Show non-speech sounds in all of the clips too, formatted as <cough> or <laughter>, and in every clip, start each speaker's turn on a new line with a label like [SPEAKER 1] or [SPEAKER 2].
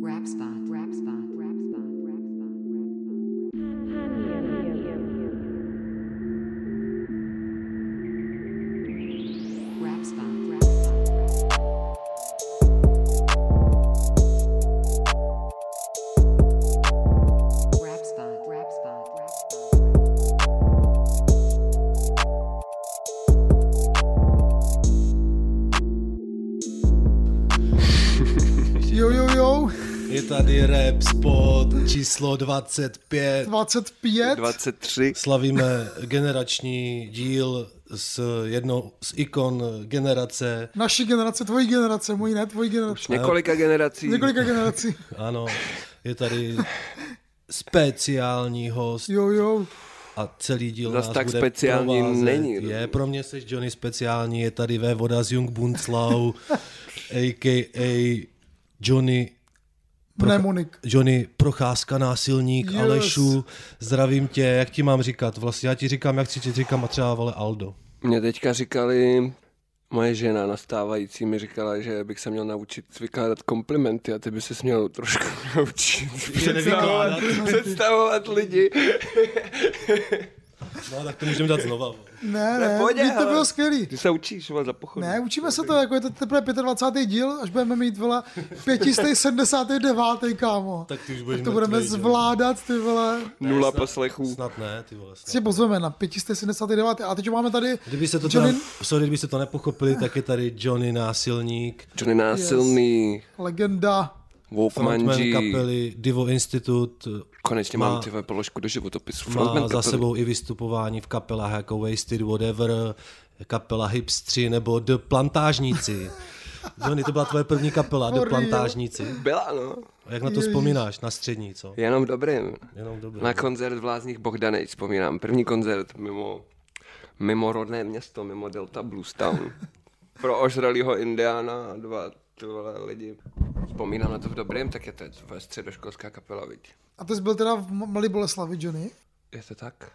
[SPEAKER 1] Rapspot. Rapspot. Rapspot. Rapspot. Rapspot. Rapspot. Rapspot. Rapspot. Rapspot. Rapspot.
[SPEAKER 2] Jo, jo, jo,
[SPEAKER 3] Je tady rap spot číslo 25.
[SPEAKER 2] 25.
[SPEAKER 4] 23.
[SPEAKER 3] Slavíme generační díl s jednou z ikon generace.
[SPEAKER 2] Naší generace, tvojí generace, můj ne, tvojí generace.
[SPEAKER 4] Několika generací.
[SPEAKER 2] Několika generací.
[SPEAKER 3] Ano, je tady speciální host
[SPEAKER 2] Jo, jo.
[SPEAKER 3] a celý díl
[SPEAKER 4] Zas
[SPEAKER 3] nás
[SPEAKER 4] tak
[SPEAKER 3] bude
[SPEAKER 4] speciální
[SPEAKER 3] provázet.
[SPEAKER 4] není.
[SPEAKER 3] Je, pro mě seš Johnny speciální, je tady V. Voda
[SPEAKER 2] <laughs>
[SPEAKER 3] z Jungbunzlau, a.k.a. Johnny
[SPEAKER 2] Mnemonik.
[SPEAKER 3] Johnny, procházka násilník,
[SPEAKER 2] Yes.
[SPEAKER 3] yes. Alešu, zdravím tě, jak ti mám říkat? Vlastně já ti říkám, jak chci, ti říkám a třeba vole Aldo.
[SPEAKER 4] Mě teďka říkali, moje žena nastávající mi říkala, že bych se měl naučit vykládat komplimenty a ty by se měl trošku <laughs> naučit představovat, představovat lidi.
[SPEAKER 3] No tak to můžeme dát znova. vole.
[SPEAKER 2] Ne,
[SPEAKER 4] Ne,
[SPEAKER 2] ne,
[SPEAKER 4] pojď,
[SPEAKER 2] vždyť to
[SPEAKER 4] hele.
[SPEAKER 2] bylo skvělý.
[SPEAKER 4] Ty se učíš vole, za pochodu.
[SPEAKER 2] Ne, učíme se to, jako je to teprve 25. díl, až budeme mít, vole, 579. kámo.
[SPEAKER 3] Tak ty už budeš
[SPEAKER 2] tak to budeme
[SPEAKER 3] mrtvej, že jo?
[SPEAKER 2] zvládat, ty vole.
[SPEAKER 4] <laughs> Nula
[SPEAKER 3] snad-
[SPEAKER 4] poslechů.
[SPEAKER 3] Snad ne, ty vole. Snad.
[SPEAKER 2] Si pozveme na 579. A teď máme tady
[SPEAKER 3] Kdyby se to teda,
[SPEAKER 2] Johnny,
[SPEAKER 3] sorry, kdyby se to nepochopili, tak je tady Johnny Násilník,
[SPEAKER 4] Johnny násilný,
[SPEAKER 2] legenda.
[SPEAKER 4] Walkman
[SPEAKER 3] frontman
[SPEAKER 4] G.
[SPEAKER 3] kapely Divo Institute,
[SPEAKER 4] Konečně
[SPEAKER 3] Má-
[SPEAKER 4] mám ty vole, položku do životopisu.
[SPEAKER 3] má
[SPEAKER 4] Frontman
[SPEAKER 3] za
[SPEAKER 4] kapely.
[SPEAKER 3] sebou i vystupování v kapelách jako Wasted Whatever, kapela Hipstři nebo The Plantážníci. Johnny, to byla tvoje první kapela, The
[SPEAKER 2] For real.
[SPEAKER 3] Plantážníci.
[SPEAKER 4] Byla, no.
[SPEAKER 3] A Jak na to vzpomínáš? Na střední, co?
[SPEAKER 4] Jenom dobrým.
[SPEAKER 3] Jenom dobrý.
[SPEAKER 4] Na koncert v Lázních Bohdanej vzpomínám. První koncert mimo, mimo rodné město, mimo Delta Blues Town. Pro ožralýho Indiana a dva ty vole lidi. Vzpomínám na to v dobrém, tak je to tvoje středoškolská kapela, viď?
[SPEAKER 2] A ty jsi byl teda v M- Mladé Boleslavi, Johnny?
[SPEAKER 4] Je to tak?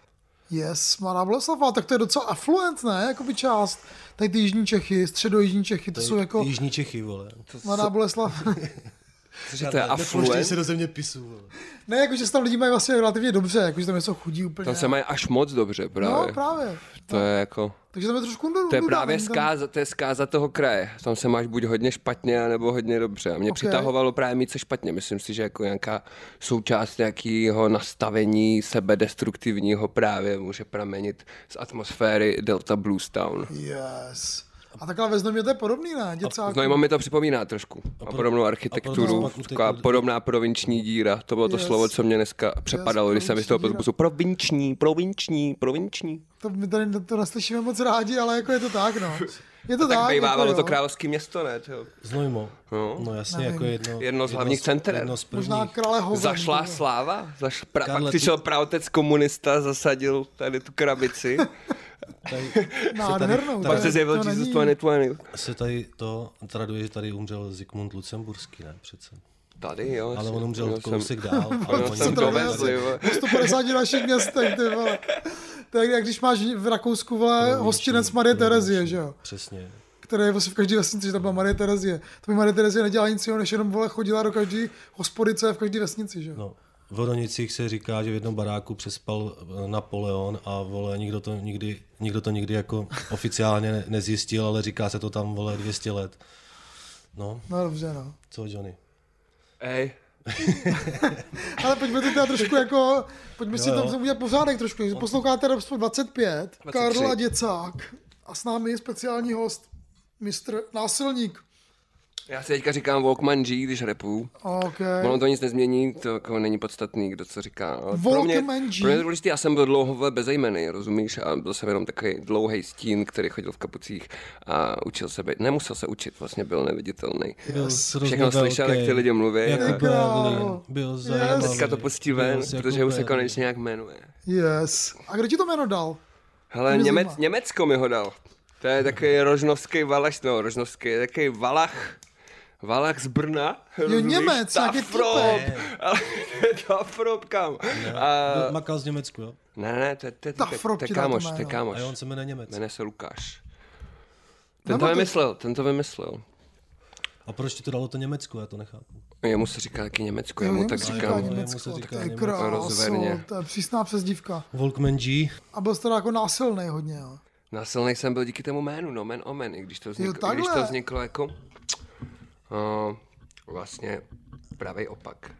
[SPEAKER 2] Yes, Mladá Boleslava, tak to je docela afluent, ne? Jakoby část. Tady ty Jižní Čechy, středojižní Čechy, to jsou jako
[SPEAKER 3] Jižní Čechy, vole. Jako-
[SPEAKER 2] Mladá Boleslav. <laughs>
[SPEAKER 4] Cože to je
[SPEAKER 3] Nepouštěj se
[SPEAKER 4] affluent?
[SPEAKER 3] do země pisu, vole.
[SPEAKER 2] ne, jakože se tam lidi mají vlastně relativně dobře, jakože tam jsou chudí úplně.
[SPEAKER 4] Tam se mají až moc dobře
[SPEAKER 2] no,
[SPEAKER 4] právě.
[SPEAKER 2] právě.
[SPEAKER 4] To je jako...
[SPEAKER 2] Takže tam je trošku nudno.
[SPEAKER 4] To je právě zkáza, to je zkáza toho kraje. Tam se máš buď hodně špatně, nebo hodně dobře. A mě
[SPEAKER 2] Ok.
[SPEAKER 4] okay. přitahovalo právě mít se špatně. Myslím si, že jako nějaká součást nějakého nastavení sebedestruktivního právě může pramenit z atmosféry Delta Blues Town.
[SPEAKER 2] Yes. A takhle ve Znomě to je podobný, ne? Děcáku.
[SPEAKER 4] No, mi to připomíná trošku. A, podobnou
[SPEAKER 3] proto
[SPEAKER 4] architekturu,
[SPEAKER 3] jsem pak
[SPEAKER 4] taková
[SPEAKER 3] utekl-
[SPEAKER 4] podobná provinční díra. To bylo to
[SPEAKER 2] Yes.
[SPEAKER 4] slovo, co mě dneska přepadalo, když jsem
[SPEAKER 2] provinční
[SPEAKER 4] vystoupil z
[SPEAKER 2] díra.
[SPEAKER 4] busu. Provinční, provinční, provinční.
[SPEAKER 2] To my tady to neslyšíme moc rádi, ale jako je to tak, no. Je to
[SPEAKER 4] Tak
[SPEAKER 2] tak,
[SPEAKER 4] bývávalo
[SPEAKER 2] jako
[SPEAKER 4] to
[SPEAKER 2] jo.
[SPEAKER 4] královské město, ne? To jo.
[SPEAKER 3] Znojmo.
[SPEAKER 4] No.
[SPEAKER 3] No jasně,
[SPEAKER 2] Nevím.
[SPEAKER 3] jako jedno...
[SPEAKER 4] Jedno z hlavních center.
[SPEAKER 3] Jedno z prvních.
[SPEAKER 2] Možná krále Hoven.
[SPEAKER 4] Zašla
[SPEAKER 2] ty vole.
[SPEAKER 4] sláva, zaš, pra,
[SPEAKER 3] Karle,
[SPEAKER 4] pak
[SPEAKER 3] ty-
[SPEAKER 4] přišel praotec komunista, zasadil tady tu
[SPEAKER 3] <laughs>
[SPEAKER 4] krabici,
[SPEAKER 2] <laughs>
[SPEAKER 3] Tady,
[SPEAKER 2] Nádhernou.
[SPEAKER 4] pak
[SPEAKER 2] to
[SPEAKER 4] se
[SPEAKER 2] je-
[SPEAKER 4] zjevil
[SPEAKER 2] to
[SPEAKER 4] Jesus
[SPEAKER 2] není-
[SPEAKER 4] 2020.
[SPEAKER 3] se tady to traduje, že tady umřel Zikmund Lucemburský, ne přece.
[SPEAKER 4] Tady jo.
[SPEAKER 3] Ale
[SPEAKER 4] No, jasně,
[SPEAKER 3] on umřel
[SPEAKER 4] měl jsem-
[SPEAKER 3] kousek
[SPEAKER 4] <laughs>
[SPEAKER 3] dál. ale
[SPEAKER 4] měl
[SPEAKER 3] oni-
[SPEAKER 4] jsem
[SPEAKER 2] to
[SPEAKER 4] dovezli, vole.
[SPEAKER 2] 150 našich městech, ty vole. To je jak když máš v Rakousku, vole, hostinec Marie Terezie, že jo?
[SPEAKER 3] Přesně.
[SPEAKER 2] Které je vlastně v každé vesnici, že tam byla Marie Terezie. To by Marie Terezie nedělala nic jiného, než jenom, vole, chodila do každé hospody, co je v každé vesnici, že jo?
[SPEAKER 3] No, v Ronicích se říká, že v jednom baráku přespal eh, Napoleon a vole, nikdo to nikdy, nikdo to nikdy jako oficiálně ne- nezjistil, ale říká se to tam, vole, 200 let. No,
[SPEAKER 2] No dobře, no.
[SPEAKER 3] co Johnny?
[SPEAKER 4] Ej,
[SPEAKER 2] Ale pojďme to teda trošku jako, pojďme si
[SPEAKER 3] Jo, jo.
[SPEAKER 2] tam udělat pořádek trošku. Posloucháte Rapsport 25,
[SPEAKER 4] 23.
[SPEAKER 2] Karl a Děcák a s námi je speciální host, mistr Násilník.
[SPEAKER 4] já si teďka říkám Walkman G, když repu.
[SPEAKER 2] OK.
[SPEAKER 4] Ono to nic nezmění, to jako není podstatný, kdo co říká. ale pro mě,
[SPEAKER 2] Walkman G.
[SPEAKER 4] pro mě je důležitý, já jsem byl dlouho bezejmený, rozumíš? A byl jsem jenom takový dlouhý stín, který chodil v kapucích a učil se být. Nemusel se učit, vlastně byl neviditelný.
[SPEAKER 3] Byl
[SPEAKER 4] Všechno slyšel, jak ty lidi mluví. a-
[SPEAKER 3] Jako Berlin,
[SPEAKER 2] Krávo.
[SPEAKER 3] byl
[SPEAKER 2] Yes.
[SPEAKER 3] zajímavý.
[SPEAKER 4] Teďka to pustí ven,
[SPEAKER 3] Byl jsi jako
[SPEAKER 4] protože už se
[SPEAKER 3] Berlin.
[SPEAKER 4] konečně nějak jmenuje.
[SPEAKER 2] Yes. A kdo ti to jméno dal?
[SPEAKER 4] Hele,
[SPEAKER 2] mě
[SPEAKER 4] Němec,
[SPEAKER 2] zajímá.
[SPEAKER 4] Německo mi ho dal. To je takový rožnovský valaš, no rožnovský, je takový valach, valach z Brna. rozumíš?
[SPEAKER 2] Němec,
[SPEAKER 4] Ta
[SPEAKER 2] nějaký
[SPEAKER 4] frop, ale <laughs> to je ta frop, kam. A,
[SPEAKER 3] Byl- Makal z Německu, jo?
[SPEAKER 4] ne, ne, to je, to je,
[SPEAKER 2] Ta
[SPEAKER 4] to je-
[SPEAKER 2] frop
[SPEAKER 4] to je
[SPEAKER 2] ti dal to
[SPEAKER 4] kámoš,
[SPEAKER 2] jméno.
[SPEAKER 4] to je kámoš.
[SPEAKER 3] A on se jmenuje Němec.
[SPEAKER 4] Jmenuje se Lukáš.
[SPEAKER 2] Nebo
[SPEAKER 4] Ten to
[SPEAKER 2] to-
[SPEAKER 4] vymyslel, ten to vymyslel.
[SPEAKER 3] A A proč ti to dalo to Německo, já to nechápu.
[SPEAKER 4] Jemu se říká taky Německo, jemu tak
[SPEAKER 2] se
[SPEAKER 4] říkám. jako
[SPEAKER 3] Německo.
[SPEAKER 2] Německo,
[SPEAKER 3] Jemu se
[SPEAKER 2] tak to
[SPEAKER 3] říká
[SPEAKER 2] je
[SPEAKER 3] Německo.
[SPEAKER 2] Mhm. kráso,
[SPEAKER 4] Rozverně.
[SPEAKER 2] to je přísná přezdívka.
[SPEAKER 3] Volkman G,
[SPEAKER 2] A byl jsi teda jako násilný hodně, jo.
[SPEAKER 4] Násilný jsem byl díky tomu jménu, no men omen, i když to vzniklo, i když to
[SPEAKER 2] takhle.
[SPEAKER 4] vzniklo jako uh, vlastně pravý opak.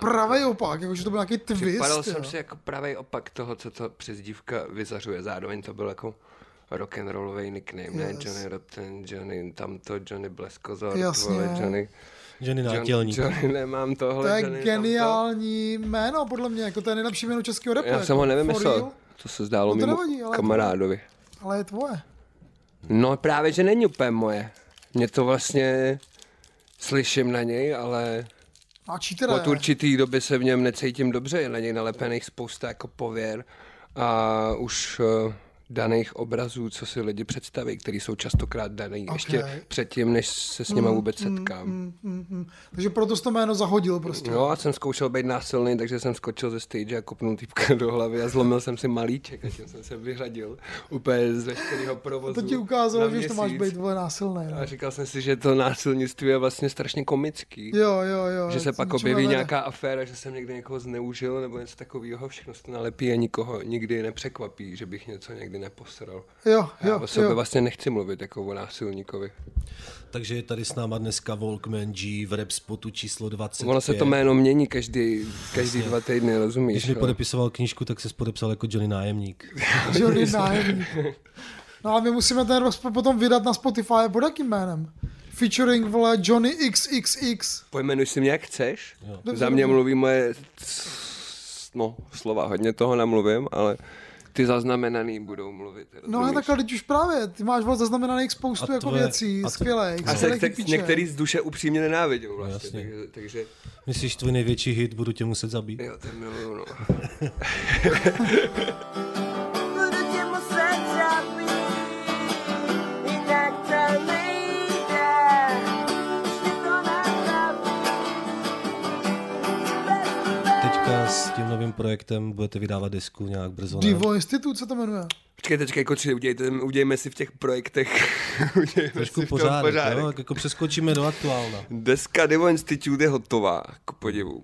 [SPEAKER 2] Pravý opak, jakože to byl nějaký
[SPEAKER 4] Připadal
[SPEAKER 2] twist,
[SPEAKER 4] jsem
[SPEAKER 2] jo.
[SPEAKER 4] si jako pravý opak toho, co to přezdívka vyzařuje. Zároveň to byl jako rock and rollový nickname, yes. ne?
[SPEAKER 2] Yes.
[SPEAKER 4] Johnny Rotten, Johnny tamto, Johnny Bleskozor,
[SPEAKER 2] Jasně.
[SPEAKER 4] vole, Johnny,
[SPEAKER 3] ženy
[SPEAKER 4] John,
[SPEAKER 3] nátělník.
[SPEAKER 4] Johnny, nemám tohle,
[SPEAKER 2] To je
[SPEAKER 4] Johnny, tamto.
[SPEAKER 2] geniální jméno, podle mě, jako to je nejlepší jméno českého repu.
[SPEAKER 4] Já
[SPEAKER 2] jako,
[SPEAKER 4] jsem ho
[SPEAKER 2] for
[SPEAKER 4] nevymyslel,
[SPEAKER 2] real.
[SPEAKER 4] to se zdálo
[SPEAKER 2] No to
[SPEAKER 4] mimo
[SPEAKER 2] nevadí, ale-
[SPEAKER 4] kamarádovi.
[SPEAKER 2] Ale je tvoje.
[SPEAKER 4] No právě, že není úplně moje. Mě to vlastně slyším na něj, ale
[SPEAKER 2] A cheatera
[SPEAKER 4] od
[SPEAKER 2] je.
[SPEAKER 4] určitý doby se v něm necítím dobře, je na něj nalepených spousta jako pověr a už eh, daných obrazů, co si lidi představí, který jsou častokrát daný okay. ještě předtím, než se s nimi vůbec setkám.
[SPEAKER 2] Mm, mm, mm. Takže proto jsi to jméno zahodil prostě.
[SPEAKER 4] No a jsem zkoušel být násilný, takže jsem skočil ze stage a kopnul týpka <laughs> do hlavy a zlomil jsem si malíček a tím jsem se vyhradil úplně z veškerého provozu.
[SPEAKER 2] To ti ukázalo,
[SPEAKER 4] na
[SPEAKER 2] že už to máš
[SPEAKER 4] měsíc.
[SPEAKER 2] být vole násilný. No.
[SPEAKER 4] A říkal jsem si, že to násilnictví je vlastně strašně komický.
[SPEAKER 2] Jo, jo, jo.
[SPEAKER 4] že se
[SPEAKER 2] to
[SPEAKER 4] pak
[SPEAKER 2] ničemu
[SPEAKER 4] objeví
[SPEAKER 2] nevede.
[SPEAKER 4] nějaká aféra, že jsem někde někoho zneužil nebo něco takového, všechno se to nalepí a nikoho nikdy nepřekvapí, že bych něco někdy neposral.
[SPEAKER 2] Jo,
[SPEAKER 4] Já
[SPEAKER 2] jo,
[SPEAKER 4] o sobě
[SPEAKER 2] jo.
[SPEAKER 4] vlastně nechci mluvit jako o násilníkovi.
[SPEAKER 3] Takže je tady s náma dneska Volkman G v rap spotu číslo 25.
[SPEAKER 4] Ono se to jméno mění každý, každý dva týdny,
[SPEAKER 3] Když
[SPEAKER 4] rozumíš?
[SPEAKER 3] mi
[SPEAKER 4] no?
[SPEAKER 3] podepisoval knížku, tak se podepsal jako Johnny Nájemník.
[SPEAKER 2] Že on je nájemník. No ale my musíme ten rozpor potom vydat na Spotify pod jakým jménem? Featuring, vole, Johnny XXX.
[SPEAKER 4] Pojmenuj si mě, jak chceš.
[SPEAKER 2] Dobře,
[SPEAKER 4] Za mě
[SPEAKER 2] dobře.
[SPEAKER 4] mluví moje s- no, slova, hodně toho namluvím, ale ty zaznamenaný budou mluvit.
[SPEAKER 2] No
[SPEAKER 4] rozumíš?
[SPEAKER 2] ale takhle, teď už právě, ty máš vole zaznamenaných spoustu
[SPEAKER 3] A
[SPEAKER 2] jako
[SPEAKER 3] tvoje-
[SPEAKER 2] věcí,
[SPEAKER 3] a tvo-
[SPEAKER 2] skvělých,
[SPEAKER 4] A se,
[SPEAKER 2] skvělých
[SPEAKER 4] se,
[SPEAKER 2] piče.
[SPEAKER 4] některý z duše upřímně nenáviděl vlastně,
[SPEAKER 3] jasně.
[SPEAKER 4] takže, takže
[SPEAKER 3] Myslíš, tvůj největší hit, budu tě muset zabít?
[SPEAKER 4] jo, ten miluju, no.
[SPEAKER 5] Budu tě muset zabít, jinak to nejde. Už mi to nebaví, bez tebe.
[SPEAKER 3] Teďka s tím novým projektem budete vydávat disku nějak brzo, ne?
[SPEAKER 2] Divo Institut se to jmenuje.
[SPEAKER 4] Počkejte, počkej, koči, udějte, udějme si v těch projektech <laughs> udějme
[SPEAKER 3] Trošku
[SPEAKER 4] si v tom
[SPEAKER 3] pořádek, jo? Tak jako přeskočíme do aktuálna.
[SPEAKER 4] Deska Divo Institute je hotová, k podivu.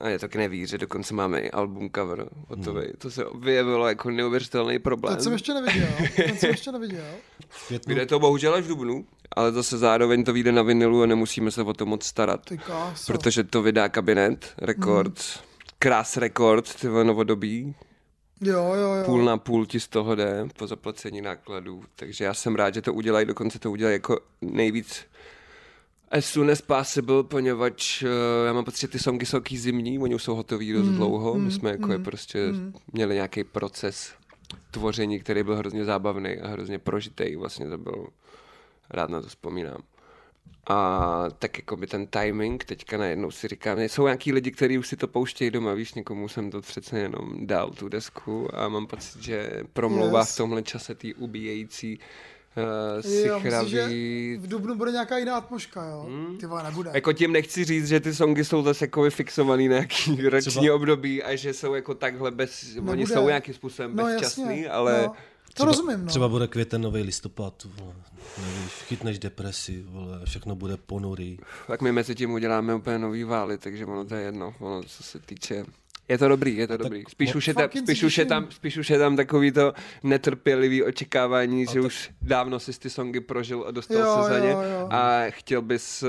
[SPEAKER 4] A je to k nevíře, dokonce máme i album cover hotový. Hmm. To se vyjevilo jako neuvěřitelný problém.
[SPEAKER 2] Ten jsem ještě neviděl, ten jsem ještě neviděl.
[SPEAKER 3] V květnu
[SPEAKER 4] Vyjde to bohužel až v dubnu, ale zase zároveň to vyjde na vinilu a nemusíme se o to moc starat.
[SPEAKER 2] Ty káso.
[SPEAKER 4] Protože to vydá kabinet, rekord, hmm. krás rekord, ty vole, novodobí,
[SPEAKER 2] Jo, jo, jo.
[SPEAKER 4] půl na půl ti z toho jde po zaplacení nákladů, takže já jsem rád, že to udělají, dokonce to udělají jako nejvíc as soon as possible, poněvadž uh, já mám pocit, že ty songy jsou taky zimní, oni už jsou hotový dost dlouho, my jsme jako je prostě měli nějaký proces tvoření, který byl hrozně zábavný a hrozně prožitý, vlastně to byl, rád na to vzpomínám. A tak jako by ten timing, teďka najednou si říkám, jsou nějaký lidi, kteří už si to pouštějí doma, víš, někomu jsem to přece jenom dal tu desku a mám pocit, že promlouvá
[SPEAKER 2] Yes.
[SPEAKER 4] yes. v tomhle čase tý ubíjející uh,
[SPEAKER 2] Jo, myslím, že
[SPEAKER 4] sichravý
[SPEAKER 2] v Dubnu bude nějaká jiná atmoška, jo? Ty vole, nebude.
[SPEAKER 4] jako tím nechci říct, že ty songy jsou zase jako vyfixovaný na nějaký roční
[SPEAKER 3] Třeba-
[SPEAKER 4] období a že jsou jako takhle bez, Nebude. oni
[SPEAKER 2] Nebude.
[SPEAKER 4] jsou nějakým způsobem no, bezčasný,
[SPEAKER 2] No jasně,
[SPEAKER 4] ale
[SPEAKER 2] No. To rozumím, no.
[SPEAKER 3] Třeba bude květen, nový listopad, vole, nevíš, chytneš depresi, vole, všechno bude ponurý.
[SPEAKER 4] tak my mezi tím uděláme úplně nový vály, takže ono to je jedno, ono co se týče je to dobrý, je to dobrý. Spíš už je, ta,
[SPEAKER 2] Fucking
[SPEAKER 4] spíš, už je
[SPEAKER 2] slyším.
[SPEAKER 4] tam, spíš už je tam takový to netrpělivý očekávání, že už dávno si ty songy prožil a dostal
[SPEAKER 2] No Jo,
[SPEAKER 4] se za
[SPEAKER 2] jo,
[SPEAKER 4] ně
[SPEAKER 2] jo.
[SPEAKER 4] a chtěl bys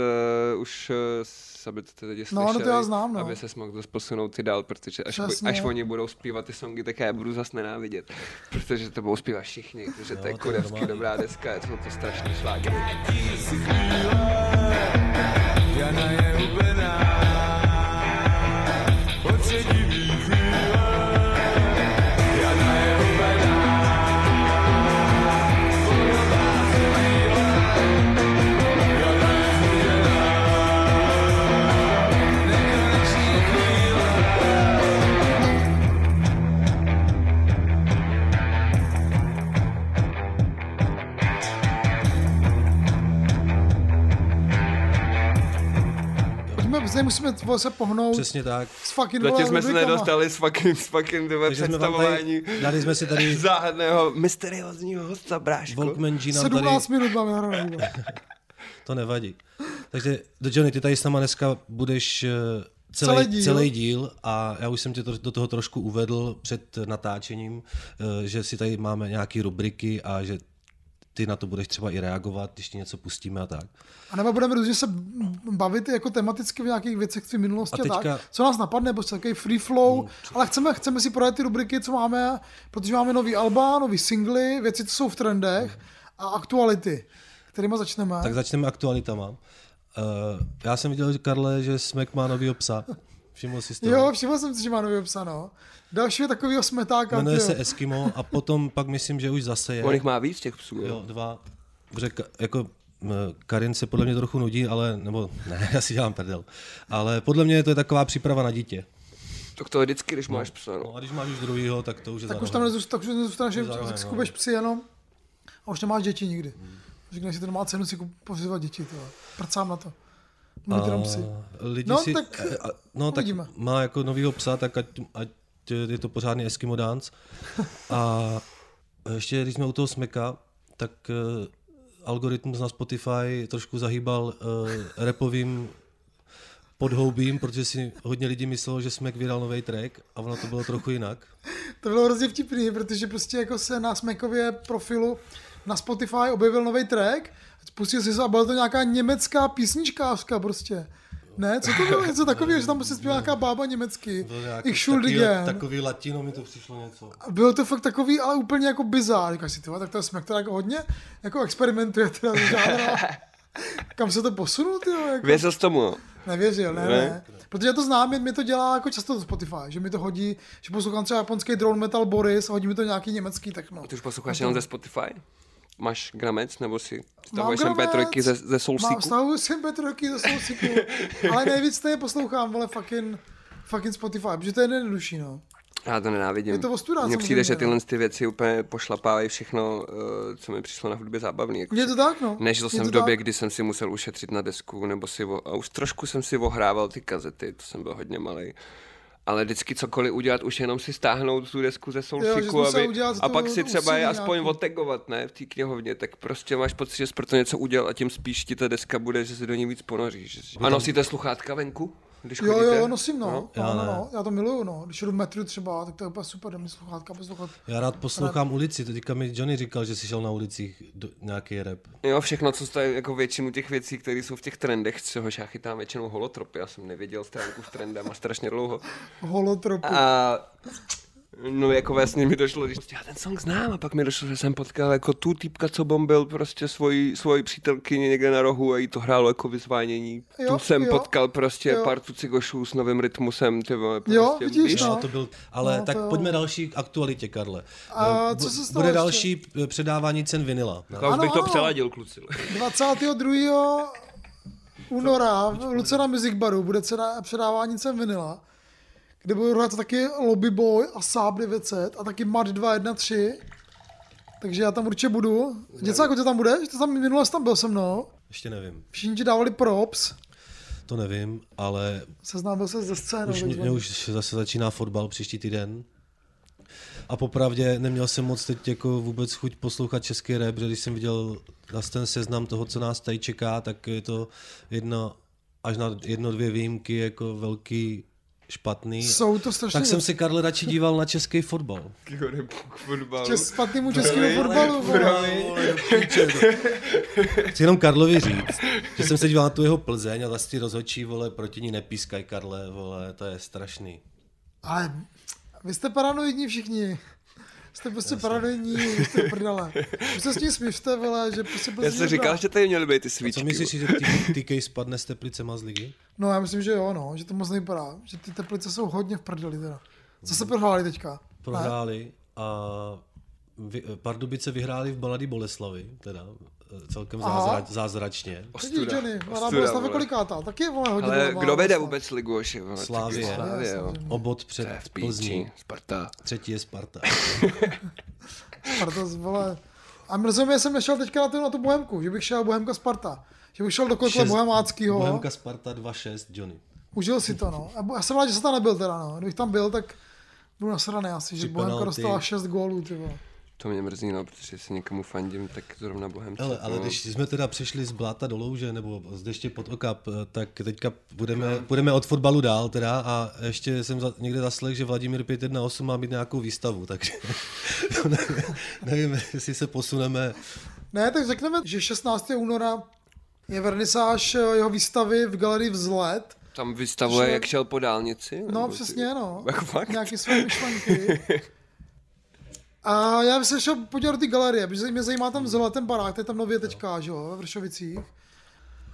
[SPEAKER 4] uh, už, uh, aby to ty lidi
[SPEAKER 2] No, no, to
[SPEAKER 4] slyšeli,
[SPEAKER 2] já znám, no.
[SPEAKER 4] aby se mohl zase posunout ty dál, protože až,
[SPEAKER 2] Přesně.
[SPEAKER 4] až oni budou zpívat ty songy, tak já je budu zase nenávidět, protože to budou zpívat všichni, protože to je
[SPEAKER 2] No,
[SPEAKER 3] to je
[SPEAKER 4] kurevsky
[SPEAKER 3] normální.
[SPEAKER 4] dobrá deska, je to, to strašný šláger.
[SPEAKER 6] Jana je hubená, od šedivý chvíle. Jana je hubená, podobá se míle. Jana je hubená, nekoneční chvíle.
[SPEAKER 2] Pojďme, zde musíme vole, se pohnout Přes...
[SPEAKER 3] Přesně tak.
[SPEAKER 2] s fucking vole,
[SPEAKER 4] Zatím jsme se
[SPEAKER 2] rubrikama.
[SPEAKER 4] nedostali s fucking, s fucking tyhle
[SPEAKER 3] Takže jsme vám tady,
[SPEAKER 4] představování
[SPEAKER 3] dali jsme si tady
[SPEAKER 4] záhadného, mysteriózního hosta, brášku.
[SPEAKER 3] Volkman G nám tady,
[SPEAKER 2] Sedmnáct minut máme nahraný. vole.
[SPEAKER 3] to nevadí. Takže do Johnny, ty tady s náma dneska budeš eh, celý,
[SPEAKER 2] Celý
[SPEAKER 3] celý,
[SPEAKER 2] díl.
[SPEAKER 3] díl. celý díl a já už jsem tě to, do toho trošku uvedl před natáčením, eh, že si tady máme nějaké rubriky a že ty na to budeš třeba i reagovat, když ti něco pustíme a tak.
[SPEAKER 2] A nebo budeme různě se bavit jako tematicky v nějakých věcech z minulosti a,
[SPEAKER 3] A
[SPEAKER 2] teďka...
[SPEAKER 3] teďka- No,
[SPEAKER 2] tak. Co nás napadne, nebo takový free flow, ale chceme, chceme si projet ty rubriky, co máme, protože máme nový alba, nový singly, věci, co jsou v trendech a aktuality, kterýma začneme.
[SPEAKER 3] Tak začneme aktualitama. Uh, já jsem viděl, Karle, že Smek má novýho psa. Všiml jsi si to?
[SPEAKER 2] Jo, všiml jsem si, že má nový obsano. Další je takovýho smetáka.
[SPEAKER 3] Jmenuje
[SPEAKER 2] tyjo.
[SPEAKER 3] se Eskimo a potom pak myslím, že už zase je.
[SPEAKER 4] On jich má víc těch psů, no. jo.
[SPEAKER 3] Jo, dva. Protože Ka- jako m, Karin se podle mě trochu nudí, ale, nebo ne, <laughs> já si dělám prdel. Ale podle mě to je taková příprava na dítě.
[SPEAKER 4] Tak to je vždycky, když máš psa, no.
[SPEAKER 3] No a když máš už druhýho, tak to už je
[SPEAKER 2] tak
[SPEAKER 3] za
[SPEAKER 2] už tam
[SPEAKER 3] rohem.
[SPEAKER 2] nezůst- tak už nezůstaneš, že
[SPEAKER 3] za rohem,
[SPEAKER 2] tak si
[SPEAKER 3] no.
[SPEAKER 2] kupeš psy jenom a už nemáš děti nikdy. Říkneš si, to nemá cenu si kup- pořizovat děti, tyjo. prcám na to. Mít jenom psy.
[SPEAKER 3] A Eh, Lidi
[SPEAKER 2] No,
[SPEAKER 3] si,
[SPEAKER 2] tak
[SPEAKER 3] a, a, no tak
[SPEAKER 2] uvidíme.
[SPEAKER 3] má jako novýho psa, tak ať, ať je to pořádný
[SPEAKER 2] <laughs>
[SPEAKER 3] Eskimo dance. A ještě když jsme u toho smeka, tak eh, algoritmus na Spotify trošku zahýbal eh, repovým podhoubím, protože si hodně lidí myslelo, že Smek vydal nový track a ono to bylo trochu jinak.
[SPEAKER 2] To bylo hrozně vtipný, protože prostě jako se na Smekově profilu na Spotify objevil nový track, pustil si se a byla to nějaká německá písničkářka prostě. Ne, co to bylo něco takového, že tam prostě zpívá nějaká bába německy.
[SPEAKER 3] Bylo nějak-
[SPEAKER 2] Ich Schuldigen.
[SPEAKER 3] takový, takový latino mi to přišlo něco.
[SPEAKER 2] A bylo to fakt takový, ale úplně jako bizár. Říkáš si, tyhle, tak to je smek teda jako hodně, jako experimentuje teda s
[SPEAKER 4] <laughs>
[SPEAKER 2] žánrem. Kam se to posunulo, ty jako?
[SPEAKER 4] Věřil jsi tomu, jo.
[SPEAKER 2] Nevěřil, ne, ne,
[SPEAKER 4] Ne?
[SPEAKER 2] Protože já to znám, mě to dělá jako často to Spotify, že mi to hodí, že poslouchám třeba japonský drone metal Boris a hodí mi to nějaký německý techno.
[SPEAKER 4] A Ty už posloucháš jenom ze Spotify? Máš gramec, nebo si
[SPEAKER 2] Mám
[SPEAKER 4] stahuješ MP3 ze, ze
[SPEAKER 2] Mám,
[SPEAKER 4] Soulseeku?
[SPEAKER 2] stahuju si MP3 ze Soulseeku, ale nejvíc to je poslouchám, vole, fucking, fucking Spotify, protože to je nejjednodušší, no.
[SPEAKER 4] Já to nenávidím.
[SPEAKER 2] Je to ostuda,
[SPEAKER 4] Mně
[SPEAKER 2] samozřejmě,
[SPEAKER 4] přijde, že
[SPEAKER 2] no.
[SPEAKER 4] tyhle ty věci úplně pošlapávají všechno, eh, co mi přišlo na hudbě zábavný. Jako
[SPEAKER 2] Je to tak, no.
[SPEAKER 4] Než to
[SPEAKER 2] Je
[SPEAKER 4] jsem v době,
[SPEAKER 2] tak.
[SPEAKER 4] kdy jsem si musel ušetřit na desku, nebo si o, a už trošku jsem si ohrával ty kazety, to jsem byl hodně malý. Ale vždycky cokoliv udělat, už jenom si stáhnout tu desku ze
[SPEAKER 2] že
[SPEAKER 4] Soulseeku,
[SPEAKER 2] jsi musel
[SPEAKER 4] aby,
[SPEAKER 2] udělat
[SPEAKER 4] a
[SPEAKER 2] to
[SPEAKER 4] pak si třeba je
[SPEAKER 2] úsilí
[SPEAKER 4] aspoň
[SPEAKER 2] nějaký.
[SPEAKER 4] otagovat, ne, v té knihovně, tak prostě máš pocit, že jsi proto něco udělal a tím spíš ti ta deska bude, že se do ní víc ponoříš. A nosíte sluchátka venku? Když
[SPEAKER 2] Jo,
[SPEAKER 4] chodíte?
[SPEAKER 2] jo, nosím, no. No, no,
[SPEAKER 3] Já
[SPEAKER 2] no,
[SPEAKER 3] ne.
[SPEAKER 2] no. Já to miluju, no. Když jdu v metru třeba, tak to je úplně super, dám mi sluchátka poslouchat.
[SPEAKER 3] Já rád poslouchám ulici, teďka mi Johnny říkal, že si šel na ulicích do, nějaký rap.
[SPEAKER 4] Jo, všechno, co stojí, jako většinu těch věcí, které jsou v těch trendech, z čehož já chytám většinou holotropy, já jsem nevěděl stránku s trendama strašně dlouho.
[SPEAKER 2] Holotropu.
[SPEAKER 4] A no jako vlastně mi došlo, když já ten song znám a pak mi došlo, že jsem potkal jako tu týpka, co bombil prostě svoji, svoji přítelkyni někde na rohu a jí to hrálo jako vyzvánění.
[SPEAKER 2] Jo,
[SPEAKER 4] Jo, tu jsem
[SPEAKER 2] jo,
[SPEAKER 4] jo, potkal prostě
[SPEAKER 2] jo.
[SPEAKER 4] jo. pár tu cigošů s novým rytmusem, ty vole, prostě,
[SPEAKER 2] Jo, vidíš,
[SPEAKER 4] víš?
[SPEAKER 2] No.
[SPEAKER 3] No, to byl, ale
[SPEAKER 2] No,
[SPEAKER 3] no, tak
[SPEAKER 2] to-
[SPEAKER 3] to... pojďme další k aktualitě, Karle.
[SPEAKER 2] A
[SPEAKER 3] Eh,
[SPEAKER 2] co
[SPEAKER 3] bu-
[SPEAKER 2] se stalo
[SPEAKER 3] Bude
[SPEAKER 2] ještě?
[SPEAKER 3] další p- předávání cen vinila.
[SPEAKER 4] Já už
[SPEAKER 2] Ano,
[SPEAKER 4] bych to
[SPEAKER 2] ano.
[SPEAKER 4] přeladil, kluci.
[SPEAKER 2] 22. února v Lucena Music Baru bude cena- předávání cen vinila, kde budou hrát taky Lobby Boy a Saab 900 a taky Mad 213. Takže já tam určitě budu. Děcko, jako ty tam budeš? Ty tam minule jsi tam byl se mnou.
[SPEAKER 3] Ještě nevím,
[SPEAKER 2] Všichni ti dávali props.
[SPEAKER 3] to nevím, ale
[SPEAKER 2] Seznámil se ze scénou.
[SPEAKER 3] už,
[SPEAKER 2] takzvaně.
[SPEAKER 3] mě, už zase začíná fotbal příští týden. A popravdě neměl jsem moc teď jako vůbec chuť poslouchat český rap, protože když jsem viděl zase ten seznam toho, co nás tady čeká, tak je to jedna, až na jedno, dvě výjimky jako velký špatný.
[SPEAKER 2] Jsou to strašně
[SPEAKER 3] tak jsem se, Karle, radši díval na český fotbal.
[SPEAKER 2] Čes, špatnému českému fotbalu. vole.
[SPEAKER 3] <laughs> Chci jenom Karlovi říct,
[SPEAKER 4] <laughs>
[SPEAKER 3] že jsem se díval na tu jeho Plzeň a zase ty rozhodčí, vole, proti ní nepískaj, Karle, vole, to je strašný.
[SPEAKER 2] Ale vy jste paranoidní všichni. Jste prostě paranoidní, vy jste prdele. Vy se s tím směšte, vole, že prostě
[SPEAKER 4] Já
[SPEAKER 2] Plzeň
[SPEAKER 4] jsem
[SPEAKER 2] dobrá.
[SPEAKER 4] říkal, že tady měly být ty svíčky.
[SPEAKER 3] Co myslíš,
[SPEAKER 4] vole.
[SPEAKER 3] že ty- ty TK spadne s teplicema z ligy?
[SPEAKER 2] No já myslím, že jo, no, že to moc nevypadá. Že ty teplice jsou hodně v prdeli teda. Co se prohráli teďka? Ne?
[SPEAKER 3] Prohráli a vy, Pardubice vyhráli v Mladý Boleslavi, teda eh, celkem
[SPEAKER 2] Aha.
[SPEAKER 3] zázra, zázračně.
[SPEAKER 2] Vidíš,
[SPEAKER 4] Ostuda,
[SPEAKER 2] Johnny, Mladá
[SPEAKER 4] ostuda,
[SPEAKER 2] Boleslav je
[SPEAKER 4] vole.
[SPEAKER 2] kolikátá? Taky je, vole, hodně.
[SPEAKER 4] Ale
[SPEAKER 2] Mladá
[SPEAKER 4] kdo vede
[SPEAKER 2] Boleslav.
[SPEAKER 4] vole, ligu oši? vole? Tak
[SPEAKER 3] Slávě.
[SPEAKER 4] Slávě, jo.
[SPEAKER 3] O bod před
[SPEAKER 4] To je v
[SPEAKER 3] Plzní.
[SPEAKER 4] píči, Sparta.
[SPEAKER 3] Třetí je Sparta.
[SPEAKER 2] Sparta, vole. A mrzí mě, že jsem nešel teďka na tu, na tu Bohemku, že bych šel Bohemka Sparta. Že bych šel do kotle
[SPEAKER 3] Šest-
[SPEAKER 2] Bohemáckýho.
[SPEAKER 3] Bohemka Sparta 2-6, Johnny.
[SPEAKER 2] Užil si to, no. A bo- Já jsem rád, že jsem tam nebyl teda, no. Kdybych tam byl, tak byl nasraný asi, že
[SPEAKER 3] Tři
[SPEAKER 2] Bohemka
[SPEAKER 3] penalty.
[SPEAKER 2] dostala 6 gólů, ty vole.
[SPEAKER 4] To mě mrzí, no, protože jestli někomu fandím, tak no. zrovna bohem.
[SPEAKER 3] Hele, ale když jsme teda přešli z bláta do louže nebo z deště pod okap, eh, tak teďka budeme, budeme od fotbalu dál teda a ještě jsem za, někde zaslech, že Vladimír 518 má mít nějakou výstavu, takže <laughs> nevím, nevím, jestli se posuneme.
[SPEAKER 2] Ne, tak řekneme, že 16. února je vernisáž eh, jeho výstavy v galerii Vzlet.
[SPEAKER 4] Tam vystavuje,
[SPEAKER 2] Že-
[SPEAKER 4] jak šel po dálnici?
[SPEAKER 2] No
[SPEAKER 4] nebo ty-
[SPEAKER 2] přesně,
[SPEAKER 4] <laughs>
[SPEAKER 2] no.
[SPEAKER 4] Jako fakt?
[SPEAKER 2] Nějaký své myšlenky. A já bych se šel podívat do ty galerie, protože mě zajímá tam vzhled, ten barák, to je tam nově teďka, že jo, ve Vršovicích.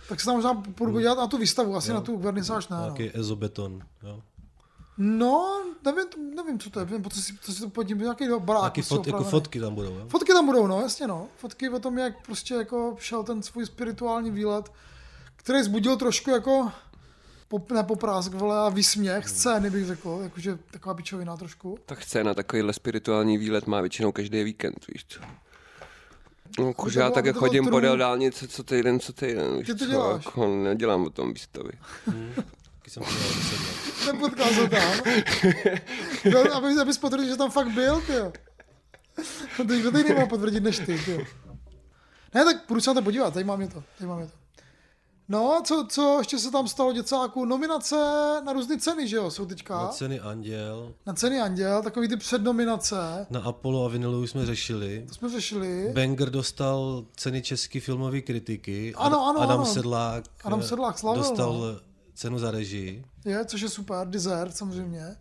[SPEAKER 2] Tak se tam možná půjdu podívat na tu výstavu, asi na tu vernisáž ne, no.
[SPEAKER 3] Nějaký ezobeton, jo.
[SPEAKER 2] no. nevím, nevím, co to je, nevím, co si, co si to podívám, nějaký do barák.
[SPEAKER 3] Taky fot, jako fotky tam budou, jo.
[SPEAKER 2] Fotky tam budou, no, jasně, no. Fotky o tom, jak prostě jako šel ten svůj spirituální výlet, který zbudil trošku jako pop, ne poprásk, vole, a výsměch, scény bych řekl, jakože taková pičovina trošku.
[SPEAKER 4] Tak chce na takovýhle spirituální výlet má většinou každý víkend, víš co. No,
[SPEAKER 2] Jako to
[SPEAKER 4] jakože já
[SPEAKER 2] bylo-
[SPEAKER 4] také
[SPEAKER 2] to bylo
[SPEAKER 4] chodím
[SPEAKER 2] trůn.
[SPEAKER 4] podél dálnice, co týden, co týden, víš
[SPEAKER 2] Ty to
[SPEAKER 4] co,
[SPEAKER 2] děláš?
[SPEAKER 4] jako nedělám o tom výstavy.
[SPEAKER 3] Taky jsem chtěl deset let.
[SPEAKER 2] Nepotkal jsem tam. No, aby, abys potvrdil, že tam fakt byl, ty jo. No to nikdo tady nemá potvrdit než ty, ty jo. Ne, tak půjdu se na to podívat, zajímá mě to, zajímá mě to. No, co, co ještě se tam stalo děcáku? Nominace na různé ceny, že jo, jsou teďka.
[SPEAKER 3] Na ceny Anděl,
[SPEAKER 2] Na ceny Anděl, takový ty přednominace.
[SPEAKER 3] na Apollo a Vinilu už jsme řešili.
[SPEAKER 2] To jsme řešili.
[SPEAKER 3] Banger dostal ceny české filmové kritiky. Ad-
[SPEAKER 2] Ano, ano,
[SPEAKER 3] Adam
[SPEAKER 2] ano.
[SPEAKER 3] Sedlák,
[SPEAKER 2] Adam
[SPEAKER 3] eh,
[SPEAKER 2] Sedlák slavil,
[SPEAKER 3] dostal
[SPEAKER 2] no.
[SPEAKER 3] cenu za režii.
[SPEAKER 2] Je, což je super, deserve samozřejmě.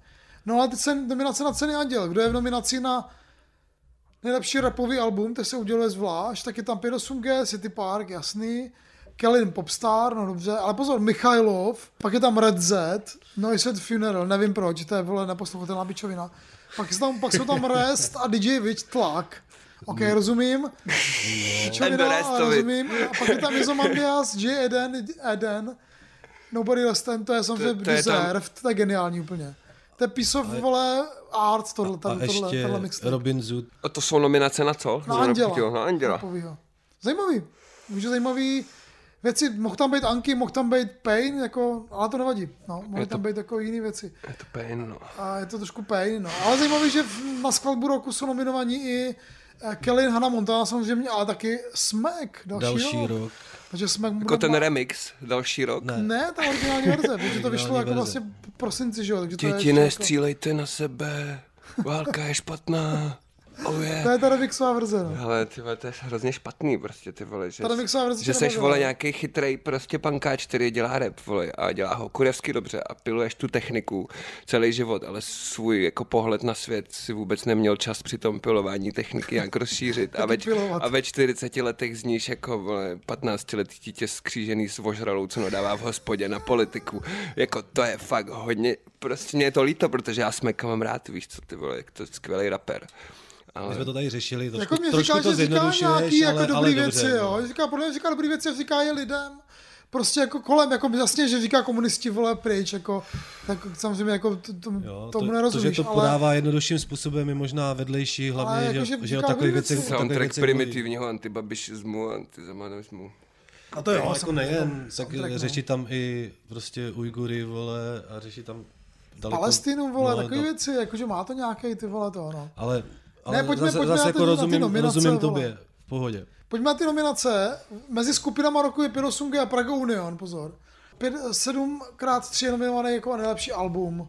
[SPEAKER 2] No ale teď jsem nominace na ceny Anděl. Kdo je v nominaci na nejlepší rapový album, to se uděluje zvlášť, tak je tam 58G, City Park, jasný. Kelin Popstar, no dobře, ale pozor, Michailov, pak je tam Red Z, Noise at Funeral, nevím proč, to je vole neposlouchatelná bičovina. Pak, jsou tam, pak jsou tam Rest a DJ Witch Tlak. OK,
[SPEAKER 4] <laughs>
[SPEAKER 2] rozumím.
[SPEAKER 4] And the
[SPEAKER 2] Bičovina,
[SPEAKER 4] rest
[SPEAKER 2] a
[SPEAKER 4] of it.
[SPEAKER 2] rozumím. A pak je tam Izomandias, J. Eden, Eden. Nobody Less Than, to je samozřejmě
[SPEAKER 4] to je tam-
[SPEAKER 2] Deserved, to je geniální úplně. To je piece of, vole, art, tohle,
[SPEAKER 3] A
[SPEAKER 2] tohle, tohle,
[SPEAKER 3] ještě
[SPEAKER 2] tohle mixtape.
[SPEAKER 3] Robin Zud,
[SPEAKER 4] A to jsou nominace na co?
[SPEAKER 2] Na
[SPEAKER 4] Zrovna
[SPEAKER 2] Anděla.
[SPEAKER 4] pochytil, Na Anděla.
[SPEAKER 2] Rapovýho. Zajímavý. Může zajímavý věci. Mohl tam být Anky, mohl tam být Pain, jako, ale to nevadí. No, mohly
[SPEAKER 4] to-
[SPEAKER 2] tam být jako jiné věci.
[SPEAKER 4] Je to pain, no.
[SPEAKER 2] A je to trošku Pain, no. Ale zajímavý, že v- na skladbu roku jsou nominovaní i eh, Kelly, Hannah Montana samozřejmě, ale taky Smack, další,
[SPEAKER 3] další
[SPEAKER 2] rok.
[SPEAKER 3] rok.
[SPEAKER 2] Takže Smack
[SPEAKER 4] Jako
[SPEAKER 2] bude
[SPEAKER 4] ten
[SPEAKER 2] má-
[SPEAKER 4] remix, další rok.
[SPEAKER 3] Ne.
[SPEAKER 2] Ne, ta originální verze, protože to vyšlo jako
[SPEAKER 3] verze.
[SPEAKER 2] vlastně v prosinci, že jo, takže to je
[SPEAKER 4] Děti,
[SPEAKER 2] ještě jako-
[SPEAKER 4] nestřílejte na sebe, válka je špatná. Oh yeah.
[SPEAKER 2] To je ta remixová verze, no.
[SPEAKER 4] Ale ty vole, to je hrozně špatný prostě ty vole, že,
[SPEAKER 2] Tady bych se vám prostě
[SPEAKER 4] že seš
[SPEAKER 2] nebavil.
[SPEAKER 4] vole nějaký chytrý prostě pankáč, který dělá rap vole a dělá ho kurevsky dobře a piluješ tu techniku celý život, ale svůj jako pohled na svět si vůbec neměl čas při tom pilování techniky jak rozšířit a ve,
[SPEAKER 2] pilovat.
[SPEAKER 4] a ve 40 letech zníš jako vole 15 letý dítě skřížený s vožralou, co nadává v hospodě na politiku. Jako to je fakt hodně, prostě mě je to líto, protože já jsme mám rád, víš co ty vole, jak to je skvělý rapper.
[SPEAKER 3] My
[SPEAKER 4] Ale...
[SPEAKER 3] jsme to tady řešili, trošku,
[SPEAKER 2] Jako mě
[SPEAKER 3] trošku
[SPEAKER 2] říká,
[SPEAKER 3] to
[SPEAKER 2] že říká
[SPEAKER 3] zjednodušuješ,
[SPEAKER 2] nějaký jako
[SPEAKER 3] ale,
[SPEAKER 2] dobrý
[SPEAKER 3] ale
[SPEAKER 2] věci,
[SPEAKER 3] dobře, no.
[SPEAKER 2] jo. Říká, podle mě říká dobrý věci, říká je lidem. Prostě jako kolem, jako jasně, že říká komunisti, vole, pryč, jako, tak samozřejmě jako to, to,
[SPEAKER 3] Jo,
[SPEAKER 2] tomu
[SPEAKER 3] to,
[SPEAKER 2] nerozumíš,
[SPEAKER 3] to, že to
[SPEAKER 2] ale,
[SPEAKER 3] podává jednodušším způsobem je možná vedlejší, hlavně,
[SPEAKER 2] jako,
[SPEAKER 3] že,
[SPEAKER 2] že
[SPEAKER 3] že o
[SPEAKER 2] říká
[SPEAKER 3] takových
[SPEAKER 2] dobrý
[SPEAKER 3] věcech
[SPEAKER 2] věci.
[SPEAKER 3] o takových
[SPEAKER 4] Soundtrack
[SPEAKER 3] věcech mluví.
[SPEAKER 4] primitivního antibabišismu, antizamanismu.
[SPEAKER 3] A to jo, jako nejen, tak
[SPEAKER 2] soundtrack, no.
[SPEAKER 3] řešit tam i prostě Ujgury, vole, a řešit tam daleko-
[SPEAKER 2] Palestinu, vole,
[SPEAKER 3] no,
[SPEAKER 2] takové
[SPEAKER 3] no,
[SPEAKER 2] věci, jakože má to nějaký ty vole to, no.
[SPEAKER 3] Ale, ale ne,
[SPEAKER 2] pojďme-
[SPEAKER 3] pojďme, zase,
[SPEAKER 2] pojďme na
[SPEAKER 3] zase
[SPEAKER 2] ty-
[SPEAKER 3] jako
[SPEAKER 2] na ty
[SPEAKER 3] rozumím,
[SPEAKER 2] nominace,
[SPEAKER 3] rozumím
[SPEAKER 2] vole.
[SPEAKER 3] tobě, v pohodě.
[SPEAKER 2] Pojďme na ty nominace. Mezi skupinama roku je 5.8G a Praga Union, pozor. 7x3 je nominovaný jako nejlepší album.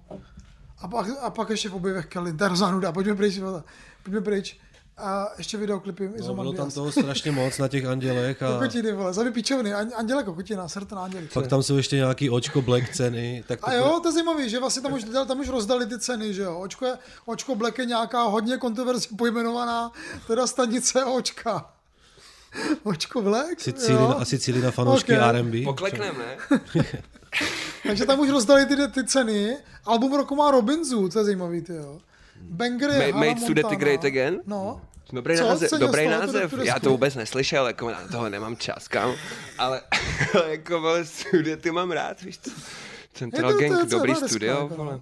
[SPEAKER 2] A pak, a pak ještě v objevech Kelly. To je hrozná nuda, pojďme pryč. vole. Pojďme pryč. A ještě videoklipy
[SPEAKER 3] No, bylo tam
[SPEAKER 2] Izomandias.
[SPEAKER 3] toho strašně moc na těch andělech a
[SPEAKER 2] Kokotiny, vole, zabi pičoviny, an, anděle kokotina, srd na anděli.
[SPEAKER 3] pak tam jsou ještě nějaký očko black ceny, tak to
[SPEAKER 2] A jo, to je zajímavý, že vlastně tam už, tam už rozdali ty ceny, že jo. Očko, je, očko Black je nějaká hodně kontroverzně pojmenovaná, teda stanice očka. <laughs> Očko Black?
[SPEAKER 3] Sicílina,
[SPEAKER 2] jo.
[SPEAKER 3] a Sicílina fanoušky
[SPEAKER 2] Ok.
[SPEAKER 3] okay. R&B.
[SPEAKER 4] Pokleknem, ne?
[SPEAKER 2] Takže tam už rozdali ty, ty ceny. Album roku má Robin Zoo, to je zajímavý, ty jo. Banger je
[SPEAKER 4] Ma-
[SPEAKER 2] Hannah
[SPEAKER 4] Made to the
[SPEAKER 2] Montana.
[SPEAKER 4] Great Again? Hmm.
[SPEAKER 2] No.
[SPEAKER 4] <laughs> Dobrý
[SPEAKER 2] Co?
[SPEAKER 4] název,
[SPEAKER 2] Ocenil
[SPEAKER 4] dobrý
[SPEAKER 2] jsi to,
[SPEAKER 4] název.
[SPEAKER 2] tu
[SPEAKER 4] Já
[SPEAKER 2] desku?
[SPEAKER 4] to vůbec neslyšel, jako na toho nemám čas, kam. Ale, <laughs> ale jako, vole, studio ty mám rád, víš co? Central
[SPEAKER 2] Je to- to je
[SPEAKER 4] Gang,
[SPEAKER 2] celá
[SPEAKER 4] dobrý
[SPEAKER 2] deska,
[SPEAKER 4] studio,
[SPEAKER 2] jako.
[SPEAKER 4] vole.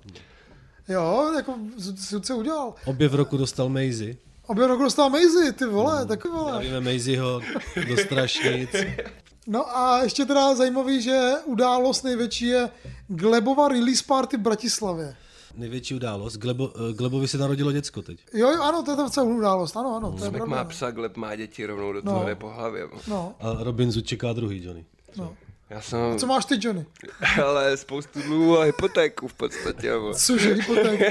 [SPEAKER 2] Jo, jako Zoo se udělal.
[SPEAKER 3] Objev roku dostal Maisie.
[SPEAKER 2] Obě roku dostal Maisie, ty vole,
[SPEAKER 4] Hmm.
[SPEAKER 2] takový vole.
[SPEAKER 3] Zdravíme Maisieho do Strašnic.
[SPEAKER 2] No a ještě teda zajímavý, že událost největší je Glebova release party v Bratislavě.
[SPEAKER 3] Největší událost. Glebo, eh, Glebovi se narodilo děcko teď.
[SPEAKER 2] Jo, jo, ano, to je to celou událost, ano, ano, to je
[SPEAKER 4] Smek má
[SPEAKER 2] pravda.
[SPEAKER 4] psa, Gleb má děti rovnou do
[SPEAKER 2] No.
[SPEAKER 4] toho no. po hlavě. vole.
[SPEAKER 2] No,
[SPEAKER 3] A Robin Zud čeká druhý Johnny.
[SPEAKER 2] no.
[SPEAKER 4] Já jsem,
[SPEAKER 2] Co máš ty, Johnny?
[SPEAKER 4] ale spoustu dluhů a hypotéku v podstatě. vole.
[SPEAKER 2] Cože,
[SPEAKER 4] <laughs>
[SPEAKER 2] hypotéka?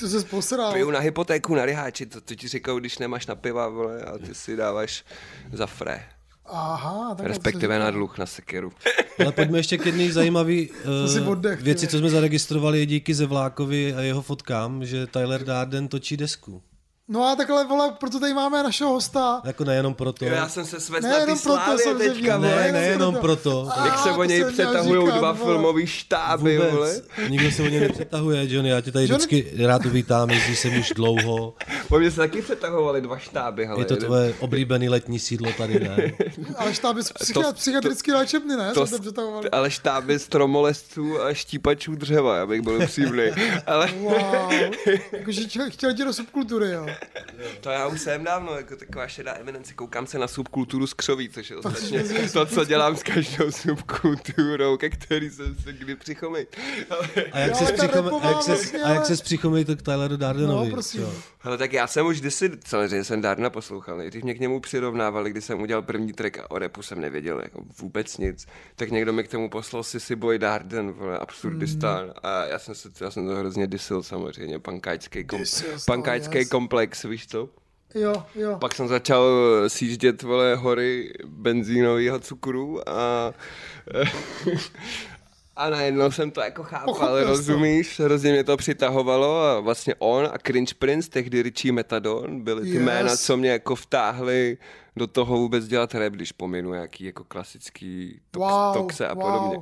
[SPEAKER 2] To se posral.
[SPEAKER 4] Piju na hypotéku na riháči, to, to ti říkal, když nemáš na piva, vole, a ty si dáváš za
[SPEAKER 2] No,
[SPEAKER 4] fré.
[SPEAKER 2] Aha, tak
[SPEAKER 4] Respektive na dluh na sekeru.
[SPEAKER 3] Ale pojďme ještě k jedné zajímavé
[SPEAKER 2] <laughs> si oddech,
[SPEAKER 3] věci,
[SPEAKER 2] ty.
[SPEAKER 3] co jsme zaregistrovali díky Zevlákovi a jeho fotkám, že Tyler Darden točí desku.
[SPEAKER 2] No a takhle, vole, proto tady máme našeho hosta.
[SPEAKER 3] Jako nejenom proto.
[SPEAKER 4] Já jsem se svez
[SPEAKER 2] Ne,
[SPEAKER 4] na ty
[SPEAKER 2] jenom proto
[SPEAKER 4] slávy
[SPEAKER 2] jsem tě
[SPEAKER 4] teďka,
[SPEAKER 2] viděl,
[SPEAKER 3] ne,
[SPEAKER 4] vole.
[SPEAKER 3] nejenom proto.
[SPEAKER 2] A,
[SPEAKER 4] Jak se
[SPEAKER 2] to
[SPEAKER 4] o něj
[SPEAKER 2] jsem měl
[SPEAKER 4] přetahují
[SPEAKER 2] říkat,
[SPEAKER 4] dva
[SPEAKER 2] vole.
[SPEAKER 4] filmový štáby, vole.
[SPEAKER 3] Vůbec. Nikdo se o ně nepřetahuje, Johnny, já tě tady
[SPEAKER 2] Johnny-
[SPEAKER 3] vždycky rád uvítám, jezdí jsem už dlouho.
[SPEAKER 4] Po mně se taky přetahovaly dva štáby, hele.
[SPEAKER 3] Je to
[SPEAKER 4] jeden-
[SPEAKER 3] tvoje oblíbené letní sídlo
[SPEAKER 2] <laughs>
[SPEAKER 3] tady, ne?
[SPEAKER 2] Ale štáby z psychiat- psychiatrický léčebny, ne?
[SPEAKER 4] To,
[SPEAKER 2] Jsem to přetahoval.
[SPEAKER 4] ale štáby z tromolestů a štípačů dřeva, abych byl
[SPEAKER 2] <laughs>
[SPEAKER 4] upřímný. Ale
[SPEAKER 2] Wow. Jakože chtěl, chtěl tě do subkultury, jo.
[SPEAKER 4] to já už jsem dávno, jako taková šedá eminence, koukám se na subkulturu z křoví, což je ostatně to, co dělám s každou subkulturou, ke který jsem se kdy přichomil. Ale,
[SPEAKER 3] A jak
[SPEAKER 2] Jo,
[SPEAKER 3] se
[SPEAKER 2] ale ta
[SPEAKER 3] přichome, a
[SPEAKER 2] repová
[SPEAKER 3] jak ses,
[SPEAKER 2] vlastně,
[SPEAKER 3] a jak
[SPEAKER 2] ale-
[SPEAKER 3] ses přichomil to k Tyleru Dardenovi?
[SPEAKER 2] No, prosím.
[SPEAKER 3] jo?
[SPEAKER 4] ale tak já jsem už kdysi, samozřejmě jsem Dárna poslouchal, když mě k němu přirovnávali, když jsem udělal první track a o repu jsem nevěděl jako vůbec nic, tak někdo mi k tomu poslal Sissy Boy Darden, vole, absurdistán.
[SPEAKER 2] Hmm.
[SPEAKER 4] Mm. A já jsem, se, já jsem to hrozně disil samozřejmě, pankáčský, kom,
[SPEAKER 2] Disil, no,
[SPEAKER 4] pankáčský
[SPEAKER 2] yes.
[SPEAKER 4] komplex, víš co?
[SPEAKER 2] Jo, jo.
[SPEAKER 4] Pak jsem začal eh, sjíždět vole hory benzínového cukru a <laughs> a najednou jsem to jako chápal,
[SPEAKER 2] Pochopil
[SPEAKER 4] rozumíš? Hrozně mě to přitahovalo a vlastně on a Cringe Prince, tehdy Richie Metadon, byly ty
[SPEAKER 2] Yes.
[SPEAKER 4] yes. jména, co mě jako vtáhly do toho vůbec dělat rap, když pominu jaký jako klasický tox, wow, toxe a podobně.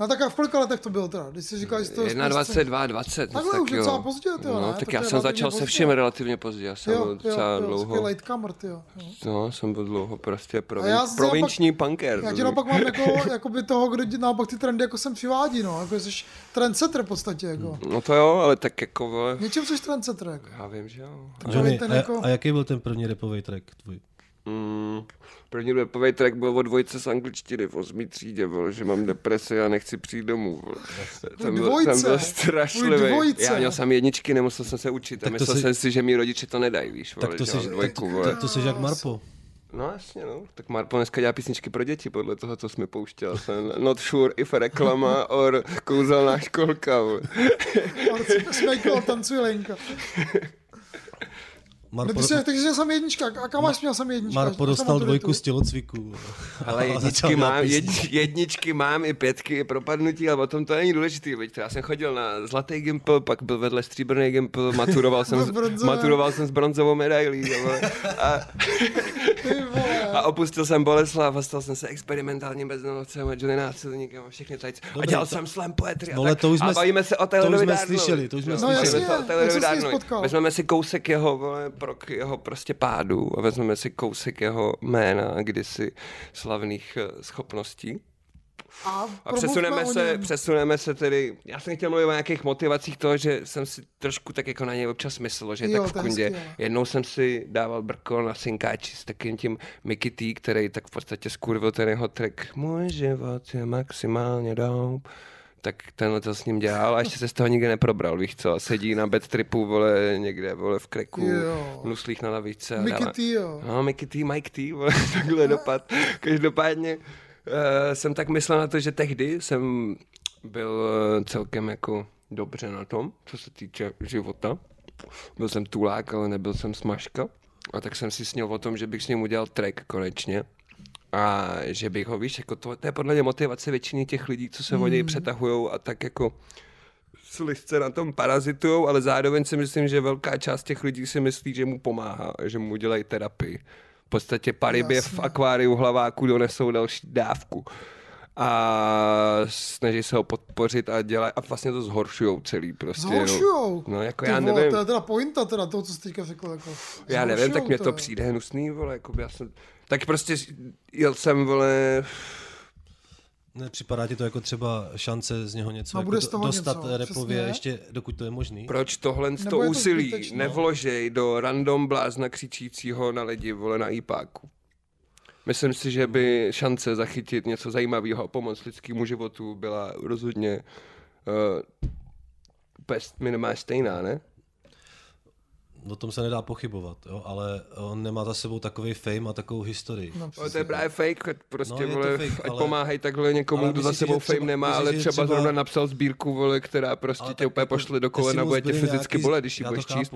[SPEAKER 2] No tak a v kolika letech to bylo teda? Když jsi říkal, že to je prostě-
[SPEAKER 4] 21, 20.
[SPEAKER 2] Takhle už docela pozdě, tyjo,
[SPEAKER 4] No,
[SPEAKER 2] ne?
[SPEAKER 4] tak
[SPEAKER 2] To
[SPEAKER 4] já
[SPEAKER 2] je
[SPEAKER 4] jsem
[SPEAKER 2] relativně
[SPEAKER 4] začal se
[SPEAKER 2] pozdě.
[SPEAKER 4] vším relativně pozdě, já jsem byl
[SPEAKER 2] Jo, jo,
[SPEAKER 4] docela
[SPEAKER 2] jo,
[SPEAKER 4] dlouho.
[SPEAKER 2] takový late kamr, ty jo. jo.
[SPEAKER 4] No, jsem byl dlouho
[SPEAKER 2] A
[SPEAKER 4] prostě
[SPEAKER 2] já
[SPEAKER 4] provin-
[SPEAKER 2] zase
[SPEAKER 4] provinční punker.
[SPEAKER 2] Já tě
[SPEAKER 4] rozumíš?
[SPEAKER 2] naopak mám jako, jako by toho, kdo dě- naopak ty trendy jako sem přivádí, no. Jako jsi trendsetter v podstatě, jako.
[SPEAKER 4] No to jo, ale tak jako, vole,
[SPEAKER 2] Něčím jsi trendsetter, jako.
[SPEAKER 4] já vím, že jo.
[SPEAKER 3] Johnny,
[SPEAKER 2] ten
[SPEAKER 3] a,
[SPEAKER 2] jako-
[SPEAKER 3] a jaký byl ten první repový track tvůj?
[SPEAKER 4] Mm, první rapový track byl o dvojce z angličtiny v osmý třídě, vole, že mám depresi a nechci přijít domů. Vole. Tam, byl,
[SPEAKER 2] dvojce.
[SPEAKER 4] tam byl
[SPEAKER 2] Tvůj
[SPEAKER 4] strašlivý.
[SPEAKER 2] dvojce.
[SPEAKER 4] Já měl jsem jedničky, nemusel jsem se učit. A
[SPEAKER 3] Tak to
[SPEAKER 4] myslel
[SPEAKER 3] si-
[SPEAKER 4] jsem si, že mi rodiče to nedají, víš, vole,
[SPEAKER 3] Tak to
[SPEAKER 4] že
[SPEAKER 3] jsi,
[SPEAKER 4] mám dvojku,
[SPEAKER 3] tak-
[SPEAKER 4] vole.
[SPEAKER 3] tak to jsi jak Marpo.
[SPEAKER 4] No jasně, no. Tak Marpo dneska dělá písničky pro děti, podle toho, co jsme pouštěl. Jsem not sure if reklama or kouzelná školka, vole.
[SPEAKER 2] Ale c- <laughs> smejko, ale tancuj Lenka. No,
[SPEAKER 3] Marpo,
[SPEAKER 2] ty jsi, takže jsem jednička. A kam až měl jsem jednička?
[SPEAKER 3] Marpo
[SPEAKER 2] Až na
[SPEAKER 3] dostal
[SPEAKER 2] maturitu?
[SPEAKER 3] dvojku z tělocviku.
[SPEAKER 4] <laughs>
[SPEAKER 3] <laughs>
[SPEAKER 4] Ale
[SPEAKER 3] A začal
[SPEAKER 4] jedničky
[SPEAKER 3] dělat
[SPEAKER 4] mám,
[SPEAKER 3] písničky.
[SPEAKER 4] jedni, jedničky mám i pětky, i propadnutí, ale o tom to není důležitý. Veď. Já jsem chodil na zlatý gimpl, pak byl vedle stříbrný gimpl, maturoval jsem,
[SPEAKER 2] Byl
[SPEAKER 4] s,
[SPEAKER 2] bronzový.
[SPEAKER 4] maturoval jsem s bronzovou medailí. ale- A,
[SPEAKER 2] Ty vole.
[SPEAKER 4] a opustil jsem Boleslav a stal jsem se experimentálním bezdomovcem a Johnny Násilníkem a všechny tady. A
[SPEAKER 3] Dobrý,
[SPEAKER 4] dělal
[SPEAKER 3] to-
[SPEAKER 4] jsem slam poetry.
[SPEAKER 3] Vole,
[SPEAKER 4] a, tak,
[SPEAKER 3] to už
[SPEAKER 4] a
[SPEAKER 3] jsme-
[SPEAKER 4] bavíme se o
[SPEAKER 3] to už
[SPEAKER 4] Taylorovi
[SPEAKER 3] jsme
[SPEAKER 4] Darnovi.
[SPEAKER 3] slyšeli, to už jsme
[SPEAKER 4] Jo,
[SPEAKER 3] slyšeli.
[SPEAKER 4] bavíme
[SPEAKER 2] No
[SPEAKER 4] se o
[SPEAKER 2] jasně, jak
[SPEAKER 4] Taylorovi
[SPEAKER 2] jsem se s ním
[SPEAKER 4] Darnovi.
[SPEAKER 2] potkal.
[SPEAKER 4] Vezmeme si kousek jeho, vole, prok, jeho prostě pádu a vezmeme si kousek jeho jména a kdysi slavných eh, schopností.
[SPEAKER 2] A,
[SPEAKER 4] A
[SPEAKER 2] promluvme
[SPEAKER 4] přesuneme
[SPEAKER 2] o
[SPEAKER 4] se,
[SPEAKER 2] něm.
[SPEAKER 4] přesuneme se tedy, já jsem chtěl mluvit o nějakých motivacích toho, že jsem si trošku tak jako na něj občas myslel, že je
[SPEAKER 2] Jo,
[SPEAKER 4] tak
[SPEAKER 2] to
[SPEAKER 4] v
[SPEAKER 2] je
[SPEAKER 4] kundě.
[SPEAKER 2] hezký, no. ale.
[SPEAKER 4] Jednou jsem si dával brko na synkáči s takým tím Mickey T, který tak v podstatě skurvil ten jeho track Můj život je maximálně dope. Tak tenhle to s ním dělal a ještě se z toho nikdy neprobral, víš co? Sedí na bed tripu, vole, někde, vole, v kreku,
[SPEAKER 2] Jo.
[SPEAKER 4] v nuslích na lavice. a
[SPEAKER 2] Mickey
[SPEAKER 4] dává-
[SPEAKER 2] T, jo.
[SPEAKER 4] No, Mickey T, Mike T, vole, <laughs> takhle dopad. Každopádně uh, jsem tak myslel na to, že tehdy jsem byl eh, celkem jako dobře na tom, co se týče života. Byl jsem tulák, ale nebyl jsem smažka. A tak jsem si snil o tom, že bych s ním udělal track konečně. A že bych ho, víš, jako to, to je podle mě motivace většiny těch lidí, co se o
[SPEAKER 2] Hmm.
[SPEAKER 4] něj přetahujou a tak jako s listce na tom parazitujou, ale zároveň si myslím, že velká část těch lidí si myslí, že mu pomáhá, že mu dělají terapii. V podstatě parybě v akváriu hlaváku donesou další dávku a snaží se ho podpořit a dělají a vlastně to zhoršujou celý prostě. no.
[SPEAKER 2] Zhoršujou.
[SPEAKER 4] No jako
[SPEAKER 2] Ty
[SPEAKER 4] já
[SPEAKER 2] vole,
[SPEAKER 4] nevím.
[SPEAKER 2] To je teda pointa teda toho, co jsi teďka řekl. Jako.
[SPEAKER 4] Já nevím, tak
[SPEAKER 2] Zhoršujou
[SPEAKER 4] mě to
[SPEAKER 2] je.
[SPEAKER 4] přijde hnusný, vole, jako já jsem... Tak prostě jel jsem, vole,
[SPEAKER 3] Ne, připadá ti to jako třeba šance z něho něco
[SPEAKER 2] No,
[SPEAKER 3] jako
[SPEAKER 2] bude
[SPEAKER 3] do-
[SPEAKER 2] z toho
[SPEAKER 3] dostat
[SPEAKER 2] něco,
[SPEAKER 3] repově,
[SPEAKER 2] přesně.
[SPEAKER 3] ještě dokud to je možný.
[SPEAKER 4] proč tohle to
[SPEAKER 2] Nebo je to
[SPEAKER 4] úsilí
[SPEAKER 2] zbytečné.
[SPEAKER 4] nevložej do random blázna křičícího na lidi, vole, na ipáku. Myslím si, že by šance zachytit něco zajímavého a pomoct lidskému životu byla rozhodně uh, úplně s- minimálně stejná, ne?
[SPEAKER 3] O tom se nedá pochybovat, jo? ale on nemá za sebou takový fame a takovou historii. No,
[SPEAKER 4] Ale to je právě fake, ať
[SPEAKER 3] No,
[SPEAKER 4] prostě,
[SPEAKER 3] je
[SPEAKER 4] no,
[SPEAKER 3] to
[SPEAKER 4] vole,
[SPEAKER 3] fake,
[SPEAKER 4] fake, ať
[SPEAKER 3] ale-
[SPEAKER 4] pomáhají takhle někomu,
[SPEAKER 3] ale
[SPEAKER 4] kdo za
[SPEAKER 3] myslíš, že
[SPEAKER 4] sebou
[SPEAKER 3] třeba-
[SPEAKER 4] fame nemá,
[SPEAKER 3] myslíš,
[SPEAKER 4] ale
[SPEAKER 3] že
[SPEAKER 4] třeba,
[SPEAKER 3] třeba- jako
[SPEAKER 4] zrovna napsal sbírku, vole, která prostě tě úplně pošle do kolena, bude tě fyzicky bolet, když ji budeš číst.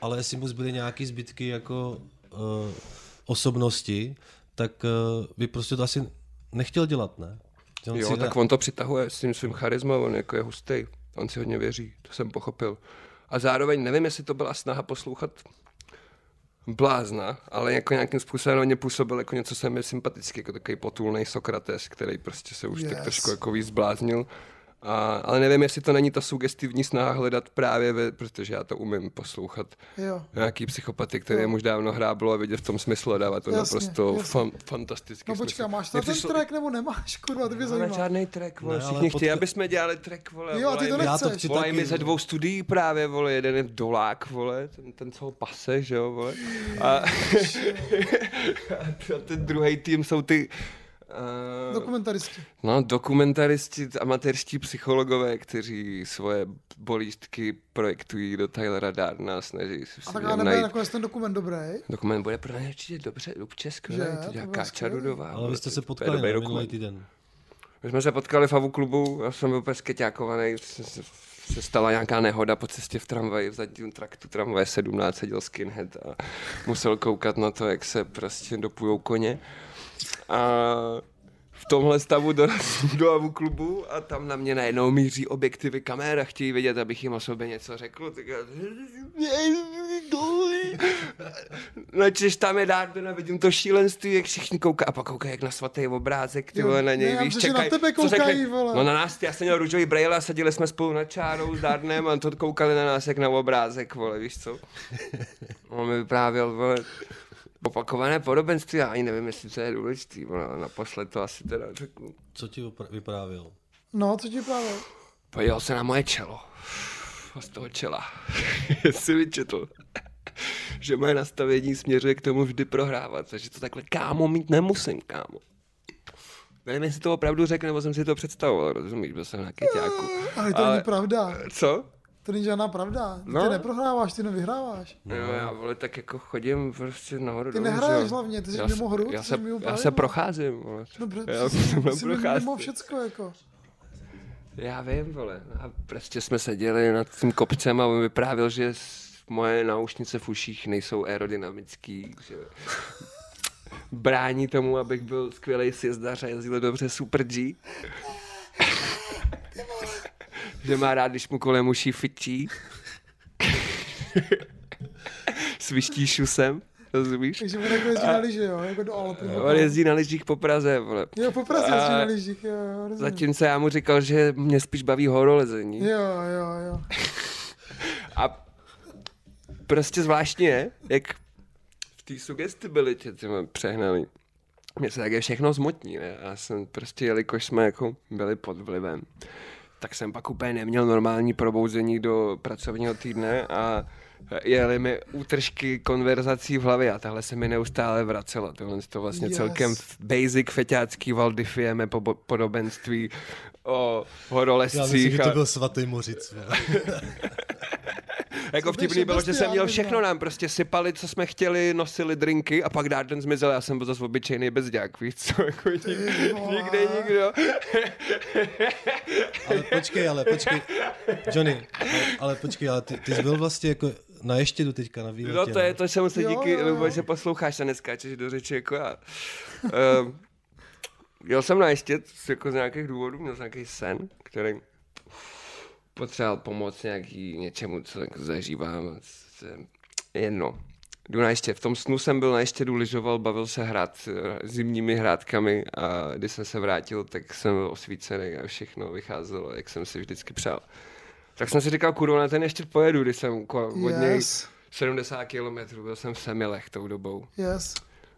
[SPEAKER 3] Ale jestli mu zbyly nějaký zbytky jako uh, osobnosti, tak uh, by prostě to asi nechtěl dělat, ne? Že On
[SPEAKER 4] Jo,
[SPEAKER 3] si
[SPEAKER 4] tak
[SPEAKER 3] ne...
[SPEAKER 4] on to přitahuje s tím svým charismem, on jako je hustej, on si hodně věří, to jsem pochopil. A zároveň nevím, jestli to byla snaha poslouchat blázna, ale jako nějakým způsobem na mě působil jako něco, co je mi sympatický, jako takový potulný Sokrates, který prostě se už yes. tak
[SPEAKER 2] Yes.
[SPEAKER 4] trošku jako víc zbláznil. A, ale nevím, jestli to není ta sugestivní snaha hledat právě, ve, protože já to umím poslouchat,
[SPEAKER 2] Jo.
[SPEAKER 4] nějaký psychopaty, který mu už dávno hráblo a vidět v tom smysl a dávat to
[SPEAKER 2] Jasně,
[SPEAKER 4] naprosto
[SPEAKER 2] jasně.
[SPEAKER 4] fan, fantastický
[SPEAKER 2] No
[SPEAKER 4] smysl.
[SPEAKER 2] počkej, máš
[SPEAKER 4] Mně
[SPEAKER 2] tam ten
[SPEAKER 4] přišlo-
[SPEAKER 2] track nebo nemáš, kurva, to mě
[SPEAKER 4] Máme
[SPEAKER 2] zajímá.
[SPEAKER 4] žádný track, vole.
[SPEAKER 3] Ne, ale
[SPEAKER 4] Všichni chtějí,
[SPEAKER 3] podka-
[SPEAKER 4] aby jsme dělali track, vole.
[SPEAKER 2] Jo, a ty
[SPEAKER 4] volají
[SPEAKER 2] to
[SPEAKER 4] mi-
[SPEAKER 3] Já to
[SPEAKER 2] nechceš.
[SPEAKER 3] chci
[SPEAKER 4] Volají
[SPEAKER 3] taky.
[SPEAKER 4] mi ze dvou studií právě, vole, jeden je dolák, vole, ten, ten co ho pase, že jo, vole. A, <laughs> a ten druhý tým jsou ty... Uh,
[SPEAKER 2] Dokumentaristi.
[SPEAKER 4] No, dokumentaristi, amatérští psychologové, kteří svoje bolístky projektují do Tylera Darna a snaží se
[SPEAKER 2] A
[SPEAKER 4] v
[SPEAKER 2] tak
[SPEAKER 4] něm
[SPEAKER 2] já nebude
[SPEAKER 4] najít.
[SPEAKER 2] nakonec ten dokument dobrý.
[SPEAKER 4] Dokument bude pro ně určitě dobře, v Česku,
[SPEAKER 2] Že?
[SPEAKER 4] ne? To
[SPEAKER 2] To
[SPEAKER 4] dělá
[SPEAKER 2] bude
[SPEAKER 4] Káča
[SPEAKER 2] skvělý.
[SPEAKER 4] Rudová.
[SPEAKER 3] Ale vy jste se
[SPEAKER 4] To je
[SPEAKER 3] potkali
[SPEAKER 4] dobrý
[SPEAKER 3] ne,
[SPEAKER 4] dokument.
[SPEAKER 3] minulý týden.
[SPEAKER 4] My jsme se potkali v Havu klubu, já jsem byl úplně skeťákovaný, se, se- se stala nějaká nehoda po cestě v tramvaji, v zadním traktu tramvaje 17 seděl skinhead a musel koukat na to, jak se prostě dopujou koně. A v tomhle stavu dorazím do Havu klubu a tam na mě najednou míří objektivy kamer a chtějí vědět, abych jim o sobě něco řekl. Tak já... Načež No, tam je dát, nevidím to šílenství, jak všichni koukají. A pak koukají jak na svatý obrázek, ty
[SPEAKER 2] Jo,
[SPEAKER 4] vole, na něj,
[SPEAKER 2] ne, já
[SPEAKER 4] víš,
[SPEAKER 2] myslím, že na
[SPEAKER 4] čekaj,
[SPEAKER 2] tebe
[SPEAKER 4] co řekne-
[SPEAKER 2] koukají, vole.
[SPEAKER 4] No na nás, já jsem měl růžový brejle a seděli jsme spolu na čárou s Darnem a to koukali na nás jak na obrázek, vole, víš co? On mi vyprávěl, vole, opakované podobenství, já ani nevím, jestli to je důležitý, vole, ale naposled to asi teda řeknu.
[SPEAKER 3] Co ti opra- vyprávěl?
[SPEAKER 2] No, co ti právě?
[SPEAKER 4] Podíval se na moje čelo. A z toho čela <laughs> si vyčetl, že moje nastavení směřuje k tomu vždy prohrávat, takže to takhle kámo mít nemusím, kámo. Nevím, jestli to opravdu řekl, nebo jsem si to představoval, rozumíš, byl jsem na kyťáku.
[SPEAKER 2] Ale to
[SPEAKER 4] Ale-
[SPEAKER 2] není pravda.
[SPEAKER 4] Co?
[SPEAKER 2] To není žádná pravda.
[SPEAKER 4] No.
[SPEAKER 2] Ty neprohráváš, ty nevyhráváš.
[SPEAKER 4] No. Jo, já vole, tak jako chodím prostě nahoru.
[SPEAKER 2] Ty
[SPEAKER 4] dolů,
[SPEAKER 2] nehraješ
[SPEAKER 4] že jo.
[SPEAKER 2] hlavně, ty jsi
[SPEAKER 4] Já
[SPEAKER 2] mimo
[SPEAKER 4] se-
[SPEAKER 2] hru, ty
[SPEAKER 4] já
[SPEAKER 2] jsi
[SPEAKER 4] se,
[SPEAKER 2] mimo
[SPEAKER 4] já
[SPEAKER 2] pravidla.
[SPEAKER 4] se procházím, vole.
[SPEAKER 2] Dobře,
[SPEAKER 4] já
[SPEAKER 2] No, jsi-
[SPEAKER 4] <laughs> jsem
[SPEAKER 2] jsi
[SPEAKER 4] procházky.
[SPEAKER 2] mimo všecko, jako.
[SPEAKER 4] Já vím, vole. A prostě jsme seděli nad tím kopcem a on vyprávěl, že s- moje náušnice v uších nejsou aerodynamický, že brání tomu, abych byl skvělý sjezdař a jezdil dobře Super G. Že má rád, když mu kolem uší fičí. Sviští šusem, rozumíš?
[SPEAKER 2] Takže on jako jezdí na lyže, jo, jako do Alp. nebo-
[SPEAKER 4] On jezdí na lyžích po Praze, vole.
[SPEAKER 2] Jo, po Praze jezdí
[SPEAKER 4] A-
[SPEAKER 2] na lyžích, jo, jo, rozumím.
[SPEAKER 4] Zatímco já mu říkal, že mě spíš baví horolezení.
[SPEAKER 2] Jo, jo, jo.
[SPEAKER 4] A prostě zvláštní je, jak v té sugestibilitě ty mám přehnaný. Mně se také všechno zmotní, ne? A já jsem prostě, jelikož jsme jako byli pod vlivem, tak jsem pak úplně neměl normální probouzení do pracovního týdne a jeli mi útržky konverzací v hlavě a tahle se mi neustále vracela. Tohle je to vlastně
[SPEAKER 2] Yes.
[SPEAKER 4] yes. celkem basic feťácký valdifieme po- podobenství o
[SPEAKER 3] Já myslím,
[SPEAKER 4] horolezcích.
[SPEAKER 3] že
[SPEAKER 4] a-
[SPEAKER 3] to byl svatý mořic. vole.
[SPEAKER 4] jako
[SPEAKER 2] Co běží
[SPEAKER 4] vtipný bylo, že
[SPEAKER 2] bestiální,
[SPEAKER 4] jsem měl
[SPEAKER 2] no.
[SPEAKER 4] všechno, nám prostě sypali, co jsme chtěli, nosili drinky a pak Darden zmizel, já jsem byl zase obyčejný bezďák, víš co, jako nikdy,
[SPEAKER 2] vole.
[SPEAKER 4] nikde nikdo.
[SPEAKER 3] Ale počkej, ale počkej. Johnny, ale, ale počkej, ale ty, ty jsi byl vlastně jako na ještědu teďka na výletě.
[SPEAKER 4] No to je,
[SPEAKER 3] ne?
[SPEAKER 4] to jsem se
[SPEAKER 2] Jo,
[SPEAKER 4] díky,
[SPEAKER 2] jo, jo.
[SPEAKER 4] Lubo, že posloucháš a neskáčeš do řeči jako já. Ehm, <laughs> Jel jsem na ještě jako z nějakých důvodů, měl jsem nějaký sen, který potřeboval pomoc nějaký něčemu, co jako zažívám. se- Jedno. Jdu na ještě. V tom snu jsem byl na ještě lyžoval, bavil se hrát eh, zimními hrátkami a když jsem se vrátil, tak jsem byl osvícený a všechno vycházelo, jak jsem si vždycky přál. Tak jsem si říkal, kurva, na ten ještě pojedu, když jsem ko- od něj
[SPEAKER 2] Yes,
[SPEAKER 4] 70 kilometrů, byl jsem v Semilech tou dobou,
[SPEAKER 2] yes.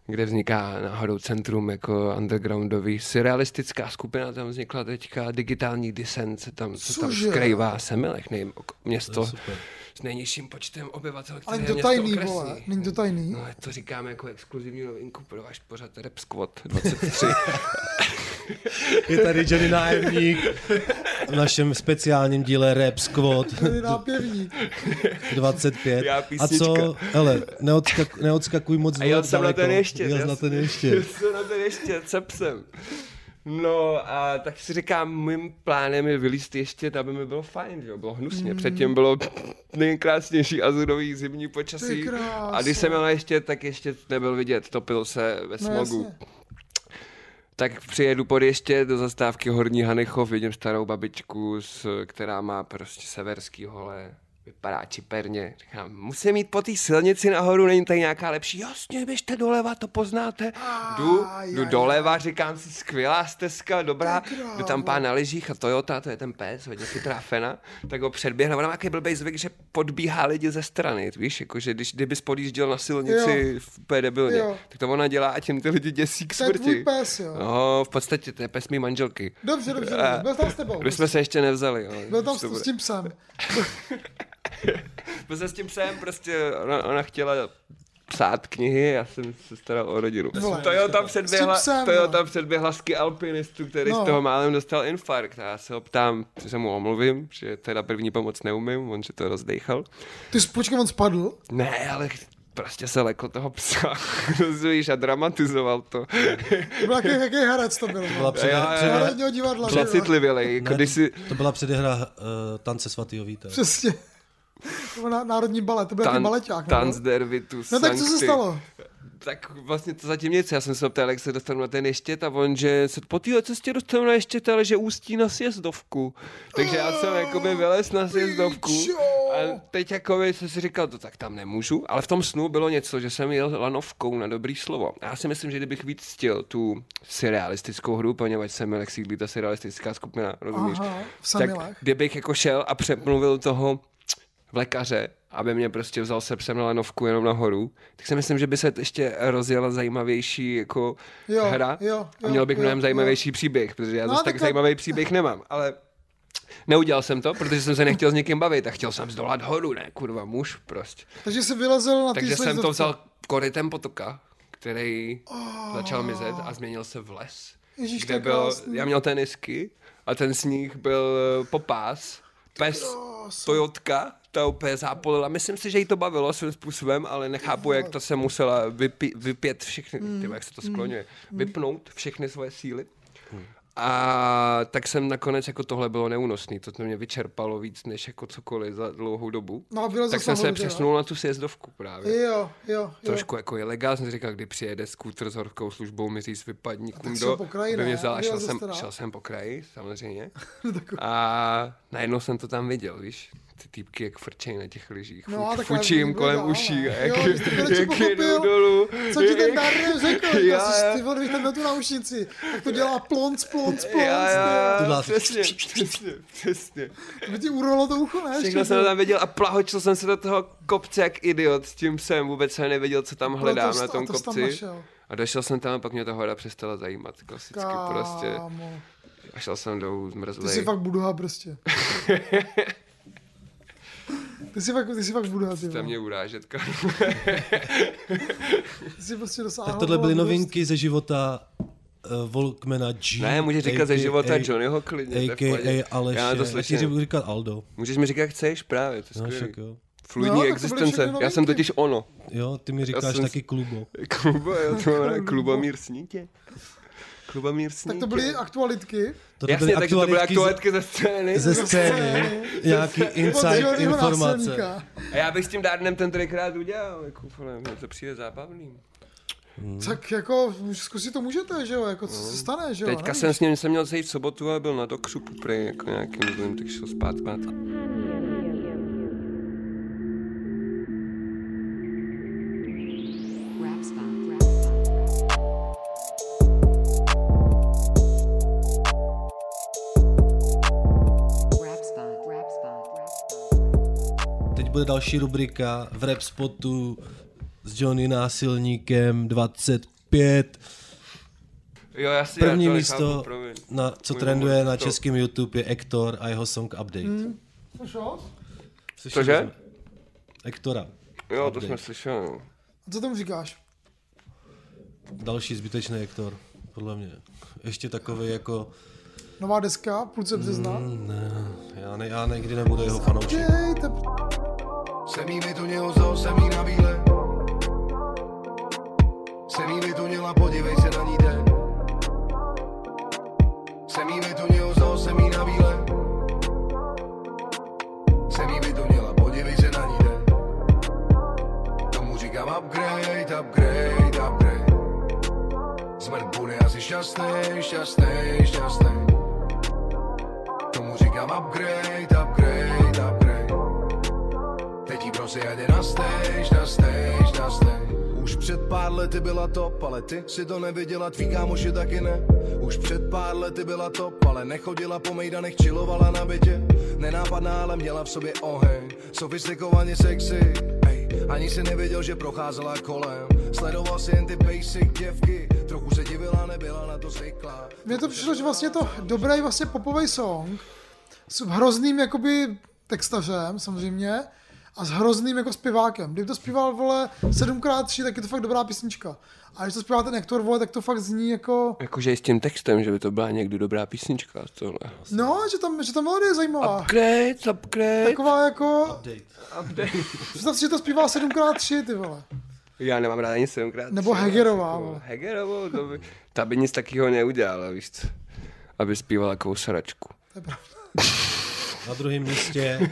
[SPEAKER 4] kde vzniká náhodou centrum jako undergroundový. Surrealistická skupina tam vznikla teďka, digitální disen se tam, co tam
[SPEAKER 2] Cože?
[SPEAKER 4] skrývá Semilech, nejím, město
[SPEAKER 3] super.
[SPEAKER 4] s nejnižším počtem obyvatel, které
[SPEAKER 2] Ale
[SPEAKER 4] je
[SPEAKER 2] není to
[SPEAKER 4] město
[SPEAKER 2] tajný,
[SPEAKER 4] okresní.
[SPEAKER 2] vole, není to tajný.
[SPEAKER 4] No, ale to říkáme jako exkluzivní novinku pro váš pořad Rap Squad 23.
[SPEAKER 3] Je tady Johnny Nájemník v našem speciálním díle Rap Squad
[SPEAKER 2] Ten je nápěvník.
[SPEAKER 4] <laughs>
[SPEAKER 3] 25.
[SPEAKER 4] Já
[SPEAKER 3] A
[SPEAKER 4] písnička.
[SPEAKER 3] co, hele, neodskak, neodskakuj moc
[SPEAKER 4] A jel
[SPEAKER 3] vlet
[SPEAKER 4] jsem na
[SPEAKER 3] daleko.
[SPEAKER 4] ten ještě.
[SPEAKER 3] Jel jsi na ten ještě.
[SPEAKER 4] Jel jsem na ten ještě, cepsem. No a tak si říkám, mým plánem je vylíst ještě, aby mi bylo fajn, že jo, bylo hnusně. Mm. Předtím bylo nejkrásnější azurový zimní
[SPEAKER 2] Ty
[SPEAKER 4] počasí.
[SPEAKER 2] krása.
[SPEAKER 4] A když jsem jel ještě, tak ještě nebyl vidět, topil se ve
[SPEAKER 2] No
[SPEAKER 4] smogu.
[SPEAKER 2] jasně.
[SPEAKER 4] Tak přijedu pod ještě do zastávky Horní Hanechov, vidím starou babičku, s, která má prostě severský hole, vypadá čiperně. Říkám, musím jít po té silnici nahoru, není tady nějaká lepší. Jasně, běžte doleva, to poznáte. Jdu, jdu
[SPEAKER 2] jaj,
[SPEAKER 4] doleva, říkám si, skvělá stezka, dobrá.
[SPEAKER 2] Ty krávo.
[SPEAKER 4] Jdu tam pán na lyžích a Toyota, to je ten pes, hodně chytrá fena, tak ho předběhne. Ona má takový blbej zvyk, že podbíhá lidi ze strany, víš, jakože když, kdyby podjížděl na silnici
[SPEAKER 2] Jo.
[SPEAKER 4] v pedebilně,
[SPEAKER 2] Jo.
[SPEAKER 4] tak to ona dělá a tím ty lidi děsí k
[SPEAKER 2] To je
[SPEAKER 4] smrti.
[SPEAKER 2] tvůj pes, jo.
[SPEAKER 4] No, v podstatě to je pes mý manželky.
[SPEAKER 2] Dobře, dobře,
[SPEAKER 4] A-
[SPEAKER 2] dobře. Byl tam s tebou.
[SPEAKER 4] My jsme se ještě nevzali. Jo.
[SPEAKER 2] Byl tam
[SPEAKER 4] To
[SPEAKER 2] s,
[SPEAKER 4] bude-
[SPEAKER 2] s tím psem.
[SPEAKER 4] My jsme s tím psem prostě, ona, ona chtěla psát knihy, já jsem se staral o rodinu.
[SPEAKER 2] Vole.
[SPEAKER 4] To jo, tam
[SPEAKER 2] S
[SPEAKER 4] předběhla,
[SPEAKER 2] tím psem,
[SPEAKER 4] to jo,
[SPEAKER 2] no.
[SPEAKER 4] tam předběhla ski alpinistu, který
[SPEAKER 2] No.
[SPEAKER 4] z toho málem dostal infarkt. A já se ho ptám, že se mu omluvím, že teda první pomoc neumím, on že to rozdejchal.
[SPEAKER 2] Ty jsi- počkej, on spadl.
[SPEAKER 4] Ne, ale ch- prostě se lekl toho psa, <laughs> rozumíš, a dramatizoval
[SPEAKER 2] <laughs>
[SPEAKER 4] to.
[SPEAKER 2] To byl jaký, jaký herec to byl.
[SPEAKER 3] Byla
[SPEAKER 2] no.
[SPEAKER 3] přede,
[SPEAKER 4] Jo, jo,
[SPEAKER 3] přede,
[SPEAKER 2] Národního divadla. že jo?
[SPEAKER 4] Přecitlivělej, jako
[SPEAKER 3] ne,
[SPEAKER 4] když si...
[SPEAKER 3] To byla předehra uh, Tance svatýho Víta.
[SPEAKER 2] Přesně. To byl ná- národní balet, to byl jaký
[SPEAKER 4] Tan,
[SPEAKER 2] baleťák.
[SPEAKER 4] tanc
[SPEAKER 2] nebo?
[SPEAKER 4] dervitus.
[SPEAKER 2] No tak co se
[SPEAKER 4] sancti.
[SPEAKER 2] stalo?
[SPEAKER 4] Tak vlastně to zatím nic. Já jsem se ptal, jak se dostanu na ten ještět a on, že se po téhle cestě dostanu na ještět, ale že ústí na sjezdovku. Takže já jsem jakoby vylez na sjezdovku a teď jakoby jsem si říkal, to tak tam nemůžu, ale v tom snu bylo něco, že jsem jel lanovkou na dobrý slovo. A já si myslím, že kdybych víc chtěl tu surrealistickou hru, poněvadž jsem Milek Sídlí, ta surrealistická skupina, rozumíš?
[SPEAKER 2] Aha, v
[SPEAKER 4] tak
[SPEAKER 2] Samilech.
[SPEAKER 4] kdybych jako šel a přemluvil toho vlekaře, aby mě prostě vzal se psem na lanovku jenom nahoru, tak si myslím, že by se t- ještě rozjela zajímavější jako
[SPEAKER 2] Jo,
[SPEAKER 4] hra
[SPEAKER 2] jo,
[SPEAKER 4] a měl
[SPEAKER 2] jo,
[SPEAKER 4] bych
[SPEAKER 2] jo,
[SPEAKER 4] mnohem
[SPEAKER 2] jo.
[SPEAKER 4] zajímavější příběh, protože já
[SPEAKER 2] No,
[SPEAKER 4] no, zase tak
[SPEAKER 2] takhle-
[SPEAKER 4] zajímavý příběh nemám, ale neudělal jsem to, protože jsem se nechtěl s někým bavit a chtěl jsem zdolat horu, ne, kurva, muž prostě.
[SPEAKER 2] Takže jsi vylezl na No, ty
[SPEAKER 4] Takže jsem
[SPEAKER 2] sjezdovce.
[SPEAKER 4] to vzal korytem potoka, který začal mizet a změnil se v les.
[SPEAKER 2] Oh. Ježíš, to
[SPEAKER 4] kde
[SPEAKER 2] je
[SPEAKER 4] byl,
[SPEAKER 2] krásný.
[SPEAKER 4] já měl tenisky a ten sníh byl eh, popás, pes, Toyotka, ta úplně zápolila. Myslím si, že jí to bavilo svým způsobem, ale nechápu, jak to se musela vypí, vypět všechny,
[SPEAKER 2] Hmm,
[SPEAKER 4] ty, jak se to skloňuje, vypnout všechny svoje síly. A tak jsem nakonec, jako tohle bylo neúnosný, to to mě vyčerpalo víc než jako cokoliv za dlouhou dobu.
[SPEAKER 2] No a vylezl
[SPEAKER 4] tak
[SPEAKER 2] jsi
[SPEAKER 4] jsem se
[SPEAKER 2] nahoru teda.
[SPEAKER 4] přesunul na tu sjezdovku právě
[SPEAKER 2] Jo, jo, jo.
[SPEAKER 4] trošku jako ilegál, jsem si říkal, kdy přijede skútr s horskou službou, mi říct vypadni
[SPEAKER 2] šel
[SPEAKER 4] kundo,
[SPEAKER 2] po kraji,
[SPEAKER 4] aby
[SPEAKER 2] ne?
[SPEAKER 4] mě vzala, šel
[SPEAKER 2] Vylezl
[SPEAKER 4] jsem,
[SPEAKER 2] jste na-
[SPEAKER 4] šel jsem po kraji,
[SPEAKER 2] <laughs>
[SPEAKER 4] samozřejmě. A najednou jsem to tam viděl, víš, ty týpky jak frčej na těch lyžích,
[SPEAKER 2] No a
[SPEAKER 4] no,
[SPEAKER 2] takhle
[SPEAKER 4] fučím
[SPEAKER 2] bylo
[SPEAKER 4] kolem
[SPEAKER 2] dál,
[SPEAKER 4] uší
[SPEAKER 2] ne?
[SPEAKER 4] a
[SPEAKER 2] no,
[SPEAKER 4] jak,
[SPEAKER 2] Jo, vy jste konečně
[SPEAKER 4] jak jedou
[SPEAKER 2] pochopil,
[SPEAKER 4] dolů.
[SPEAKER 2] Co ti ten
[SPEAKER 4] jak-
[SPEAKER 2] Darren řekl?
[SPEAKER 4] Já,
[SPEAKER 2] Já,
[SPEAKER 4] já.
[SPEAKER 2] já. Ty vole, když ten na tu naušnici, tak to dělá plonc, plonc, plonc.
[SPEAKER 4] <laughs> Já, já,
[SPEAKER 3] Ty
[SPEAKER 4] já,
[SPEAKER 3] lásky.
[SPEAKER 4] přesně, přesně, přesně.
[SPEAKER 2] ty. By ti urolo to ucho, ne?
[SPEAKER 4] Všechno jsem to tam viděl a plahočil jsem se do toho kopce jak idiot, s tím jsem vůbec jsem nevěděl, co tam hledám
[SPEAKER 2] No, to,
[SPEAKER 4] na tom
[SPEAKER 2] to jsi tam
[SPEAKER 4] kopci.
[SPEAKER 2] našel.
[SPEAKER 4] A došel jsem tam a pak mě ta hora přestala zajímat, klasicky prostě.
[SPEAKER 2] Kámo.
[SPEAKER 4] A šel jsem dolů
[SPEAKER 2] Ty jsi
[SPEAKER 4] zmrzlej.
[SPEAKER 2] fakt buduha
[SPEAKER 4] <laughs>
[SPEAKER 2] prostě. Ty jsi fakt, ty jsi fakt buduha, ty,
[SPEAKER 4] Jste
[SPEAKER 2] vole.
[SPEAKER 4] mě urážet, kámo.
[SPEAKER 3] <laughs>
[SPEAKER 2] ty jsi prostě dosáhl.
[SPEAKER 3] Tak tohle byly novinky ze života uh, Volkmana G.
[SPEAKER 4] Ne, můžeš říkat ze
[SPEAKER 3] AKA,
[SPEAKER 4] života Johnnyho klidně. to je v pohodě.
[SPEAKER 3] AKA Aleše.
[SPEAKER 4] Já na to
[SPEAKER 3] Já ti
[SPEAKER 4] slyším.
[SPEAKER 3] budu říkat Aldo.
[SPEAKER 4] Můžeš mi říkat, jak chceš právě, to
[SPEAKER 3] No,
[SPEAKER 4] je
[SPEAKER 3] však
[SPEAKER 4] skvělý.
[SPEAKER 3] jo.
[SPEAKER 2] No, tak
[SPEAKER 4] Fluidní
[SPEAKER 2] to byly
[SPEAKER 4] existence,
[SPEAKER 2] všechny
[SPEAKER 4] já jsem
[SPEAKER 2] novinky.
[SPEAKER 4] totiž ono.
[SPEAKER 3] Jo, ty mi říkáš
[SPEAKER 4] jsem-
[SPEAKER 3] taky klubo.
[SPEAKER 4] Klubo, já to
[SPEAKER 2] <laughs>
[SPEAKER 4] mám Klubomír Snítě. Klubomír Snítě.
[SPEAKER 2] Tak to byly aktualitky.
[SPEAKER 3] To
[SPEAKER 4] Jasně, takže to byly
[SPEAKER 3] ze,
[SPEAKER 4] aktualitky ze scény.
[SPEAKER 3] ze scény, nějaký
[SPEAKER 2] Od
[SPEAKER 3] inside
[SPEAKER 2] Johnnyho
[SPEAKER 3] informace.
[SPEAKER 2] násilníka.
[SPEAKER 4] A já bych s tím dárnem ten trikrát udělal, jako, vole, mně to přijde zábavný.
[SPEAKER 3] Hmm.
[SPEAKER 2] Tak jako zkusit to můžete, že jo? Jako co se stane, že jo?
[SPEAKER 4] Hmm.
[SPEAKER 2] no,
[SPEAKER 4] Teďka
[SPEAKER 2] Nevíš.
[SPEAKER 4] jsem s ním jsem měl sejít v sobotu a byl na dokřupu prej, jako nějakým zlým, tak šel spát. spát.
[SPEAKER 1] Rap spot. Rap spot. Rap spot. Rap spot. Rap spot.
[SPEAKER 3] Teď bude další rubrika v rap spotu s Johnny Násilníkem 25.
[SPEAKER 4] Jo, jasně, já
[SPEAKER 3] První
[SPEAKER 4] to nechápu,
[SPEAKER 3] místo,
[SPEAKER 4] promiň.
[SPEAKER 3] na, co
[SPEAKER 4] Můj
[SPEAKER 3] trenduje
[SPEAKER 4] humor,
[SPEAKER 3] na
[SPEAKER 4] to-
[SPEAKER 3] českém YouTube, je Ektor a jeho song Update.
[SPEAKER 2] Slyšel?
[SPEAKER 3] Slyšeli
[SPEAKER 4] Cože?
[SPEAKER 3] jsme Ektora.
[SPEAKER 4] Jo, to
[SPEAKER 3] Update.
[SPEAKER 4] jsme slyšeli. no.
[SPEAKER 2] A co tomu říkáš?
[SPEAKER 3] Další zbytečný Ektor. podle mě. Ještě takový jako,
[SPEAKER 2] Nová deska, v půlce března.
[SPEAKER 3] ne, já, ne, já nikdy nebudu jeho fanoušek.
[SPEAKER 2] Dejte,
[SPEAKER 7] Semí vytunil zo, semí na bíle. Semí vytunila, podívej se na ní ten. Semí vytunil zo, semí na bíle. Semí vytunila, podívej se na ní ten. Tomu říkám upgrade, upgrade, upgrade. Zmrt bude asi šťastnej, šťastnej, šťastnej. Tomu říkám upgrade, upgrade, upgrade. Teď jí prosím jede na stage, na stage, na stage. Už před pár lety byla top, ale ty si to neviděla, tvý kámoši taky ne. Už před pár lety byla top, ale nechodila po mejdanech, čilovala na bytě. Nenápadná, ale měla v sobě oheň, sofistikovaně sexy. Ej, ani si nevěděl, že procházela kolem. Sledoval si jen ty basic děvky, trochu se divila, nebyla na to zvyklá.
[SPEAKER 2] Mně to přišlo, že vlastně to dobrý vlastně popový song s hrozným jakoby textařem samozřejmě a s hrozným jako zpěvákem. Kdyby to zpíval, vole, 7x3, tak je to fakt dobrá písnička. A když to zpívá ten Hector, vole, tak to fakt zní jako...
[SPEAKER 4] Jakože i s tím textem, že by to byla někdy dobrá písnička, tohle.
[SPEAKER 2] No, že tam, že tam melodie je zajímavá.
[SPEAKER 4] Upgrade, upgrade.
[SPEAKER 2] Taková jako...
[SPEAKER 3] Update.
[SPEAKER 2] Představ si, že to zpívá 7x3, ty vole.
[SPEAKER 4] Já nemám rád ani sedmkrát.
[SPEAKER 2] Nebo Hegerová, vole.
[SPEAKER 4] Hegerovou, to by, ta by nic takového neudělala, víš co? Aby zpívala kousaračku.
[SPEAKER 3] Na druhém
[SPEAKER 4] <laughs>
[SPEAKER 3] místě,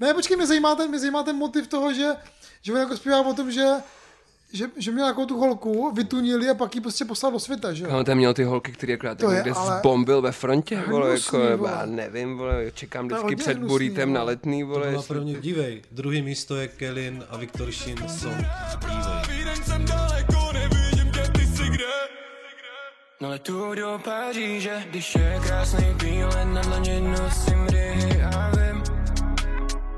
[SPEAKER 2] Ne, počkej, mě zajímá ten, mě zajímá ten motiv toho, že, že on jako zpívá o tom, že, že, že měl jako tu holku, vytunili a pak ji prostě poslal do světa, že jo?
[SPEAKER 4] No, tam měl ty holky, který akorát
[SPEAKER 2] To je
[SPEAKER 4] někde
[SPEAKER 2] ale-
[SPEAKER 4] ale... zbombil ve frontě, vole,
[SPEAKER 2] hnusný,
[SPEAKER 4] jako, nebo
[SPEAKER 2] vole.
[SPEAKER 4] já nevím, vole, čekám
[SPEAKER 2] je
[SPEAKER 4] vždycky
[SPEAKER 2] hodně
[SPEAKER 4] před
[SPEAKER 2] hnusný,
[SPEAKER 4] burítem
[SPEAKER 2] vole.
[SPEAKER 4] na letný, vole,
[SPEAKER 3] na
[SPEAKER 4] jestli...
[SPEAKER 3] první, dívej, druhý místo je Kelin a Viktor Shin song Dívej.
[SPEAKER 6] Vídeň jsem daleko, nevidím tě, ty jsi kde?
[SPEAKER 8] No letu do Paříže, když je krásný výlet na dlaně nosím ryhy a vím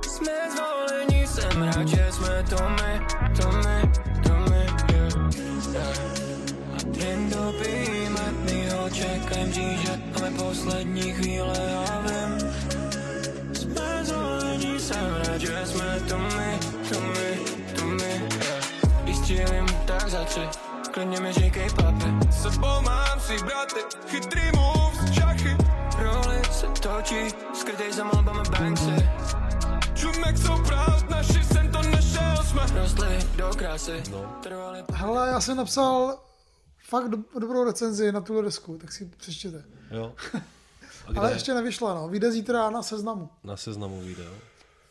[SPEAKER 8] Jsme zvolení, jsem rád, že jsme to my, to my, to my, yeah, yeah. A plyn to pijíme, mýho čekajem říže, máme poslední chvíle a vím Jsme zvolení, jsem rád, že jsme to my, to my, to my, yeah. Když chillím, tak za tři, klidně mi říkej papi
[SPEAKER 6] S sebou mám si braty, chytrý moves, šachy,
[SPEAKER 8] Roli se točí, skrytej za malbama Banksy
[SPEAKER 6] čumek jsou proud, naši jsem to našel, jsme
[SPEAKER 8] Rostly do krásy, trvali
[SPEAKER 2] Hele, já jsem napsal fakt do, dobrou recenzi na tuhle desku, tak si ji přečtěte.
[SPEAKER 3] Jo. A kde?
[SPEAKER 2] Ale ještě nevyšla, no. Vyjde zítra na seznamu.
[SPEAKER 3] Na seznamu video.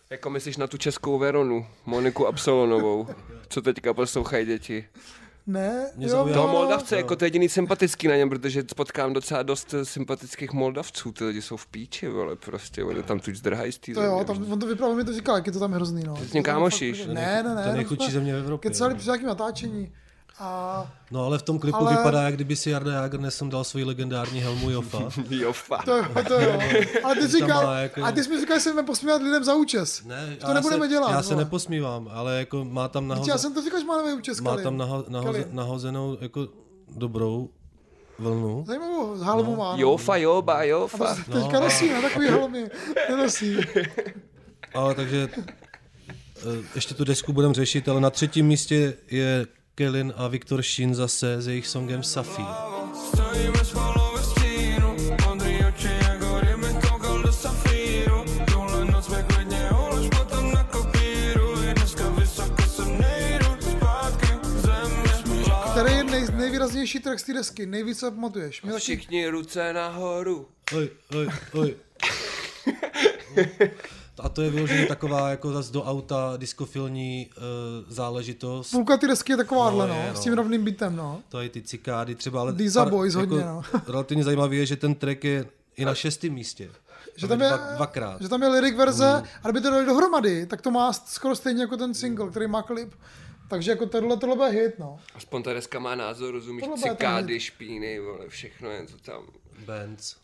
[SPEAKER 4] Jako myslíš na tu českou Veronu, Moniku Absolonovou, co teďka poslouchají děti.
[SPEAKER 2] Ne,
[SPEAKER 3] Mě zaujalo-
[SPEAKER 4] Toho
[SPEAKER 3] No,
[SPEAKER 4] Moldavce, jako to je jediný sympatický na něm, protože potkám docela dost eh, sympatických Moldavců, ty lidi jsou v píči, vole, prostě, oni tam tu zdrhají z té
[SPEAKER 2] To jo, tam, on to vypravil, mi to říkal, jak je to tam hrozný, no.
[SPEAKER 4] s ním kámošíš?
[SPEAKER 2] Ne, ne, ne.
[SPEAKER 3] To je
[SPEAKER 2] tam
[SPEAKER 3] nejchudší
[SPEAKER 2] jsme
[SPEAKER 3] země v Evropě.
[SPEAKER 2] Kecali
[SPEAKER 3] no.
[SPEAKER 2] při nějakém natáčení. A
[SPEAKER 3] No ale v tom klipu
[SPEAKER 2] Ale-
[SPEAKER 3] ale... vypadá, jak kdyby si Jarda Jager nesem dal svoji legendární
[SPEAKER 2] <laughs>
[SPEAKER 3] helmu Jofa.
[SPEAKER 4] <laughs> Jo, fakt.
[SPEAKER 2] to jo, to
[SPEAKER 3] <laughs>
[SPEAKER 2] jo. Ale ty,
[SPEAKER 3] Tam
[SPEAKER 2] říkal,
[SPEAKER 3] má jako-
[SPEAKER 2] a ty jsi mi říkal, že se jdeme posmívat lidem za účes.
[SPEAKER 3] Ne,
[SPEAKER 2] to nebudeme
[SPEAKER 3] se,
[SPEAKER 2] dělat.
[SPEAKER 3] Já se
[SPEAKER 2] vole.
[SPEAKER 3] neposmívám, ale jako má tam
[SPEAKER 2] Vždyť
[SPEAKER 3] nahoze,
[SPEAKER 2] Já jsem to říkal, že máme účes.
[SPEAKER 3] má
[SPEAKER 2] Kalin.
[SPEAKER 3] tam naho, nahoze,
[SPEAKER 2] Kalin.
[SPEAKER 3] nahozenou jako dobrou vlnu.
[SPEAKER 2] Zajímavou halmu má. no.
[SPEAKER 4] Jofa, joba, jofa.
[SPEAKER 3] No.
[SPEAKER 2] Teďka nosí, ne,
[SPEAKER 3] <laughs>
[SPEAKER 2] takový helmy. Nenosí.
[SPEAKER 3] Ale takže eh, ještě tu desku budeme řešit, ale na třetím místě je Kelin a Viktor Shin zase s jejich songem Safi.
[SPEAKER 6] Stojíme spolu ve stínu, modrý oči jako ryby koukal do safíru. Tuhle noc mi klidně ulož, potom nakopíruj. Dneska vysoko sem nejdu, zpátky země.
[SPEAKER 2] Který je nej, nejvýraznější track z té desky? Nejvíc co pamatuješ? Mě taky,
[SPEAKER 4] Všichni ruce nahoru.
[SPEAKER 3] Oj, oj,
[SPEAKER 2] <laughs>
[SPEAKER 3] oj. A to je vyloženě taková jako zas do auta diskofilní uh, záležitost.
[SPEAKER 2] půlka té desky je takováhle,
[SPEAKER 3] No,
[SPEAKER 2] no,
[SPEAKER 3] je,
[SPEAKER 2] no,
[SPEAKER 3] no.
[SPEAKER 2] s tím rovným bitem, no.
[SPEAKER 3] To je ty cikády třeba, ale... jako
[SPEAKER 2] These are boys hodně, no. <laughs>
[SPEAKER 3] Relativně zajímavý je, že ten track je i na šestém místě.
[SPEAKER 2] Že tam, je,
[SPEAKER 3] dva, dvakrát. Mm.
[SPEAKER 2] že tam je lyric verze a kdyby to dali dohromady, tak to má skoro stejně jako ten single, který má klip. Takže jako tohle, tohle bude hit, no.
[SPEAKER 4] Aspoň ta deska má názor, rozumíš,
[SPEAKER 2] Tohle bude
[SPEAKER 4] cikády, špíny, vole, všechno je to tam.
[SPEAKER 3] Bands.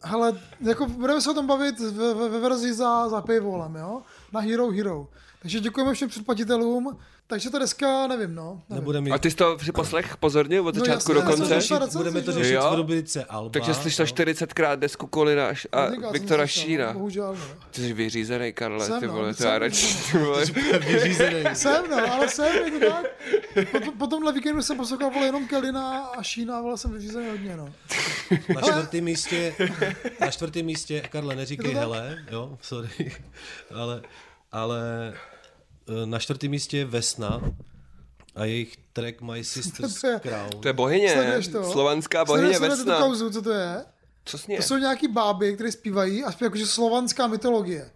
[SPEAKER 2] Hele, jako budeme se o tom bavit ve, ve, ve verzi za, za paywallem, jo? Na Hero Hero. Takže děkujeme všem předplatitelům. Takže ta deska, nevím, no. Nevím.
[SPEAKER 3] Nebude mi...
[SPEAKER 4] A ty jsi to při poslech pozorně od začátku
[SPEAKER 2] No, jasně,
[SPEAKER 4] do
[SPEAKER 2] já jsem
[SPEAKER 4] konce?
[SPEAKER 2] to slyšel.
[SPEAKER 3] budeme to
[SPEAKER 2] Jo.
[SPEAKER 3] řešit v rubrice Alba.
[SPEAKER 4] Takže slyšel
[SPEAKER 3] no.
[SPEAKER 4] 40krát desku Kolina až- a
[SPEAKER 2] Podniká No, jsem
[SPEAKER 4] Viktora
[SPEAKER 2] slyšel,
[SPEAKER 4] Šína.
[SPEAKER 2] Bohužel, no.
[SPEAKER 4] Ty jsi vyřízený, Karle,
[SPEAKER 2] Jsem,
[SPEAKER 4] ty
[SPEAKER 2] no,
[SPEAKER 4] vole, to
[SPEAKER 2] jsem
[SPEAKER 4] já radši, <laughs> ty vole.
[SPEAKER 3] Vyřízený.
[SPEAKER 2] Jsem, no, ale jsem, je to tak. Po, po tomhle víkendu jsem poslouchal vole jenom Kelina a Šína, vole, jsem vyřízený hodně, no.
[SPEAKER 3] <laughs> Na čtvrtém místě,
[SPEAKER 2] <laughs>
[SPEAKER 3] na čtvrtém místě, Karle, neříkej
[SPEAKER 2] Je to tak?
[SPEAKER 3] hele, jo, sorry, ale, ale eh, na čtvrtém místě je Vesna a jejich track My
[SPEAKER 2] <laughs>
[SPEAKER 3] Sister's
[SPEAKER 2] To je-
[SPEAKER 3] Crown.
[SPEAKER 4] To je bohyně,
[SPEAKER 2] Sleduješ to?
[SPEAKER 4] slovanská
[SPEAKER 2] Sleduješ,
[SPEAKER 4] bohyně
[SPEAKER 2] sleduješ tu
[SPEAKER 4] Vesna.
[SPEAKER 2] kauzu, co to je?
[SPEAKER 4] Co s ní je?
[SPEAKER 2] To jsou nějaký báby, které zpívají, a zpívají jakože slovanská mytologie.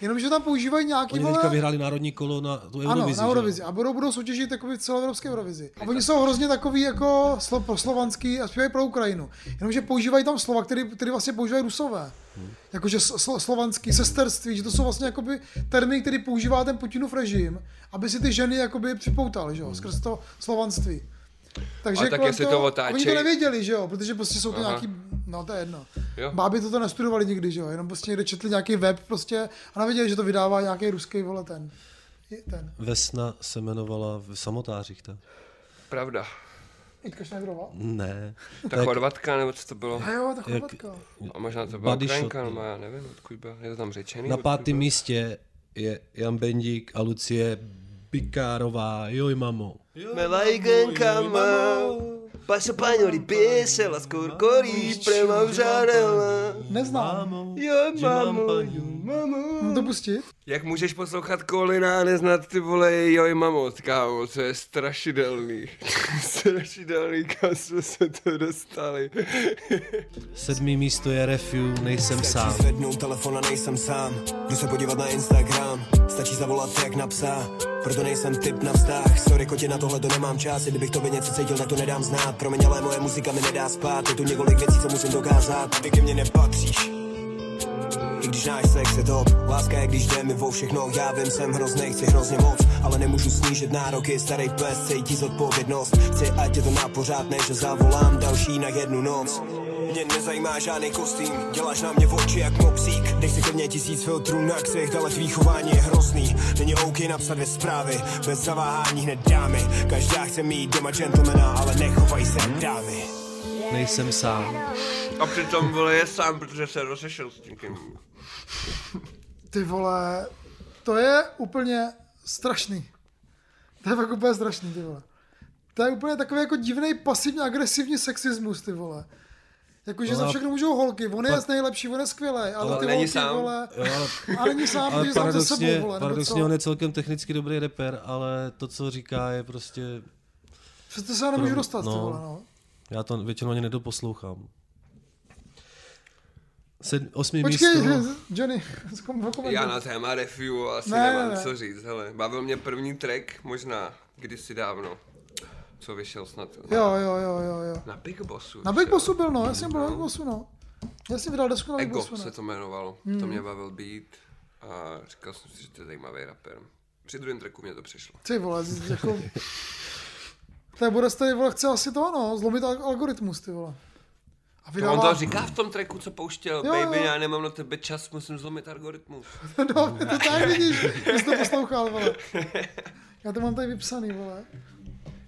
[SPEAKER 2] Jenomže tam používají nějaký,
[SPEAKER 3] Oni teďka
[SPEAKER 2] vole,
[SPEAKER 3] vyhráli národní kolo na tu
[SPEAKER 2] Ano,
[SPEAKER 3] Eurovizi.
[SPEAKER 2] na
[SPEAKER 3] že jo?
[SPEAKER 2] Eurovizi. A budou, budou soutěžit takový celoevropské Eurovizi. A oni jsou hrozně takový jako slo, pro slovanský a zpívají pro Ukrajinu. Jenomže používají tam slova, které, které vlastně používají rusové.
[SPEAKER 4] Hmm.
[SPEAKER 2] Jakože slo, slovanský, sesterství, že to jsou vlastně jakoby termíny, který používá ten Putinův režim, aby si ty ženy jakoby připoutal, že jo, skrz to slovanství. Takže
[SPEAKER 4] A Hmm. tak
[SPEAKER 2] kolem
[SPEAKER 4] jestli to
[SPEAKER 2] Oni
[SPEAKER 4] otáčej-
[SPEAKER 2] to nevěděli, že jo, protože prostě jsou to
[SPEAKER 4] Aha.
[SPEAKER 2] nějaký, no to je jedno.
[SPEAKER 4] Jo.
[SPEAKER 2] Báby to nestudovali nikdy, že jo, jenom prostě někde četli nějaký web prostě a nevěděli, že to vydává nějaký ruský vole ten. ten.
[SPEAKER 3] Vesna se jmenovala v samotářích, tak?
[SPEAKER 4] Pravda.
[SPEAKER 2] Jitka Šnajdrová?
[SPEAKER 3] Ne.
[SPEAKER 4] Ta chorvatka, nebo co to bylo?
[SPEAKER 2] A jo, ta
[SPEAKER 3] Mm. Jak-
[SPEAKER 2] chorvatka.
[SPEAKER 4] A možná to byla
[SPEAKER 3] Body shot,
[SPEAKER 4] Ukrajinka,
[SPEAKER 3] no.
[SPEAKER 4] no já nevím, odkud byla, je to tam řečený?
[SPEAKER 3] Na
[SPEAKER 4] odkud
[SPEAKER 3] pátém
[SPEAKER 4] byla?
[SPEAKER 3] místě je Jan Bendík a Lucie Bikárová. Joj, mamo.
[SPEAKER 9] Me laikem cama, paso paño y pese las corcoris, premavžárela.
[SPEAKER 2] Neznám.
[SPEAKER 4] Jo,
[SPEAKER 3] že mám
[SPEAKER 4] mamu,
[SPEAKER 3] paní.
[SPEAKER 4] jo, mamu.
[SPEAKER 2] Mám to pustit?
[SPEAKER 4] Jak můžeš poslouchat Kolina a neznat ty vole joj mamo, kámo, to je strašidelný. <laughs> strašidelný, kam jsme se to dostali.
[SPEAKER 3] Sedmý místo je Refu, nejsem sám.
[SPEAKER 10] Zvednu telefon a nejsem sám Jdu se podívat na Instagram Stačí zavolat track na psa Proto nejsem typ na vztah Sorry kotě na tohle to nemám čas I kdybych to něco cítil tak to nedám znát Promiň ale moje muzika mi nedá spát Je tu několik věcí co musím dokázat Ty ke mně nepatříš i když náš sex je top, láska je když jde mi vo všechno Já vím, jsem hrozný, chci hrozně moc Ale nemůžu snížit nároky, starý pes cítí zodpovědnost Chci, ať je to na pořád, ne, že zavolám další na jednu noc mě nezajímá žádný kostým, děláš na mě v oči jak mopsík Dej si ke mně tisíc filtrů na ksech, ale tvý chování je hrozný Není OK napsat dvě zprávy, bez zaváhání hned dámy Každá chce mít doma gentlemana, ale nechovají se jak dámy
[SPEAKER 3] Nejsem sám.
[SPEAKER 4] A přitom vole je sám, protože se rozešel s někým.
[SPEAKER 2] Ty vole, to je úplně strašný. To je fakt úplně strašný, ty vole. To je úplně takový jako divný pasivně agresivní sexismus, ty vole. Jakože za
[SPEAKER 3] No a-
[SPEAKER 2] všechno můžou holky, on je nejlepší, on je skvělý, ale
[SPEAKER 4] Ale
[SPEAKER 2] ty
[SPEAKER 4] není
[SPEAKER 2] holky,
[SPEAKER 4] sám.
[SPEAKER 2] vole,
[SPEAKER 3] Jo, ale
[SPEAKER 2] a není sám,
[SPEAKER 3] Ale
[SPEAKER 2] protože sám se sebou,
[SPEAKER 3] paradoxně,
[SPEAKER 2] vole, nebo
[SPEAKER 3] paradoxně
[SPEAKER 2] co?
[SPEAKER 3] on je celkem technicky dobrý reper, ale to, co říká, je prostě...
[SPEAKER 2] Přesto se já nemůžu
[SPEAKER 3] Prom-
[SPEAKER 2] dostat, ty
[SPEAKER 3] no.
[SPEAKER 2] vole, no.
[SPEAKER 3] Já to většinou ani nedoposlouchám. Sed, osmý
[SPEAKER 2] Počkej,
[SPEAKER 3] místo.
[SPEAKER 2] <laughs> Johnny, zkomentuj.
[SPEAKER 4] Já na téma review asi
[SPEAKER 2] Ne,
[SPEAKER 4] nemám
[SPEAKER 2] ne, ne.
[SPEAKER 4] co říct, hele. Bavil mě první track, možná kdysi dávno, co vyšel snad. na-
[SPEAKER 2] Jo, jo, jo, jo, jo.
[SPEAKER 4] Na Big Bossu.
[SPEAKER 2] Na
[SPEAKER 4] že jo?
[SPEAKER 2] Big Bossu byl, no, jasně byl na Big Bossu, no. Já jsem vydal desku na Big
[SPEAKER 4] Ego
[SPEAKER 2] Bossu,
[SPEAKER 4] se
[SPEAKER 2] no.
[SPEAKER 4] to jmenovalo, to mě bavil beat a říkal jsem si, že to je zajímavý rapper. Při druhém tracku mě to přišlo.
[SPEAKER 2] Ty vole, z- jako... To je bude tady, vole, chce asi to, no, zlomit al- algoritmus, ty vole. A
[SPEAKER 4] To Jako on
[SPEAKER 2] vydává...
[SPEAKER 4] to říká v tom tracku, co pouštěl.
[SPEAKER 2] Jo,
[SPEAKER 4] Jo, Baby,
[SPEAKER 2] jo.
[SPEAKER 4] já nemám na tebe čas, musím zlomit algoritmus.
[SPEAKER 2] <laughs> No, to tak vidíš, ty jsi to poslouchal, vole. Já to mám tady vypsaný, vole.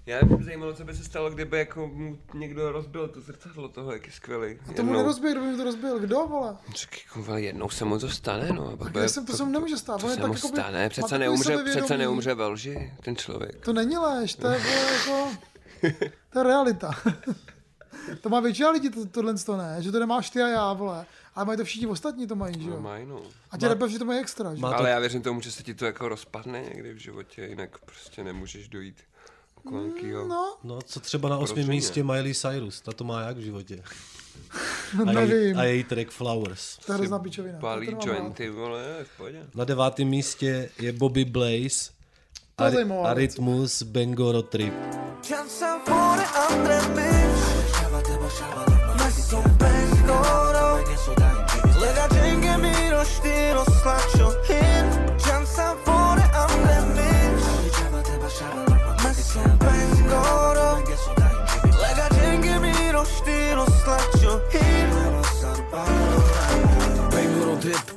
[SPEAKER 4] Já bych mě zajímalo, co by se stalo, kdyby jako mu někdo rozbil to zrcadlo toho, jak je skvělý.
[SPEAKER 2] To mu nerozbil, kdo by mi to rozbil, kdo, vole?
[SPEAKER 4] Řekl, kurva, jednou se mu to stane, no. A pak
[SPEAKER 2] Já jsem, to se mu nemůže stát,
[SPEAKER 4] to
[SPEAKER 2] on je
[SPEAKER 4] se
[SPEAKER 2] tak
[SPEAKER 4] mu
[SPEAKER 2] jakoby-
[SPEAKER 4] stane,
[SPEAKER 2] má
[SPEAKER 4] přece
[SPEAKER 2] takový
[SPEAKER 4] neumře,
[SPEAKER 2] sebevědomí.
[SPEAKER 4] přece neumře ve lži, ten člověk.
[SPEAKER 2] To není lež, to je vole, jako... To je realita. <laughs> To má většina lidí, to, tohle to ne, že to nemáš ty a já, vole. Ale mají to všichni ostatní, to mají, že
[SPEAKER 4] No,
[SPEAKER 2] jo?
[SPEAKER 4] mají, no.
[SPEAKER 2] A ti repevři to mají extra, že jo?
[SPEAKER 3] Má to,
[SPEAKER 4] Ale já věřím tomu, že se ti to jako rozpadne někdy v životě, jinak prostě nemůžeš dojít kolem kýho.
[SPEAKER 2] No,
[SPEAKER 3] no, co třeba na osmém
[SPEAKER 4] Rozumě.
[SPEAKER 3] místě Miley Cyrus, ta to má jak v životě. A její,
[SPEAKER 2] nevím.
[SPEAKER 3] a její track Flowers.
[SPEAKER 2] To je hrozná pičovina.
[SPEAKER 4] Palí
[SPEAKER 2] To nemám rád.
[SPEAKER 4] jointy, vole, v pohodě.
[SPEAKER 3] Na devátém místě je Bobby Blaze
[SPEAKER 2] je
[SPEAKER 3] a, ry-
[SPEAKER 2] zajímavá
[SPEAKER 3] a
[SPEAKER 2] věc.
[SPEAKER 3] Rytmus Bangoro Trip.
[SPEAKER 5] Čas jsem fuori andre bitch Ma si son pengoro Le gagenge mi roštiro slačo hit Čas jsem fuori andre bitch Ma si son pengoro Le gagenge mi roštiro slačo hit
[SPEAKER 10] Bangoro drip,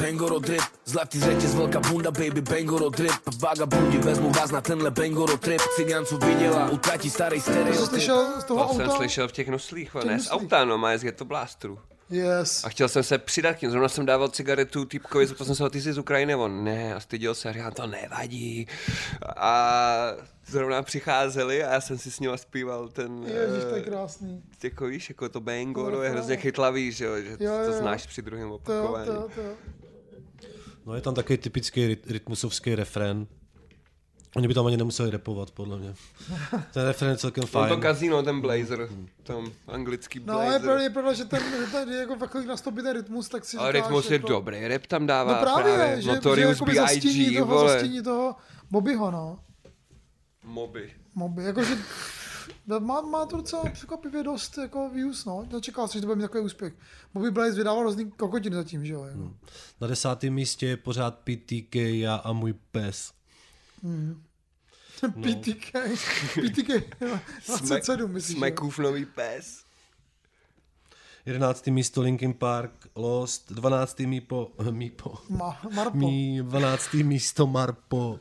[SPEAKER 10] bangoro drip, z
[SPEAKER 5] Zlatý řetěz, velká bunda, baby, bangoro trip Vagabundi, vezmu vás na tenhle bangoro trip Cigán, co viděla, utratí starý
[SPEAKER 2] To jsi
[SPEAKER 5] stereotyp
[SPEAKER 2] slyšel z toho
[SPEAKER 4] To jsem
[SPEAKER 2] auta?
[SPEAKER 4] slyšel v těch noslích, ale ne z
[SPEAKER 2] noslích.
[SPEAKER 4] auta, no, má z Ghetto Blasteru.
[SPEAKER 2] Yes.
[SPEAKER 4] A chtěl jsem se přidat k ním. Zrovna jsem dával cigaretu týpkovi, zeptal jsem se ho, ty jsi z Ukrajiny, on ne, a styděl se, a říkám, to nevadí. A zrovna přicházeli a já jsem si s ním zpíval ten,
[SPEAKER 2] Ježíš, to je
[SPEAKER 4] eh,
[SPEAKER 2] krásný.
[SPEAKER 4] jako víš, jako to Bangoro je
[SPEAKER 2] právě.
[SPEAKER 4] hrozně chytlavý, že, jo, že
[SPEAKER 2] Jo, jo.
[SPEAKER 4] to znáš při druhém
[SPEAKER 2] To jo, to
[SPEAKER 4] opakování.
[SPEAKER 2] jo, to jo.
[SPEAKER 3] No je tam takový typický ryt, rytmusovský refrén. Oni by tam ani nemuseli repovat,
[SPEAKER 2] <laughs>
[SPEAKER 3] podle mě. Ten refrén je celkem
[SPEAKER 4] Fajn. To
[SPEAKER 3] fajn.
[SPEAKER 4] kazino, ten blazer, tam anglický
[SPEAKER 2] No ale je
[SPEAKER 4] blazer.
[SPEAKER 2] pravda, je pravda, že ten, že ten je jako fakt kolik nastoupí ten rytmus, tak si
[SPEAKER 4] ale
[SPEAKER 2] říkáš,
[SPEAKER 4] rytmus je
[SPEAKER 2] jako,
[SPEAKER 4] dobrý, rap tam dává
[SPEAKER 2] No právě, právě že, jako že
[SPEAKER 4] Notorious
[SPEAKER 2] jakoby zastíní
[SPEAKER 4] B.I.G.,
[SPEAKER 2] toho,
[SPEAKER 4] vole.
[SPEAKER 2] zastíní toho Mobyho, no.
[SPEAKER 4] Moby.
[SPEAKER 2] Moby, jakože no, má, má to docela překvapivě dost jako views, no. Nečekal jsem, že to bude mít takový úspěch. Moby Blaze vydával různý kokotiny zatím, že jo. Jako.
[SPEAKER 3] Na desátém místě je pořád PTK, já a můj pes.
[SPEAKER 4] Hmm.
[SPEAKER 2] <laughs> PTK, PTK 27, myslím. že jo.
[SPEAKER 4] Smekův nový pes.
[SPEAKER 3] 11. místo Linkin Park, Lost, 12. mípo, <laughs> mípo,
[SPEAKER 2] Ma, Marpo.
[SPEAKER 3] mí 12. místo Marpo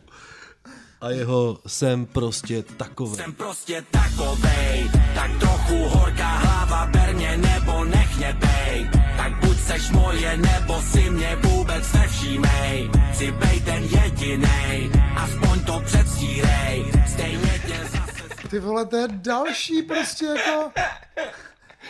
[SPEAKER 3] a jeho jsem prostě takový.
[SPEAKER 8] Jsem prostě takovej, tak trochu horká hlava, ber mě nebo nech mě bej. Tak buď seš moje, nebo si mě vůbec nevšímej. Chci bej ten jedinej, aspoň to předstírej. Stejně tě zase
[SPEAKER 2] Ty vole, to je další prostě jako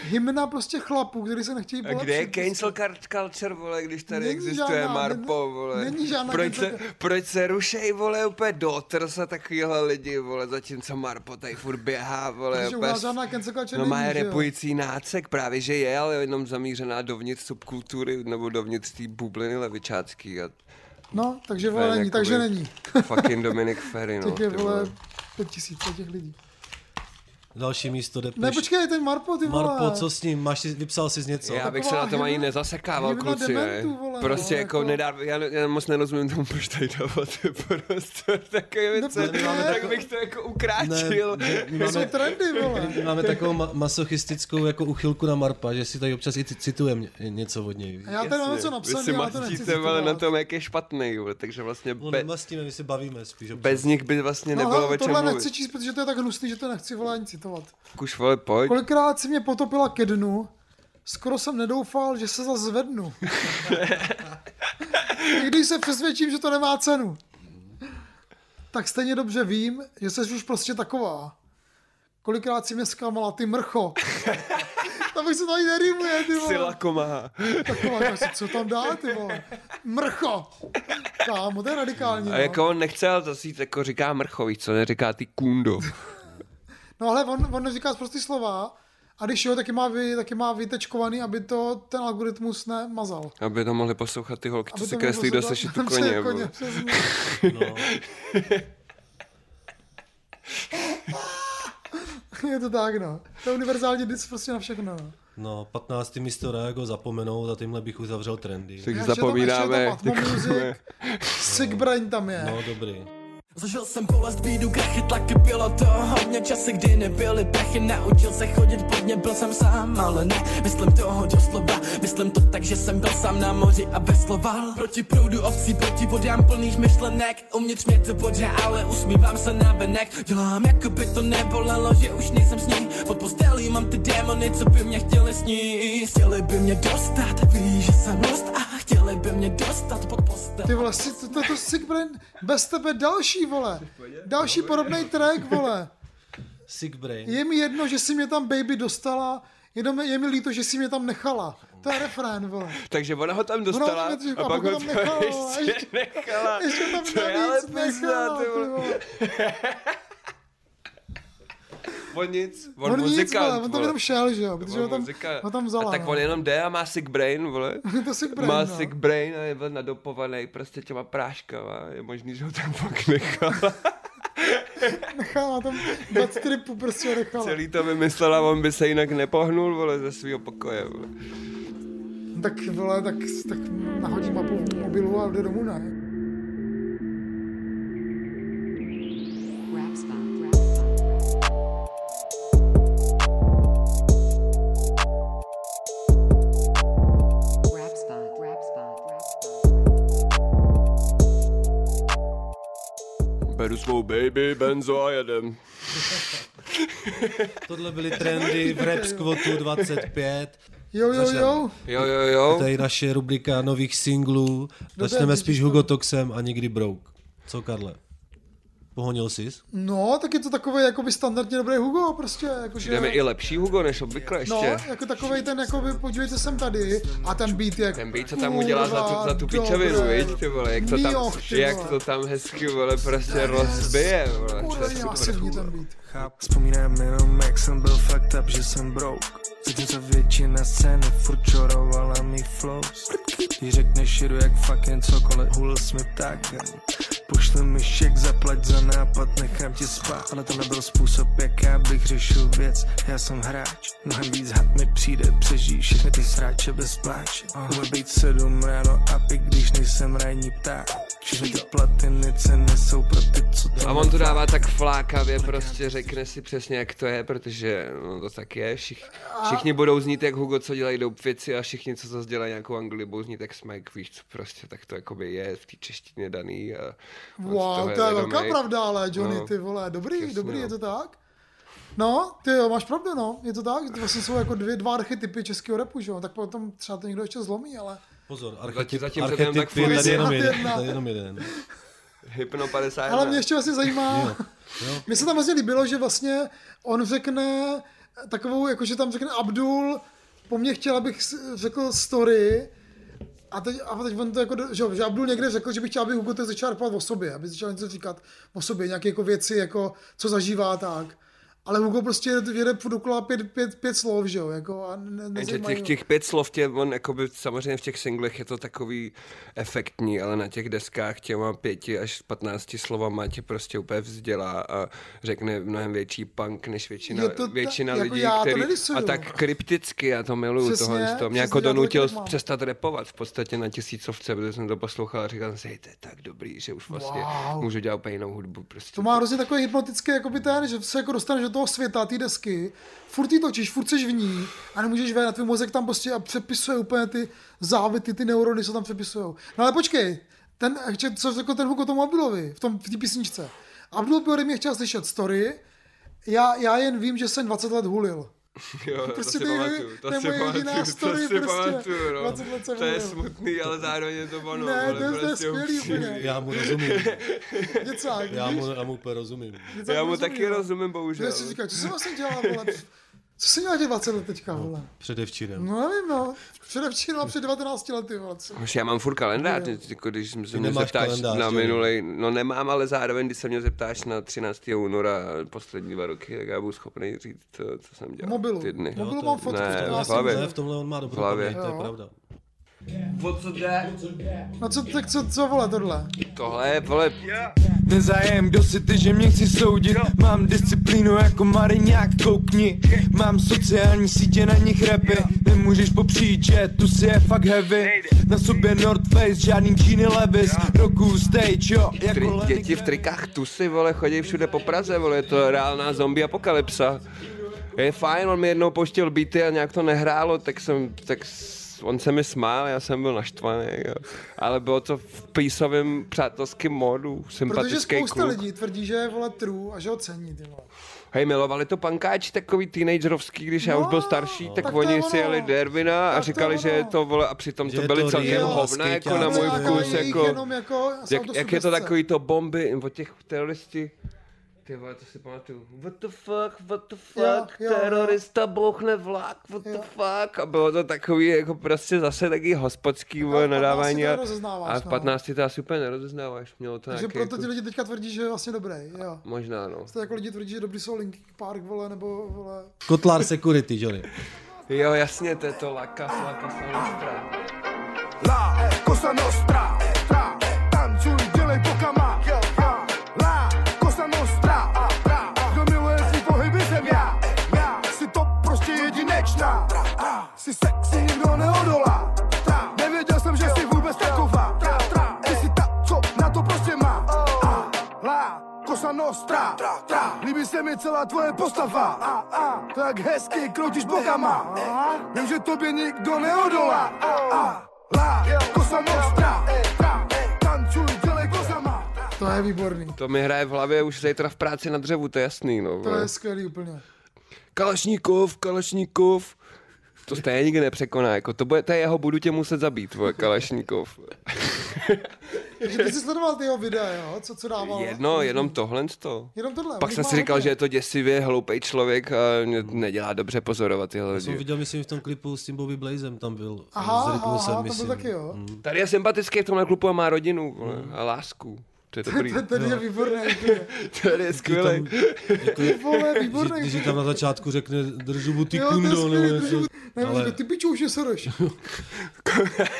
[SPEAKER 2] hymna prostě chlapů, který se nechtějí
[SPEAKER 4] A
[SPEAKER 2] polepšit.
[SPEAKER 4] kde je cancel cult- culture, vole, když tady
[SPEAKER 2] No, Není
[SPEAKER 4] existuje
[SPEAKER 2] žádná,
[SPEAKER 4] Marpo,
[SPEAKER 2] není-
[SPEAKER 4] vole?
[SPEAKER 2] není žádná
[SPEAKER 4] proč se,
[SPEAKER 2] cancel cul-
[SPEAKER 4] proč se rušej, vole, úplně dotrs a takovýhle lidi, vole, zatímco Marpo tady furt běhá, vole,
[SPEAKER 2] Protože u nás žádná cancel culture
[SPEAKER 4] No má
[SPEAKER 2] není, že jo?
[SPEAKER 4] repující nácek, právě že je, ale jenom zamířená dovnitř subkultury, nebo dovnitř té bubliny levičácký a
[SPEAKER 2] No, takže
[SPEAKER 4] to
[SPEAKER 2] vole
[SPEAKER 4] je
[SPEAKER 2] není, takže
[SPEAKER 4] jakoby
[SPEAKER 2] není.
[SPEAKER 4] Fucking Dominik Ferry, jako <laughs> no.
[SPEAKER 2] Těch je
[SPEAKER 4] ty
[SPEAKER 2] vole pět tisíc těch lidí.
[SPEAKER 3] Další místo
[SPEAKER 2] Ne,
[SPEAKER 3] Depeche.
[SPEAKER 2] počkej, ten Marpo, ty vole.
[SPEAKER 3] Marpo, co s ním? Máš, si- vypsal jsi něco?
[SPEAKER 4] Já bych se
[SPEAKER 2] taková
[SPEAKER 4] na tom ani
[SPEAKER 2] hymna-
[SPEAKER 4] nezasekával,
[SPEAKER 2] hymna
[SPEAKER 4] kluci, ne.
[SPEAKER 2] dementů, vole,
[SPEAKER 4] Prostě
[SPEAKER 2] no,
[SPEAKER 4] jako
[SPEAKER 2] jako-
[SPEAKER 4] nedá, já, ne- já moc nerozumím tomu, proč tady dávat prostor takový věce,
[SPEAKER 2] protože- Ne,
[SPEAKER 4] tak bych to jako ukrátil.
[SPEAKER 3] Ne, my
[SPEAKER 2] To jsou
[SPEAKER 3] máme,
[SPEAKER 2] trendy, vole.
[SPEAKER 3] my máme takovou ma- masochistickou jako uchylku na Marpa, že si tady občas i citujeme něco od něj.
[SPEAKER 2] A já tady mám něco
[SPEAKER 4] Vy si
[SPEAKER 2] napsané, ale to nechci
[SPEAKER 4] mastíte, ale
[SPEAKER 2] citovat.
[SPEAKER 4] na tom, jak je špatný, vole, takže vlastně
[SPEAKER 3] No,
[SPEAKER 4] be,
[SPEAKER 3] nemastíme, my si bavíme spíš. občas.
[SPEAKER 4] bez nich by vlastně
[SPEAKER 2] No,
[SPEAKER 4] nebylo
[SPEAKER 2] ale
[SPEAKER 4] o čem
[SPEAKER 2] tohle nechci
[SPEAKER 4] mluvit.
[SPEAKER 2] číst, protože to je tak hnusný, že to nechci vole ani citovat.
[SPEAKER 4] Kuš, vole, pojď.
[SPEAKER 2] Kolikrát si mě potopila ke dnu, skoro jsem nedoufal, že se zase
[SPEAKER 4] <laughs>
[SPEAKER 2] zvednu. I když se přesvědčím, že to nemá cenu. Tak stejně dobře vím, že jsi už prostě taková. Kolikrát si mě zklamala, ty
[SPEAKER 4] <laughs>
[SPEAKER 2] mrcho. to bych se to ani nerýmuje, ty vole.
[SPEAKER 4] Sila komáha.
[SPEAKER 2] Taková, já si, co tam dá, ty vole. Mrcho. Kámo, to je radikální.
[SPEAKER 4] A
[SPEAKER 2] no.
[SPEAKER 4] jako on nechce, ale zase jít, jako říká mrchový, co neříká ty
[SPEAKER 2] <laughs>
[SPEAKER 4] kundo.
[SPEAKER 2] No ale on, on neříká prostě slova a když jo, taky má, vy, taky má vytečkovaný, aby to ten algoritmus nemazal.
[SPEAKER 4] Aby to mohli poslouchat ty holky, co
[SPEAKER 2] Aby
[SPEAKER 4] si
[SPEAKER 2] to
[SPEAKER 4] kreslí do
[SPEAKER 2] nebylo zada-
[SPEAKER 4] sešitu
[SPEAKER 2] přes
[SPEAKER 4] koně.
[SPEAKER 2] <laughs>
[SPEAKER 4] vole.
[SPEAKER 2] přesně. jako- <laughs> Je to tak, no. To je univerzální dis prostě na všechno. no.
[SPEAKER 3] No, 15. místo Reago zapomenout a tímhle bych uzavřel trendy.
[SPEAKER 4] Takže
[SPEAKER 2] Ještě je tam-
[SPEAKER 4] zapomínáme. Jako-
[SPEAKER 2] ještě je tam Atmo Music, Sick Brain tam je.
[SPEAKER 3] No, dobrý.
[SPEAKER 8] Zažil jsem bolest bídu, krachy, tlaky, bylo to hodně časy, kdy nebyly prachy Naučil se chodit pod ně, byl jsem sám, ale ne, myslím toho doslova Myslím to tak, že jsem byl sám na moři a vesloval Proti proudu ovcí, proti vodám plných myšlenek Uvnitř mě to bodá, ale usmívám se na venek Dělám, jako by to nebolelo, že už nejsem s ní Pod postelí mám ty démony, co by mě chtěli sníst Chtěli by mě dostat, ví, že jsem lost a chtěli by mě dostat pod postel
[SPEAKER 2] Ty vole, si, to, to, to Sick Brain, bez tebe další, vole. Další podobný track, vole.
[SPEAKER 3] Sick Brain.
[SPEAKER 2] Je mi jedno, že si mě tam baby dostala, jenom je mi líto, že si mě tam nechala. To je refrén, vole.
[SPEAKER 4] Takže ona ho tam dostala
[SPEAKER 2] Ona ho tam-
[SPEAKER 4] a pak ho tam
[SPEAKER 2] nechala,
[SPEAKER 4] ještě
[SPEAKER 2] ještě-
[SPEAKER 4] nechala.
[SPEAKER 2] Ještě tam
[SPEAKER 4] To je ale
[SPEAKER 2] navíc
[SPEAKER 4] pizda,
[SPEAKER 2] nechala,
[SPEAKER 4] ty
[SPEAKER 2] ty
[SPEAKER 4] vole.
[SPEAKER 2] vole.
[SPEAKER 4] On nic, on,
[SPEAKER 2] On nic,
[SPEAKER 4] muzikant,
[SPEAKER 2] vole, on tam
[SPEAKER 4] vole.
[SPEAKER 2] jenom šel, že jo, protože ho
[SPEAKER 4] On
[SPEAKER 2] tam,
[SPEAKER 4] muzikant.
[SPEAKER 2] ho tam vzala.
[SPEAKER 4] A tak
[SPEAKER 2] no. <laughs>
[SPEAKER 4] on jenom jde a má sick brain, vole.
[SPEAKER 2] Je to sick brain,
[SPEAKER 4] má
[SPEAKER 2] no.
[SPEAKER 4] sick brain a je vole, nadopovaný prostě těma práškama. Je možný, že ho tam
[SPEAKER 2] <laughs>
[SPEAKER 4] fakt nechala.
[SPEAKER 2] Nechala tam na stripu prostě ho nechala.
[SPEAKER 4] Celý to vymyslela, on by se jinak nepohnul, vole, ze svého pokoje, vole.
[SPEAKER 2] Tak vole, tak, tak nahodí mapu mobilu a jde domů, ne?
[SPEAKER 1] Rap spot. Rap spot. Rap spot. Rap spot. Rap spot.
[SPEAKER 4] beru svou baby, benzo a jedem.
[SPEAKER 3] Tohle byly trendy
[SPEAKER 2] <laughs>
[SPEAKER 3] v Rap Squatu 25.
[SPEAKER 2] Jo, jo, jo.
[SPEAKER 4] Jo, jo, jo.
[SPEAKER 3] Tady naše rubrika nových singlů.
[SPEAKER 2] No je
[SPEAKER 3] Začneme spíš Hugo Toxem a nikdy Brouk. Co, Karle? Pohonil jsi?
[SPEAKER 2] No, tak je to takový jakoby standardně dobrý Hugo, prostě. Jakože,
[SPEAKER 4] Jdeme i lepší Hugo než obvykle ještě.
[SPEAKER 2] No, jako takovej ten, jakoby, podívejte jsem tady, a ten beat je...
[SPEAKER 4] Ten beat, co tam udělá za tu, za tu pičovinu, viď, ty vole, jak to tam, jak to tam hezky, vole, prostě rozbije, vole, to
[SPEAKER 2] Kurva, je
[SPEAKER 4] je super.
[SPEAKER 2] masivní ten beat.
[SPEAKER 5] Chápu, vzpomínám jenom, jak jsem byl fucked up, že jsem broke. Zatímco většina scény furt čorovala mi flows. Když řekneš jedu jak fucking cokoliv, hulil jsi mi tak. Pošli mi šek, zaplať za nápad, nechám tě spát. Ale to nebyl způsob, jak já bych řešil věc. Já jsem hráč, mnohem víc had mi přijde, přežij všechny ty sráče bez pláče. Může být sedm ráno a i když nejsem ranní pták. Všechny ty platiny ceny jsou pro ty, co to
[SPEAKER 4] A on to dává tak flákavě, prostě řekne si přesně, jak to je, protože no, to tak je. Všich, všichni budou znít jak Hugo, co dělají dope věci a všichni, co zase dělají nějakou Anglii, budou znít jak Smack, víš co, prostě tak to jakoby je v té češtině daný. A on si toho
[SPEAKER 2] Wow, to je
[SPEAKER 4] vědomý.
[SPEAKER 2] velká pravda, ale Johnny,
[SPEAKER 4] No.
[SPEAKER 2] ty vole, dobrý,
[SPEAKER 4] Přesně,
[SPEAKER 2] dobrý,
[SPEAKER 4] no.
[SPEAKER 2] je to tak? No, ty jo, máš pravdu, no, je to tak, to vlastně jsou jako dvě, dva archetypy českého repu, že jo, tak potom třeba to někdo ještě zlomí, ale
[SPEAKER 3] Pozor, archetyp,
[SPEAKER 4] zatím se
[SPEAKER 3] archetyp
[SPEAKER 4] tam tak
[SPEAKER 3] je
[SPEAKER 4] furt-
[SPEAKER 3] tady jenom jeden.
[SPEAKER 2] 51.
[SPEAKER 3] Tady jenom jeden.
[SPEAKER 4] Hypno 50.
[SPEAKER 2] Ale mě ještě vlastně zajímá, mně se tam vlastně líbilo, že vlastně on řekne takovou, jakože tam řekne Abdul, po mně chtěl, abych s- řekl story, a teď, a teď on to jako, že, jo, že Abdul někde řekl, že bych chtěl, aby Hugo to začal rapovat o sobě, aby začal něco říkat o sobě, nějaké jako věci, jako co zažívá tak. Ale Hugo prostě jede, jede furt dokola pět, pět, pět slov, že jo, jako a ne,
[SPEAKER 4] Jenže
[SPEAKER 2] nezajímají
[SPEAKER 4] těch,
[SPEAKER 2] ho.
[SPEAKER 4] těch pět slov tě, on jakoby, samozřejmě v těch singlech je to takový efektní, ale na těch deskách těma pěti až patnácti slovama tě prostě úplně vzdělá a řekne mnohem větší punk než většina,
[SPEAKER 2] Je to ta-
[SPEAKER 4] většina
[SPEAKER 2] jako
[SPEAKER 4] lidí,
[SPEAKER 2] já to
[SPEAKER 4] který,
[SPEAKER 2] nerisuju.
[SPEAKER 4] a tak krypticky, já to miluju
[SPEAKER 2] Přesně,
[SPEAKER 4] tohle, to mě
[SPEAKER 2] přesně,
[SPEAKER 4] jako
[SPEAKER 2] já to taky
[SPEAKER 4] donutil
[SPEAKER 2] tak mám.
[SPEAKER 4] přestat repovat v podstatě na tisícovce, protože jsem to poslouchal a říkal, že to je tak dobrý, že už vlastně
[SPEAKER 2] Wow.
[SPEAKER 4] můžu dělat úplně jinou hudbu. Prostě.
[SPEAKER 2] To má hrozně takový hypnotický jakoby ten, že se jako dostaneš do toho světa, ty desky, furt ji točíš, furt seš v ní a nemůžeš ven a tvůj mozek tam prostě a přepisuje úplně ty závity, ty neurony, co tam přepisujou. No ale počkej, ten, ještě, co řekl ten Hugo tomu Abdulovi v tom v té písničce. Abdul by ode mě chtěl slyšet story, já, já jen vím, že jsem 20 let hulil.
[SPEAKER 4] Jo,
[SPEAKER 2] Prostě
[SPEAKER 4] to
[SPEAKER 2] ty-
[SPEAKER 4] si pamatuju, to,
[SPEAKER 2] to je
[SPEAKER 4] si
[SPEAKER 2] moje jediná
[SPEAKER 4] pamatuju,
[SPEAKER 2] story
[SPEAKER 4] to si
[SPEAKER 2] prostě.
[SPEAKER 4] pamatuju, no.
[SPEAKER 2] 20 let jsem
[SPEAKER 4] to je
[SPEAKER 2] byl.
[SPEAKER 4] smutný, ale zároveň je to
[SPEAKER 3] No,
[SPEAKER 4] ono.
[SPEAKER 2] Ne,
[SPEAKER 4] vole,
[SPEAKER 2] to je- to je
[SPEAKER 4] prostě
[SPEAKER 2] skvělý
[SPEAKER 4] upřímný.
[SPEAKER 2] úplně.
[SPEAKER 3] Já mu rozumím.
[SPEAKER 2] Děcák,
[SPEAKER 3] Já mu, já mu úplně rozumím.
[SPEAKER 4] Já mu taky rozumím,
[SPEAKER 2] Já
[SPEAKER 4] bohužel.
[SPEAKER 2] si říkal, co jsem vlastně dělal, vole? Co jsem dělal těch 20 let teďka, vole?
[SPEAKER 3] Předevčírem.
[SPEAKER 2] No nevím, no. Předevčírem a před 19 lety, vole. co-
[SPEAKER 4] Už já mám furt kalendář, ty- jako když se mě
[SPEAKER 3] nemáš
[SPEAKER 4] zeptáš
[SPEAKER 3] kalendář,
[SPEAKER 4] na
[SPEAKER 3] že jo?
[SPEAKER 4] minulej, no nemám, ale zároveň, když se mě zeptáš na 13. února poslední dva roky, tak já budu schopný říct, co, co jsem dělal
[SPEAKER 2] Mobilu.
[SPEAKER 4] ty dny.
[SPEAKER 2] Mobilu
[SPEAKER 3] to-
[SPEAKER 2] mám fotku.
[SPEAKER 4] ne,
[SPEAKER 2] to
[SPEAKER 4] v
[SPEAKER 2] já jsem-
[SPEAKER 4] hlavě.
[SPEAKER 3] Ne, v tomhle on má dobrou
[SPEAKER 4] V hlavě.
[SPEAKER 3] paměť, to je pravda.
[SPEAKER 2] No co, tak co, co vole tohle?
[SPEAKER 4] Tohle je, vole,
[SPEAKER 5] Nezájem, kdo si ty, že mě chci soudit Mám disciplínu jako Mariňák, koukni Mám sociální sítě, na nich repy Nemůžeš popřít, že tu si je fakt heavy Na sobě North Face, žádný Gini Levis Roku stage, jo,
[SPEAKER 4] tri,
[SPEAKER 5] jako Lenny
[SPEAKER 4] děti v
[SPEAKER 5] Kravitz.
[SPEAKER 4] trikách tusy, vole, chodí všude po Praze, vole, je to reálná zombie apokalypsa. Je fajn, on mi jednou poštěl beaty a nějak to nehrálo, tak jsem, tak s- on se mi smál, já jsem byl naštvaný, jo. ale bylo to v písovém přátelském módu,
[SPEAKER 2] Protože
[SPEAKER 4] sympatický
[SPEAKER 2] spousta
[SPEAKER 4] kluk.
[SPEAKER 2] lidí tvrdí, že je vole true a že ho cení, ty vole.
[SPEAKER 4] Hej, milovali to pankáči takový teenagerovský, když já už byl
[SPEAKER 2] No,
[SPEAKER 4] starší, tak,
[SPEAKER 2] tak to je
[SPEAKER 4] oni
[SPEAKER 2] ono.
[SPEAKER 4] si jeli dervina a
[SPEAKER 2] Tak to
[SPEAKER 4] říkali,
[SPEAKER 2] je
[SPEAKER 4] že je
[SPEAKER 2] ono.
[SPEAKER 4] to, vole, a přitom
[SPEAKER 3] Že
[SPEAKER 4] to
[SPEAKER 3] je
[SPEAKER 4] byly
[SPEAKER 3] to
[SPEAKER 4] celkem
[SPEAKER 3] real,
[SPEAKER 4] hovna, jako na
[SPEAKER 3] skyťáci,
[SPEAKER 4] můj
[SPEAKER 3] jo,
[SPEAKER 4] vkus,
[SPEAKER 3] jo,
[SPEAKER 2] jako,
[SPEAKER 4] jako,
[SPEAKER 2] jenom jako,
[SPEAKER 4] jak, jak je to
[SPEAKER 2] autosugestce.
[SPEAKER 4] takový to bomby od těch teroristi, ty vole, to si pamatuju. What the fuck, what the
[SPEAKER 2] Jo,
[SPEAKER 4] fuck,
[SPEAKER 2] jo, jo.
[SPEAKER 4] terorista bouchne vlak, what the fuck. A bylo to takový, jako prostě zase taky hospodský vole,
[SPEAKER 2] v 15
[SPEAKER 4] nadávání.
[SPEAKER 2] to
[SPEAKER 4] A,
[SPEAKER 2] nerozeznáváš,
[SPEAKER 4] a v
[SPEAKER 2] no.
[SPEAKER 4] 15 to asi úplně nerozeznáváš. Mělo to
[SPEAKER 2] Takže
[SPEAKER 4] nějaký,
[SPEAKER 2] proto
[SPEAKER 4] jako,
[SPEAKER 2] ti lidi teďka tvrdí, že je vlastně dobrý, jo.
[SPEAKER 4] možná no.
[SPEAKER 2] To jako lidi tvrdí, že dobrý jsou Linkin Park, vole, nebo vole.
[SPEAKER 3] Kotlár Security, Johnny.
[SPEAKER 4] Jo, jasně, to je to laka, laka, laka,
[SPEAKER 7] La, cosa nostra, tra, tancuj, dělej bokama, ja. La, cosa nostra, a, tra, kdo miluje svý pohyby jsem já, já, jsi to prostě jedinečná, tra, jsi sexy, nikdo neodolá, tra, nevěděl jsem, že jsi vůbec taková, tra, tra, ty jsi ta, co na to prostě má, a, la, cosa nostra, tra, tra, líbí se mi celá tvoje postava, a, a, to jak hezky kroutíš bokama, vím, že tobě nikdo neodolá, a, a, La, cosa nostra, tra, tancuj, dělej kozama.
[SPEAKER 2] To je výborný.
[SPEAKER 4] To mi hraje v hlavě už zítra v práci na dřevu, to je jasný, no.
[SPEAKER 2] To
[SPEAKER 4] vole.
[SPEAKER 2] je skvělý úplně.
[SPEAKER 4] Kalašníkov, Kalašníkov. To stejně nikdy nepřekoná, jako to, bude, to je jeho, budu tě muset zabít, vole, Kalašníkov.
[SPEAKER 2] Takže ty jsi sledoval ty jeho videa, jo? Co, co dával?
[SPEAKER 4] Jedno, jenom No. tohle to.
[SPEAKER 2] Jenom tohle.
[SPEAKER 4] Pak
[SPEAKER 2] on
[SPEAKER 4] jsem
[SPEAKER 2] má
[SPEAKER 4] si říkal,
[SPEAKER 2] hodně.
[SPEAKER 4] že je to děsivě hloupý člověk a mě nedělá dobře pozorovat tyhle
[SPEAKER 3] Já jsem
[SPEAKER 4] lidi.
[SPEAKER 3] viděl, myslím, v tom klipu s tím Bobby Blazem tam byl.
[SPEAKER 2] Aha,
[SPEAKER 3] s Rytmusem,
[SPEAKER 2] aha, aha, to
[SPEAKER 3] myslím.
[SPEAKER 2] byl taky, jo. <laughs>
[SPEAKER 3] Mm.
[SPEAKER 4] Tady je sympatický v tomhle klupu a má rodinu vole,
[SPEAKER 3] No.
[SPEAKER 4] a lásku. To <laughs> je dobrý.
[SPEAKER 2] Ten, ten je výborný. úplně.
[SPEAKER 4] Tady je skvělý.
[SPEAKER 2] Ty vole, výborný.
[SPEAKER 3] Když, když tam na začátku řekne držu mu ty
[SPEAKER 2] Jo, to je
[SPEAKER 3] kundo,
[SPEAKER 2] skvělý,
[SPEAKER 3] nebo něco.
[SPEAKER 2] držu- Nevím,
[SPEAKER 3] Ale-
[SPEAKER 2] ale... ty piču už je soreš.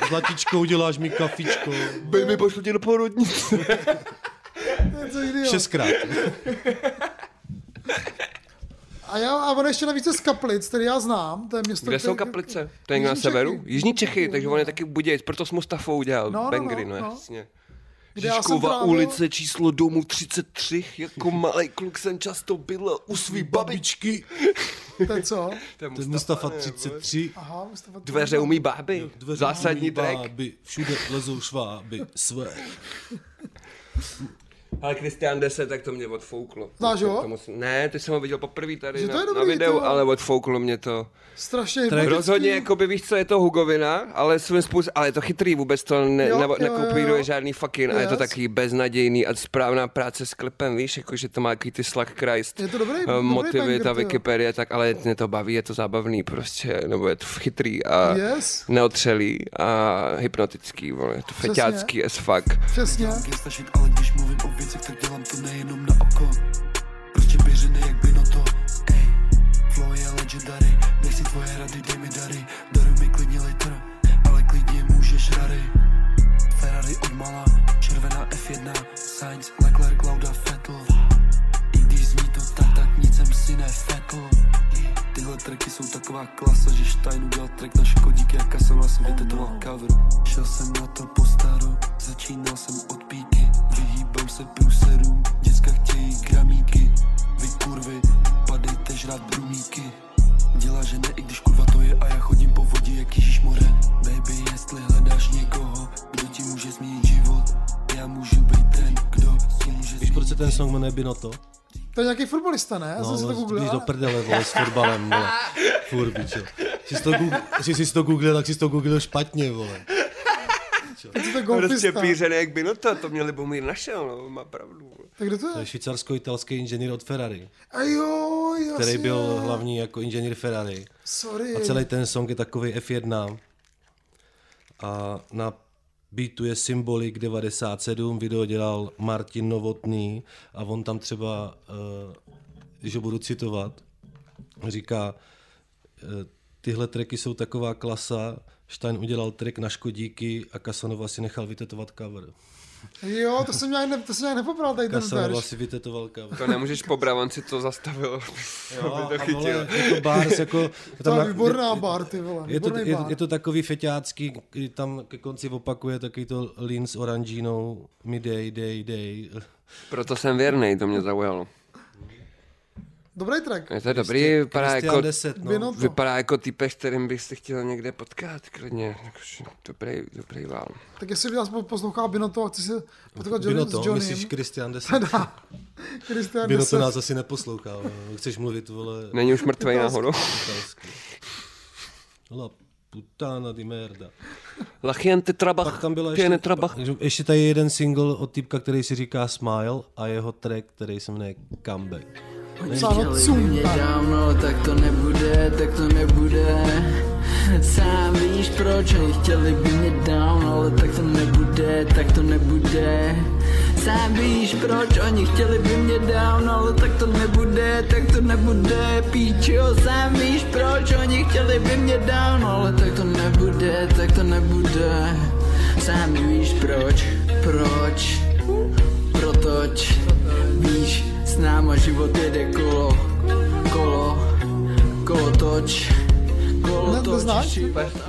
[SPEAKER 3] Zlatičko, uděláš mi kafičko.
[SPEAKER 4] Baby, pošlu tě do porodnice.
[SPEAKER 2] To je co jiného.
[SPEAKER 3] Šestkrát.
[SPEAKER 2] A, já, a on ještě navíc je z Kaplic, který já znám, to je město.
[SPEAKER 4] Kde
[SPEAKER 2] které-
[SPEAKER 4] jsou kaplice? To je někde na
[SPEAKER 2] Jižní Čechy.
[SPEAKER 4] severu? jako- Jižní Čechy, takže on je taky budějc, proto s Mustafou udělal
[SPEAKER 2] No,
[SPEAKER 4] no,
[SPEAKER 2] no,
[SPEAKER 4] bangry,
[SPEAKER 2] no,
[SPEAKER 4] no,
[SPEAKER 2] no.
[SPEAKER 4] jasně.
[SPEAKER 2] Kde já jsem
[SPEAKER 4] Žižkova
[SPEAKER 2] trávil-
[SPEAKER 4] ulice číslo domu 33, jako malý kluk jsem často byl u svý babičky.
[SPEAKER 2] To je co?
[SPEAKER 4] To je
[SPEAKER 3] To je
[SPEAKER 4] Mustafa.
[SPEAKER 3] Mustafa 33.
[SPEAKER 2] Aha, Mustafa.
[SPEAKER 4] Dveře umí báby,
[SPEAKER 3] Dveře
[SPEAKER 4] zásadní
[SPEAKER 3] umývá,
[SPEAKER 4] track.
[SPEAKER 3] By všude lezou šváby své.
[SPEAKER 4] Ale Christian 10, tak to mě odfouklo.
[SPEAKER 2] Znáš ho?
[SPEAKER 4] To musím- Ne, ty jsem ho viděl poprvé tady
[SPEAKER 2] Že
[SPEAKER 4] na,
[SPEAKER 2] to je
[SPEAKER 4] na
[SPEAKER 2] dobrý,
[SPEAKER 4] videu,
[SPEAKER 2] to jo.
[SPEAKER 4] ale odfouklo mě to.
[SPEAKER 2] Strašně
[SPEAKER 4] Logicky.
[SPEAKER 2] hypnotický.
[SPEAKER 4] Rozhodně, jako by víš co, je to hugovina, ale svým způsobem, ale je to chytrý, vůbec to ne,
[SPEAKER 2] Jo,
[SPEAKER 4] ne,
[SPEAKER 2] jo, jo,
[SPEAKER 4] nekopíruje
[SPEAKER 2] jo.
[SPEAKER 4] žádný fucking a je to
[SPEAKER 2] Yes.
[SPEAKER 4] taky beznadějný a správná práce s klipem, víš, jako že to má jaký ty slag Christ.
[SPEAKER 2] Je to dobrý-
[SPEAKER 4] eh,
[SPEAKER 2] dobrý
[SPEAKER 4] motivy,
[SPEAKER 2] banger,
[SPEAKER 4] ta
[SPEAKER 2] to jo.
[SPEAKER 4] Wikipedie, tak, ale mě to baví, je to zábavný prostě, nebo je to chytrý a
[SPEAKER 2] Yes.
[SPEAKER 4] neotřelý a hypnotický, vole, je to feťácký as fuck.
[SPEAKER 2] Přesně.
[SPEAKER 5] je stačit, ale když mluvím o věcech, tak dělám to nejenom na oko Prostě běžený jak by no to, ej Flow je legendary, nechci tvoje rady, dej mi dary Daruj mi klidně litr, ale klidně můžeš rary Ferrari od mala, červená F1 Sainz, Leclerc, Lauda, Vettel I když zní to tak, tak nic jsem si nefetl Tyhle tracky jsou taková klasa, že Stein udělal track na škodík, jak Kasona jsem vytetoval cover. Šel jsem na to po staru, začínal jsem od píky, vyhýbám se průserům, děcka chtějí gramíky, vy kurvy, padejte žrát brumíky. Dělá, že ne, i když kurva to je a já chodím po vodě jak Ježíš more. Baby, jestli hledáš někoho, kdo ti může změnit život, já můžu být ten, kdo ti může
[SPEAKER 3] Víš,
[SPEAKER 5] změnit
[SPEAKER 3] proč se ten song jmenuje Binoto?
[SPEAKER 2] To je nějaký fotbalista, ne? Já jsem si to
[SPEAKER 3] No,
[SPEAKER 2] googlil.
[SPEAKER 3] víš, do
[SPEAKER 2] ale-
[SPEAKER 3] prdele, vole, s fotbalem, vole. Fur, bičo. Jsi to, Google, jsi si to googlil, tak jsi to googlil špatně, vole.
[SPEAKER 2] Teď je to
[SPEAKER 4] Prostě
[SPEAKER 2] golfista.
[SPEAKER 4] pířený jak Binota, to mě Libomír našel, no, má pravdu. vole.
[SPEAKER 2] Tak kdo to
[SPEAKER 3] To je
[SPEAKER 2] je?
[SPEAKER 3] švýcarsko-italský inženýr od Ferrari,
[SPEAKER 2] A jo, jasně.
[SPEAKER 3] který byl hlavní jako inženýr Ferrari.
[SPEAKER 2] Sorry.
[SPEAKER 3] A celý ten song je takový F1. A na beatu je Symbolik 97, video dělal Martin Novotný a on tam třeba, eh, když ho budu citovat, říká, eh, tyhle tracky jsou taková klasa, Stein udělal track na Škodíky a Kasanova si nechal vytetovat cover.
[SPEAKER 2] Jo, to jsem nějak, ne, to jsem nějak nepopral tady ten
[SPEAKER 3] Kasanova
[SPEAKER 2] verš.
[SPEAKER 3] si vytetoval cover.
[SPEAKER 4] To nemůžeš po Bravanci, to <laughs> zastavilo.
[SPEAKER 3] Jo,
[SPEAKER 4] <laughs> to
[SPEAKER 3] a
[SPEAKER 4] chytil.
[SPEAKER 3] vole, jako bars, jako,
[SPEAKER 2] To je
[SPEAKER 3] na-
[SPEAKER 2] výborná bar, ty vole.
[SPEAKER 3] Je to,
[SPEAKER 2] výborný
[SPEAKER 3] je,
[SPEAKER 2] bar.
[SPEAKER 3] je to takový feťácký, kdy tam ke konci opakuje takový to lean s oranžínou, mi dej, dej, dej.
[SPEAKER 4] Proto jsem věrný, to mě zaujalo.
[SPEAKER 2] Dobrý track.
[SPEAKER 4] Je to dobrý, vypadá
[SPEAKER 3] Prostě Christian
[SPEAKER 4] jako,
[SPEAKER 3] 10, no.
[SPEAKER 2] Vino-
[SPEAKER 4] vypadá jako typek, s kterým bych se chtěl někde potkat, klidně. Jakože Dobrý, dobrý vál.
[SPEAKER 2] Tak jestli by nás po- poslouchá Binoto a chci se potkat Johnny, s
[SPEAKER 3] No, Binoto, myslíš
[SPEAKER 2] Johnnym. <laughs>
[SPEAKER 3] Christian 10?
[SPEAKER 2] Christian
[SPEAKER 3] Binoto
[SPEAKER 2] Deset.
[SPEAKER 3] nás asi neposlouchá, vole. chceš mluvit, vole,
[SPEAKER 4] Není už mrtvej náhodou.
[SPEAKER 3] italsky. La putana di merda.
[SPEAKER 4] Lachiente
[SPEAKER 3] Pak
[SPEAKER 4] Trabach,
[SPEAKER 3] tam byla
[SPEAKER 4] Tiene
[SPEAKER 3] ještě,
[SPEAKER 4] Trabach.
[SPEAKER 3] ještě tady je jeden single od typka, který si říká Smile a jeho track, který se jmenuje Comeback.
[SPEAKER 2] Psáno cum.
[SPEAKER 8] mě dávno, tak to nebude, tak to nebude. Sám víš proč, oni chtěli by mě dávno, ale tak to nebude, tak to nebude. Sám víš proč, oni chtěli by mě dávno, ale tak to nebude, tak to nebude. Píčo, sám víš proč, oni chtěli by mě dávno, ale tak to nebude, tak to nebude. Sám víš proč, proč, protoč, víš, s náma život jede kolo, kolo, kolo toč, kolo
[SPEAKER 2] Ne, to znáš?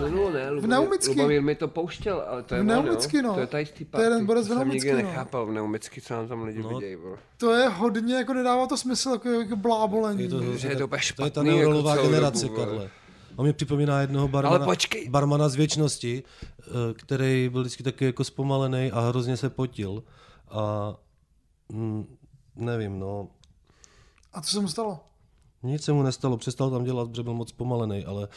[SPEAKER 4] No, ne, Lubomír,
[SPEAKER 2] Neumicky.
[SPEAKER 4] Lubomír mi to pouštěl, ale to je
[SPEAKER 2] V
[SPEAKER 4] ono, jo.
[SPEAKER 2] Neumicky, no.
[SPEAKER 4] To je tady stý
[SPEAKER 2] To je ten Borec v
[SPEAKER 4] jsem
[SPEAKER 2] Neumicky,
[SPEAKER 4] nikdy
[SPEAKER 2] no.
[SPEAKER 4] nechápal v Neumicky, co nám tam lidi no. vidějí. Bro.
[SPEAKER 2] To je hodně, jako nedává to smysl, jako, jako blábolení.
[SPEAKER 3] Je to,
[SPEAKER 4] Mm, Že je to úplně
[SPEAKER 3] to je ta
[SPEAKER 4] špatný, jako
[SPEAKER 3] neurolová
[SPEAKER 4] celou
[SPEAKER 3] generace,
[SPEAKER 4] dobu, vole.
[SPEAKER 3] Karle. On mě připomíná jednoho barmana,
[SPEAKER 4] Ale počkej.
[SPEAKER 3] barmana z věčnosti, eh, který byl vždycky taky jako zpomalený a hrozně se potil. A Mm, nevím, no.
[SPEAKER 2] A co se mu stalo?
[SPEAKER 3] Nic se mu nestalo, přestal tam dělat, protože byl moc pomalený, ale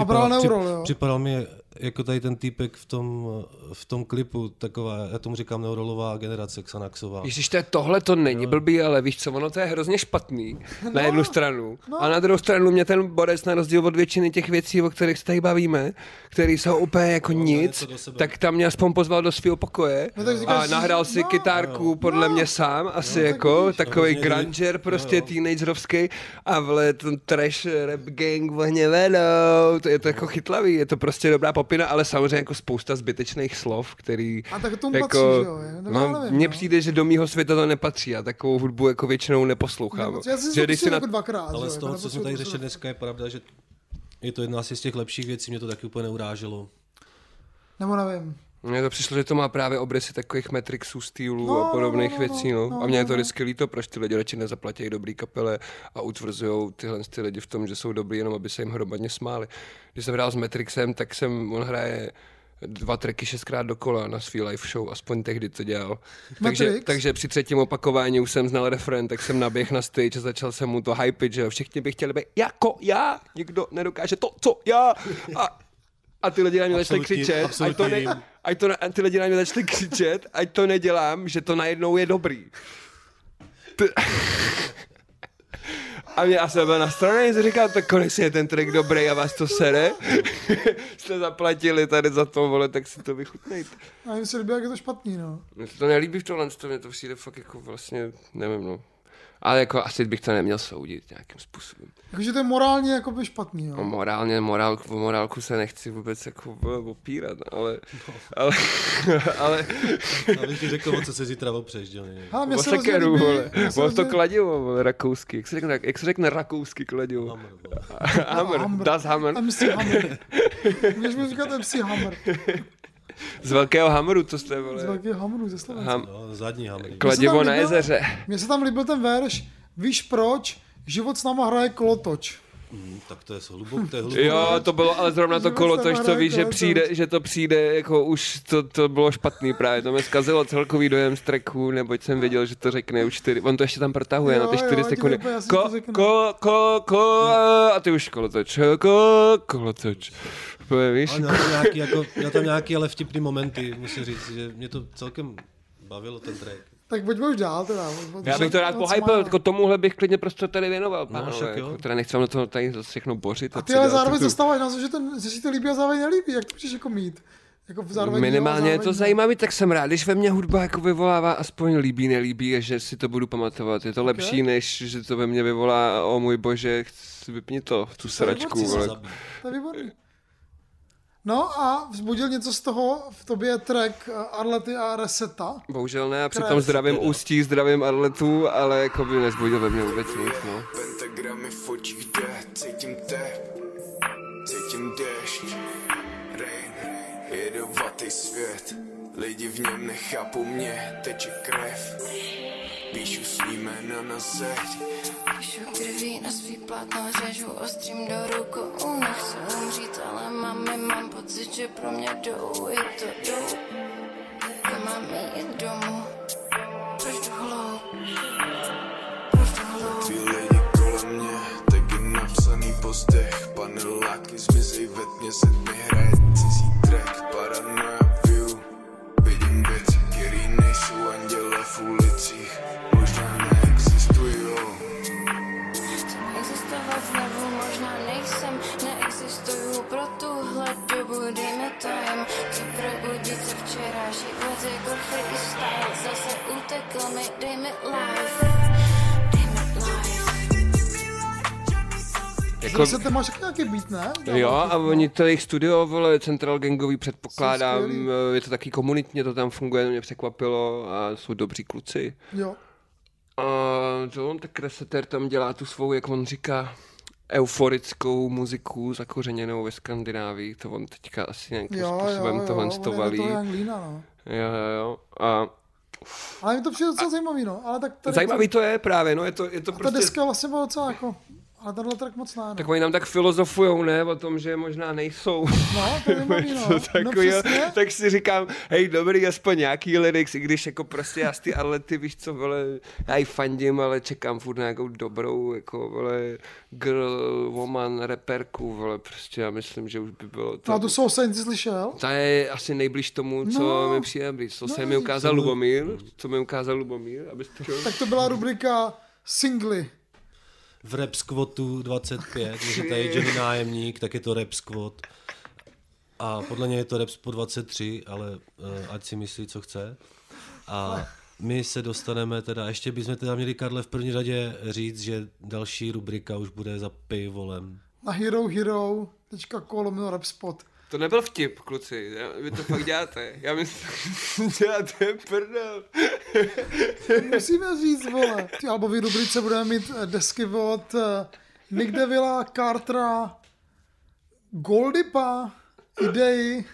[SPEAKER 3] eh,
[SPEAKER 2] bral
[SPEAKER 3] při-
[SPEAKER 2] Neurol, jo?
[SPEAKER 3] připadal mi jako tady ten týpek v tom, eh, v tom klipu, taková, já tomu říkám neurolová generace Xanaxová.
[SPEAKER 4] Ježíš, to je, tohle to není blbý, ale víš co, ono to je hrozně špatný
[SPEAKER 2] No,
[SPEAKER 4] na jednu stranu. A na druhou stranu mě ten borec na rozdíl od většiny těch věcí, o kterých se tady bavíme, které jsou úplně jako nic,
[SPEAKER 3] něco do sebe.
[SPEAKER 4] tak tam mě aspoň pozval do svého pokoje
[SPEAKER 2] No, tak
[SPEAKER 4] a
[SPEAKER 2] říkáš,
[SPEAKER 4] nahrál si
[SPEAKER 2] no,
[SPEAKER 4] kytárku podle mě sám, asi jako
[SPEAKER 2] vidíš.
[SPEAKER 4] takový
[SPEAKER 3] No, tak vidíš.
[SPEAKER 4] granger prostě teenagerovský a vle ten trash rap gang vohně to je to jako chytlavý, je to prostě dobrá popina, ale samozřejmě jako spousta zbytečných slov, který
[SPEAKER 2] A tak tomu
[SPEAKER 4] jako,
[SPEAKER 2] patří, že jo, je? Nebo já
[SPEAKER 4] no,
[SPEAKER 2] nevím,
[SPEAKER 4] mně
[SPEAKER 2] no.
[SPEAKER 4] přijde, že do mýho světa to nepatří a takovou hudbu jako většinou neposlouchám.
[SPEAKER 2] Nebo- No, Já jsem si
[SPEAKER 4] že
[SPEAKER 2] to pustil jako dvakrát. že
[SPEAKER 3] Ale
[SPEAKER 2] jo,
[SPEAKER 3] z
[SPEAKER 2] jako
[SPEAKER 3] toho, co
[SPEAKER 2] naposled
[SPEAKER 3] jsme tady
[SPEAKER 2] to
[SPEAKER 3] řešili dneska, je pravda, že je to jedna asi z těch lepších věcí, mě to taky úplně neuráželo.
[SPEAKER 2] Nebo nevím.
[SPEAKER 4] Mně to přišlo, že to má právě obrysy takových Matrixů, stýlů
[SPEAKER 2] No,
[SPEAKER 4] a podobných
[SPEAKER 2] no, no, no,
[SPEAKER 4] věcí. No.
[SPEAKER 2] no,
[SPEAKER 4] a mě je
[SPEAKER 2] no,
[SPEAKER 4] to
[SPEAKER 2] no.
[SPEAKER 4] vždycky líto, proč ty lidi radši nezaplatí dobrý kapele a utvrzují tyhle ty lidi v tom, že jsou dobrý, jenom aby se jim hromadně smáli. Když jsem hrál s Matrixem, tak jsem, on hraje dva tracky šestkrát dokola na svý live show, aspoň tehdy to dělal. Takže,
[SPEAKER 2] Matrix?
[SPEAKER 4] takže při třetím opakování už jsem znal refren, tak jsem naběh na stage a začal jsem mu to hypit, že jo. všichni by chtěli být jako já, nikdo nedokáže to, co já. A, a ty lidi na mě začali
[SPEAKER 3] Absolutní-
[SPEAKER 4] křičet, ať to,
[SPEAKER 3] absolutní
[SPEAKER 4] ne,
[SPEAKER 3] rým.
[SPEAKER 4] ať to, ne- a ty lidi na mě začali křičet, ať to nedělám, že to najednou je dobrý. Ty... A mě asi byl na straně, jsem říkal, tak konečně je ten track dobrý a vás to sere. <laughs> Jste zaplatili tady za to, vole, tak si to vychutnejte.
[SPEAKER 2] A jim se líbí, jak je to špatný, no.
[SPEAKER 4] Mně se to nelíbí v tohle, to mě to přijde fakt jako vlastně, nevím, no. Ale jako asi bych to neměl soudit nějakým způsobem.
[SPEAKER 2] Jakože to je morálně jakoby špatný,
[SPEAKER 4] No,
[SPEAKER 2] jo.
[SPEAKER 4] morálně, morál, o morálku se nechci vůbec jako eh, opírat, ale,
[SPEAKER 2] No.
[SPEAKER 4] ale,
[SPEAKER 2] <laughs>
[SPEAKER 4] ale,
[SPEAKER 3] No, Abych ti řekl, o co se zítra opřeš, jo, ne?
[SPEAKER 2] Ale mně
[SPEAKER 4] o
[SPEAKER 2] se hrozně
[SPEAKER 4] sekeru,
[SPEAKER 2] líbí-
[SPEAKER 4] vole.
[SPEAKER 2] mně se
[SPEAKER 4] Bylo
[SPEAKER 2] hrozně-
[SPEAKER 4] to kladivo, vole, rakousky. Jak se řekne, jak se řekne rakousky kladivo?
[SPEAKER 3] Hammer, vole.
[SPEAKER 4] <laughs> Hammer,
[SPEAKER 2] Hammer.
[SPEAKER 4] das Hammer.
[SPEAKER 2] MC Hammer. Můžeš mi říkat MC Hammer.
[SPEAKER 4] Z velkého hamru, to jste,
[SPEAKER 2] Z
[SPEAKER 4] vole.
[SPEAKER 2] velkého Hammeru ze Slovenska.
[SPEAKER 4] Ham,
[SPEAKER 3] No, zadní hamry.
[SPEAKER 4] kladivo na
[SPEAKER 2] líbil-
[SPEAKER 4] jezeře.
[SPEAKER 2] Mně se tam líbil ten verš, víš proč? Život s náma hraje kolotoč.
[SPEAKER 3] Hm, Tak to je hluboké, to je hluboké.
[SPEAKER 4] Jo, to bylo ale zrovna to
[SPEAKER 2] Život
[SPEAKER 4] kolo,
[SPEAKER 2] se
[SPEAKER 4] tož to
[SPEAKER 2] hraje
[SPEAKER 4] víš, že,
[SPEAKER 2] kolotoč.
[SPEAKER 4] přijde, že to přijde, jako už to, to bylo špatný právě, to mi zkazilo celkový dojem z tracku, neboť jsem věděl, že to řekne u čtyři, on to ještě tam protahuje na ty
[SPEAKER 2] Jo, jo,
[SPEAKER 4] čtyři
[SPEAKER 2] ti to
[SPEAKER 4] sekundy.
[SPEAKER 2] úplně jasně
[SPEAKER 4] Ko,
[SPEAKER 2] to řekne.
[SPEAKER 4] ko, ko, ko, a ty už kolotoč, ko, kolotoč. Úplně, Víš,
[SPEAKER 3] Ale měl tam, nějaký, jako, měl tam nějaký ale vtipný momenty, musím říct, že mě to celkem bavilo ten track.
[SPEAKER 2] Tak pojďme už dál teda. od- od-
[SPEAKER 4] Já bych to rád
[SPEAKER 2] od-
[SPEAKER 4] pohypil,
[SPEAKER 2] od-
[SPEAKER 4] jako tomuhle bych klidně prostě tady věnoval, pánové, no,
[SPEAKER 3] však jo.
[SPEAKER 4] jako, teda nechci vám do toho tady zase všechno bořit.
[SPEAKER 2] A
[SPEAKER 4] co
[SPEAKER 2] ty ale
[SPEAKER 4] dělat,
[SPEAKER 2] zároveň
[SPEAKER 4] tak to-
[SPEAKER 2] zastáváš názor, že, ten, že si to líbí a zároveň nelíbí. Jak to můžeš jako mít? Jako zároveň
[SPEAKER 4] Minimálně je
[SPEAKER 2] zároveň
[SPEAKER 4] to zajímavý, tak jsem rád, když ve mně hudba jako vyvolává aspoň líbí, nelíbí, a že si to budu pamatovat. Je to okay. lepší, než že to ve mně vyvolá, o můj bože, chci- vypni to, tu sračku.
[SPEAKER 2] borci
[SPEAKER 4] vole."
[SPEAKER 3] Zabít.
[SPEAKER 2] To je výborný. No a vzbudil něco z toho v tobě track eh, Arlety a Reseta.
[SPEAKER 4] Bohužel ne, a přitom
[SPEAKER 2] Krev.
[SPEAKER 4] zdravím ústí, zdravím Arletu, ale jako by nezbudil ve mně vůbec nic, no.
[SPEAKER 5] Pentagramy v očích jde, cítím tep, cítím déšť, rain, jedovatý svět, lidi v něm nechápou mě, teče krev, píšu svý jména na zeď,
[SPEAKER 11] Píšu krví na svý plátno, řežu ostrým do rukou Nechci umřít, ale mami, mám pocit, že pro mě jdou Je to jdou, nemám jít domů Proč jdu hlou, proč jdu hlou
[SPEAKER 5] ty lidi kolem mě, tak je napsaný pozdech, paneláky zmizí ve tmě, se mi hraje cizí track, paranoia view, vidím věci, který nejsou anděle v ulicích, možná neexistujou.
[SPEAKER 11] Existovat znovu možná nejsem, neexistuju pro tuhle dobu, dejme to jim, co probudit se včera, život jako freestyle, zase utekl mi, dej mi life, dej mi life.
[SPEAKER 4] Jako,
[SPEAKER 2] Reseta máš taky nějaký beat, ne?
[SPEAKER 4] Jo, a oni to jejich studio, vole, Central Gangový
[SPEAKER 2] Jsou skvělí.
[SPEAKER 4] předpokládám, je to taky komunitně, to tam funguje, to mě překvapilo a jsou dobří kluci.
[SPEAKER 2] Jo.
[SPEAKER 4] A to on tak Reseter tam dělá tu svou, jak on říká, euforickou muziku zakořeněnou ve Skandinávii. To on teďka asi nějakým
[SPEAKER 2] Jo,
[SPEAKER 4] způsobem
[SPEAKER 2] jo,
[SPEAKER 4] tohle
[SPEAKER 2] jo,
[SPEAKER 4] to
[SPEAKER 2] on je
[SPEAKER 4] valí.
[SPEAKER 2] toho
[SPEAKER 4] Jo,
[SPEAKER 2] Janglína, no.
[SPEAKER 4] jo, jo. A
[SPEAKER 2] Ale mi to přijde docela zajímavý, no. Ale tak tady
[SPEAKER 4] zajímavý to je právě, no, je to, je to
[SPEAKER 2] ta
[SPEAKER 4] prostě...
[SPEAKER 2] deska vlastně byla docela jako ale tenhle track moc ne.
[SPEAKER 4] Tak oni tam tak filozofujou, ne, o tom, že možná nejsou.
[SPEAKER 2] <laughs> No, to je zajímavý, no.
[SPEAKER 4] Co
[SPEAKER 2] No,
[SPEAKER 4] takovýho.
[SPEAKER 2] přesně.
[SPEAKER 4] <laughs> tak si říkám, hej, dobrý, aspoň nějaký lyrics, i když jako prostě já z ty atlety, víš co, vole, já ji fandím, ale čekám furt na nějakou dobrou, jako, vole, girl, woman, reperku, vole, prostě já myslím, že už by bylo to.
[SPEAKER 2] No, tu jsou jsi slyšel?
[SPEAKER 4] Ta je asi nejblíž tomu, co
[SPEAKER 2] No.
[SPEAKER 4] mi přijde blíž. Co
[SPEAKER 2] No,
[SPEAKER 4] se mi ukázal
[SPEAKER 2] co byl-
[SPEAKER 4] Lubomír, co mi ukázal Lubomír, abyste...
[SPEAKER 2] Tak to byla rubrika singly.
[SPEAKER 3] v Rap Squatu 25, že tady Johnny Nájemník, tak je to Rap Squat. A podle něj je to Rap Squat 23, ale eh, ať si myslí, co chce. A my se dostaneme teda, ještě bychom teda měli, Karle, v první řadě říct, že další rubrika už bude za pivolem.
[SPEAKER 2] Na hero hero, teďka kolomno rap spot.
[SPEAKER 4] To nebyl vtip, kluci, já- vy to fakt děláte. Já myslím, <laughs> že děláte
[SPEAKER 2] <laughs>
[SPEAKER 4] prdel.
[SPEAKER 2] Musíme říct, vole. V té albové rubrice budeme mít eh, desky od eh, Nick Devilla, Cartera, Goldipa, Idei,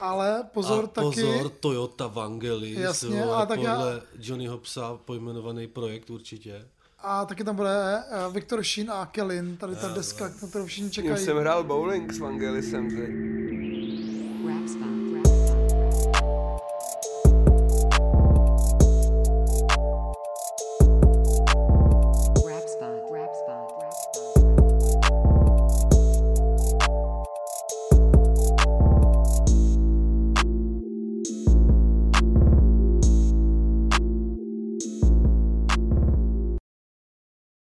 [SPEAKER 2] ale pozor
[SPEAKER 3] a
[SPEAKER 2] taky...
[SPEAKER 3] pozor, Toyota Vangelis,
[SPEAKER 2] Jasně,
[SPEAKER 3] vole,
[SPEAKER 2] a tak já-
[SPEAKER 3] podle Johnny Hobsa pojmenovaný projekt určitě.
[SPEAKER 2] A taky tam bude eh, Viktor Šín a Kelin, tady ta deska, na kterou všichni
[SPEAKER 4] Já
[SPEAKER 2] čekají.
[SPEAKER 4] jsem hrál bowling s Vangelisem, že?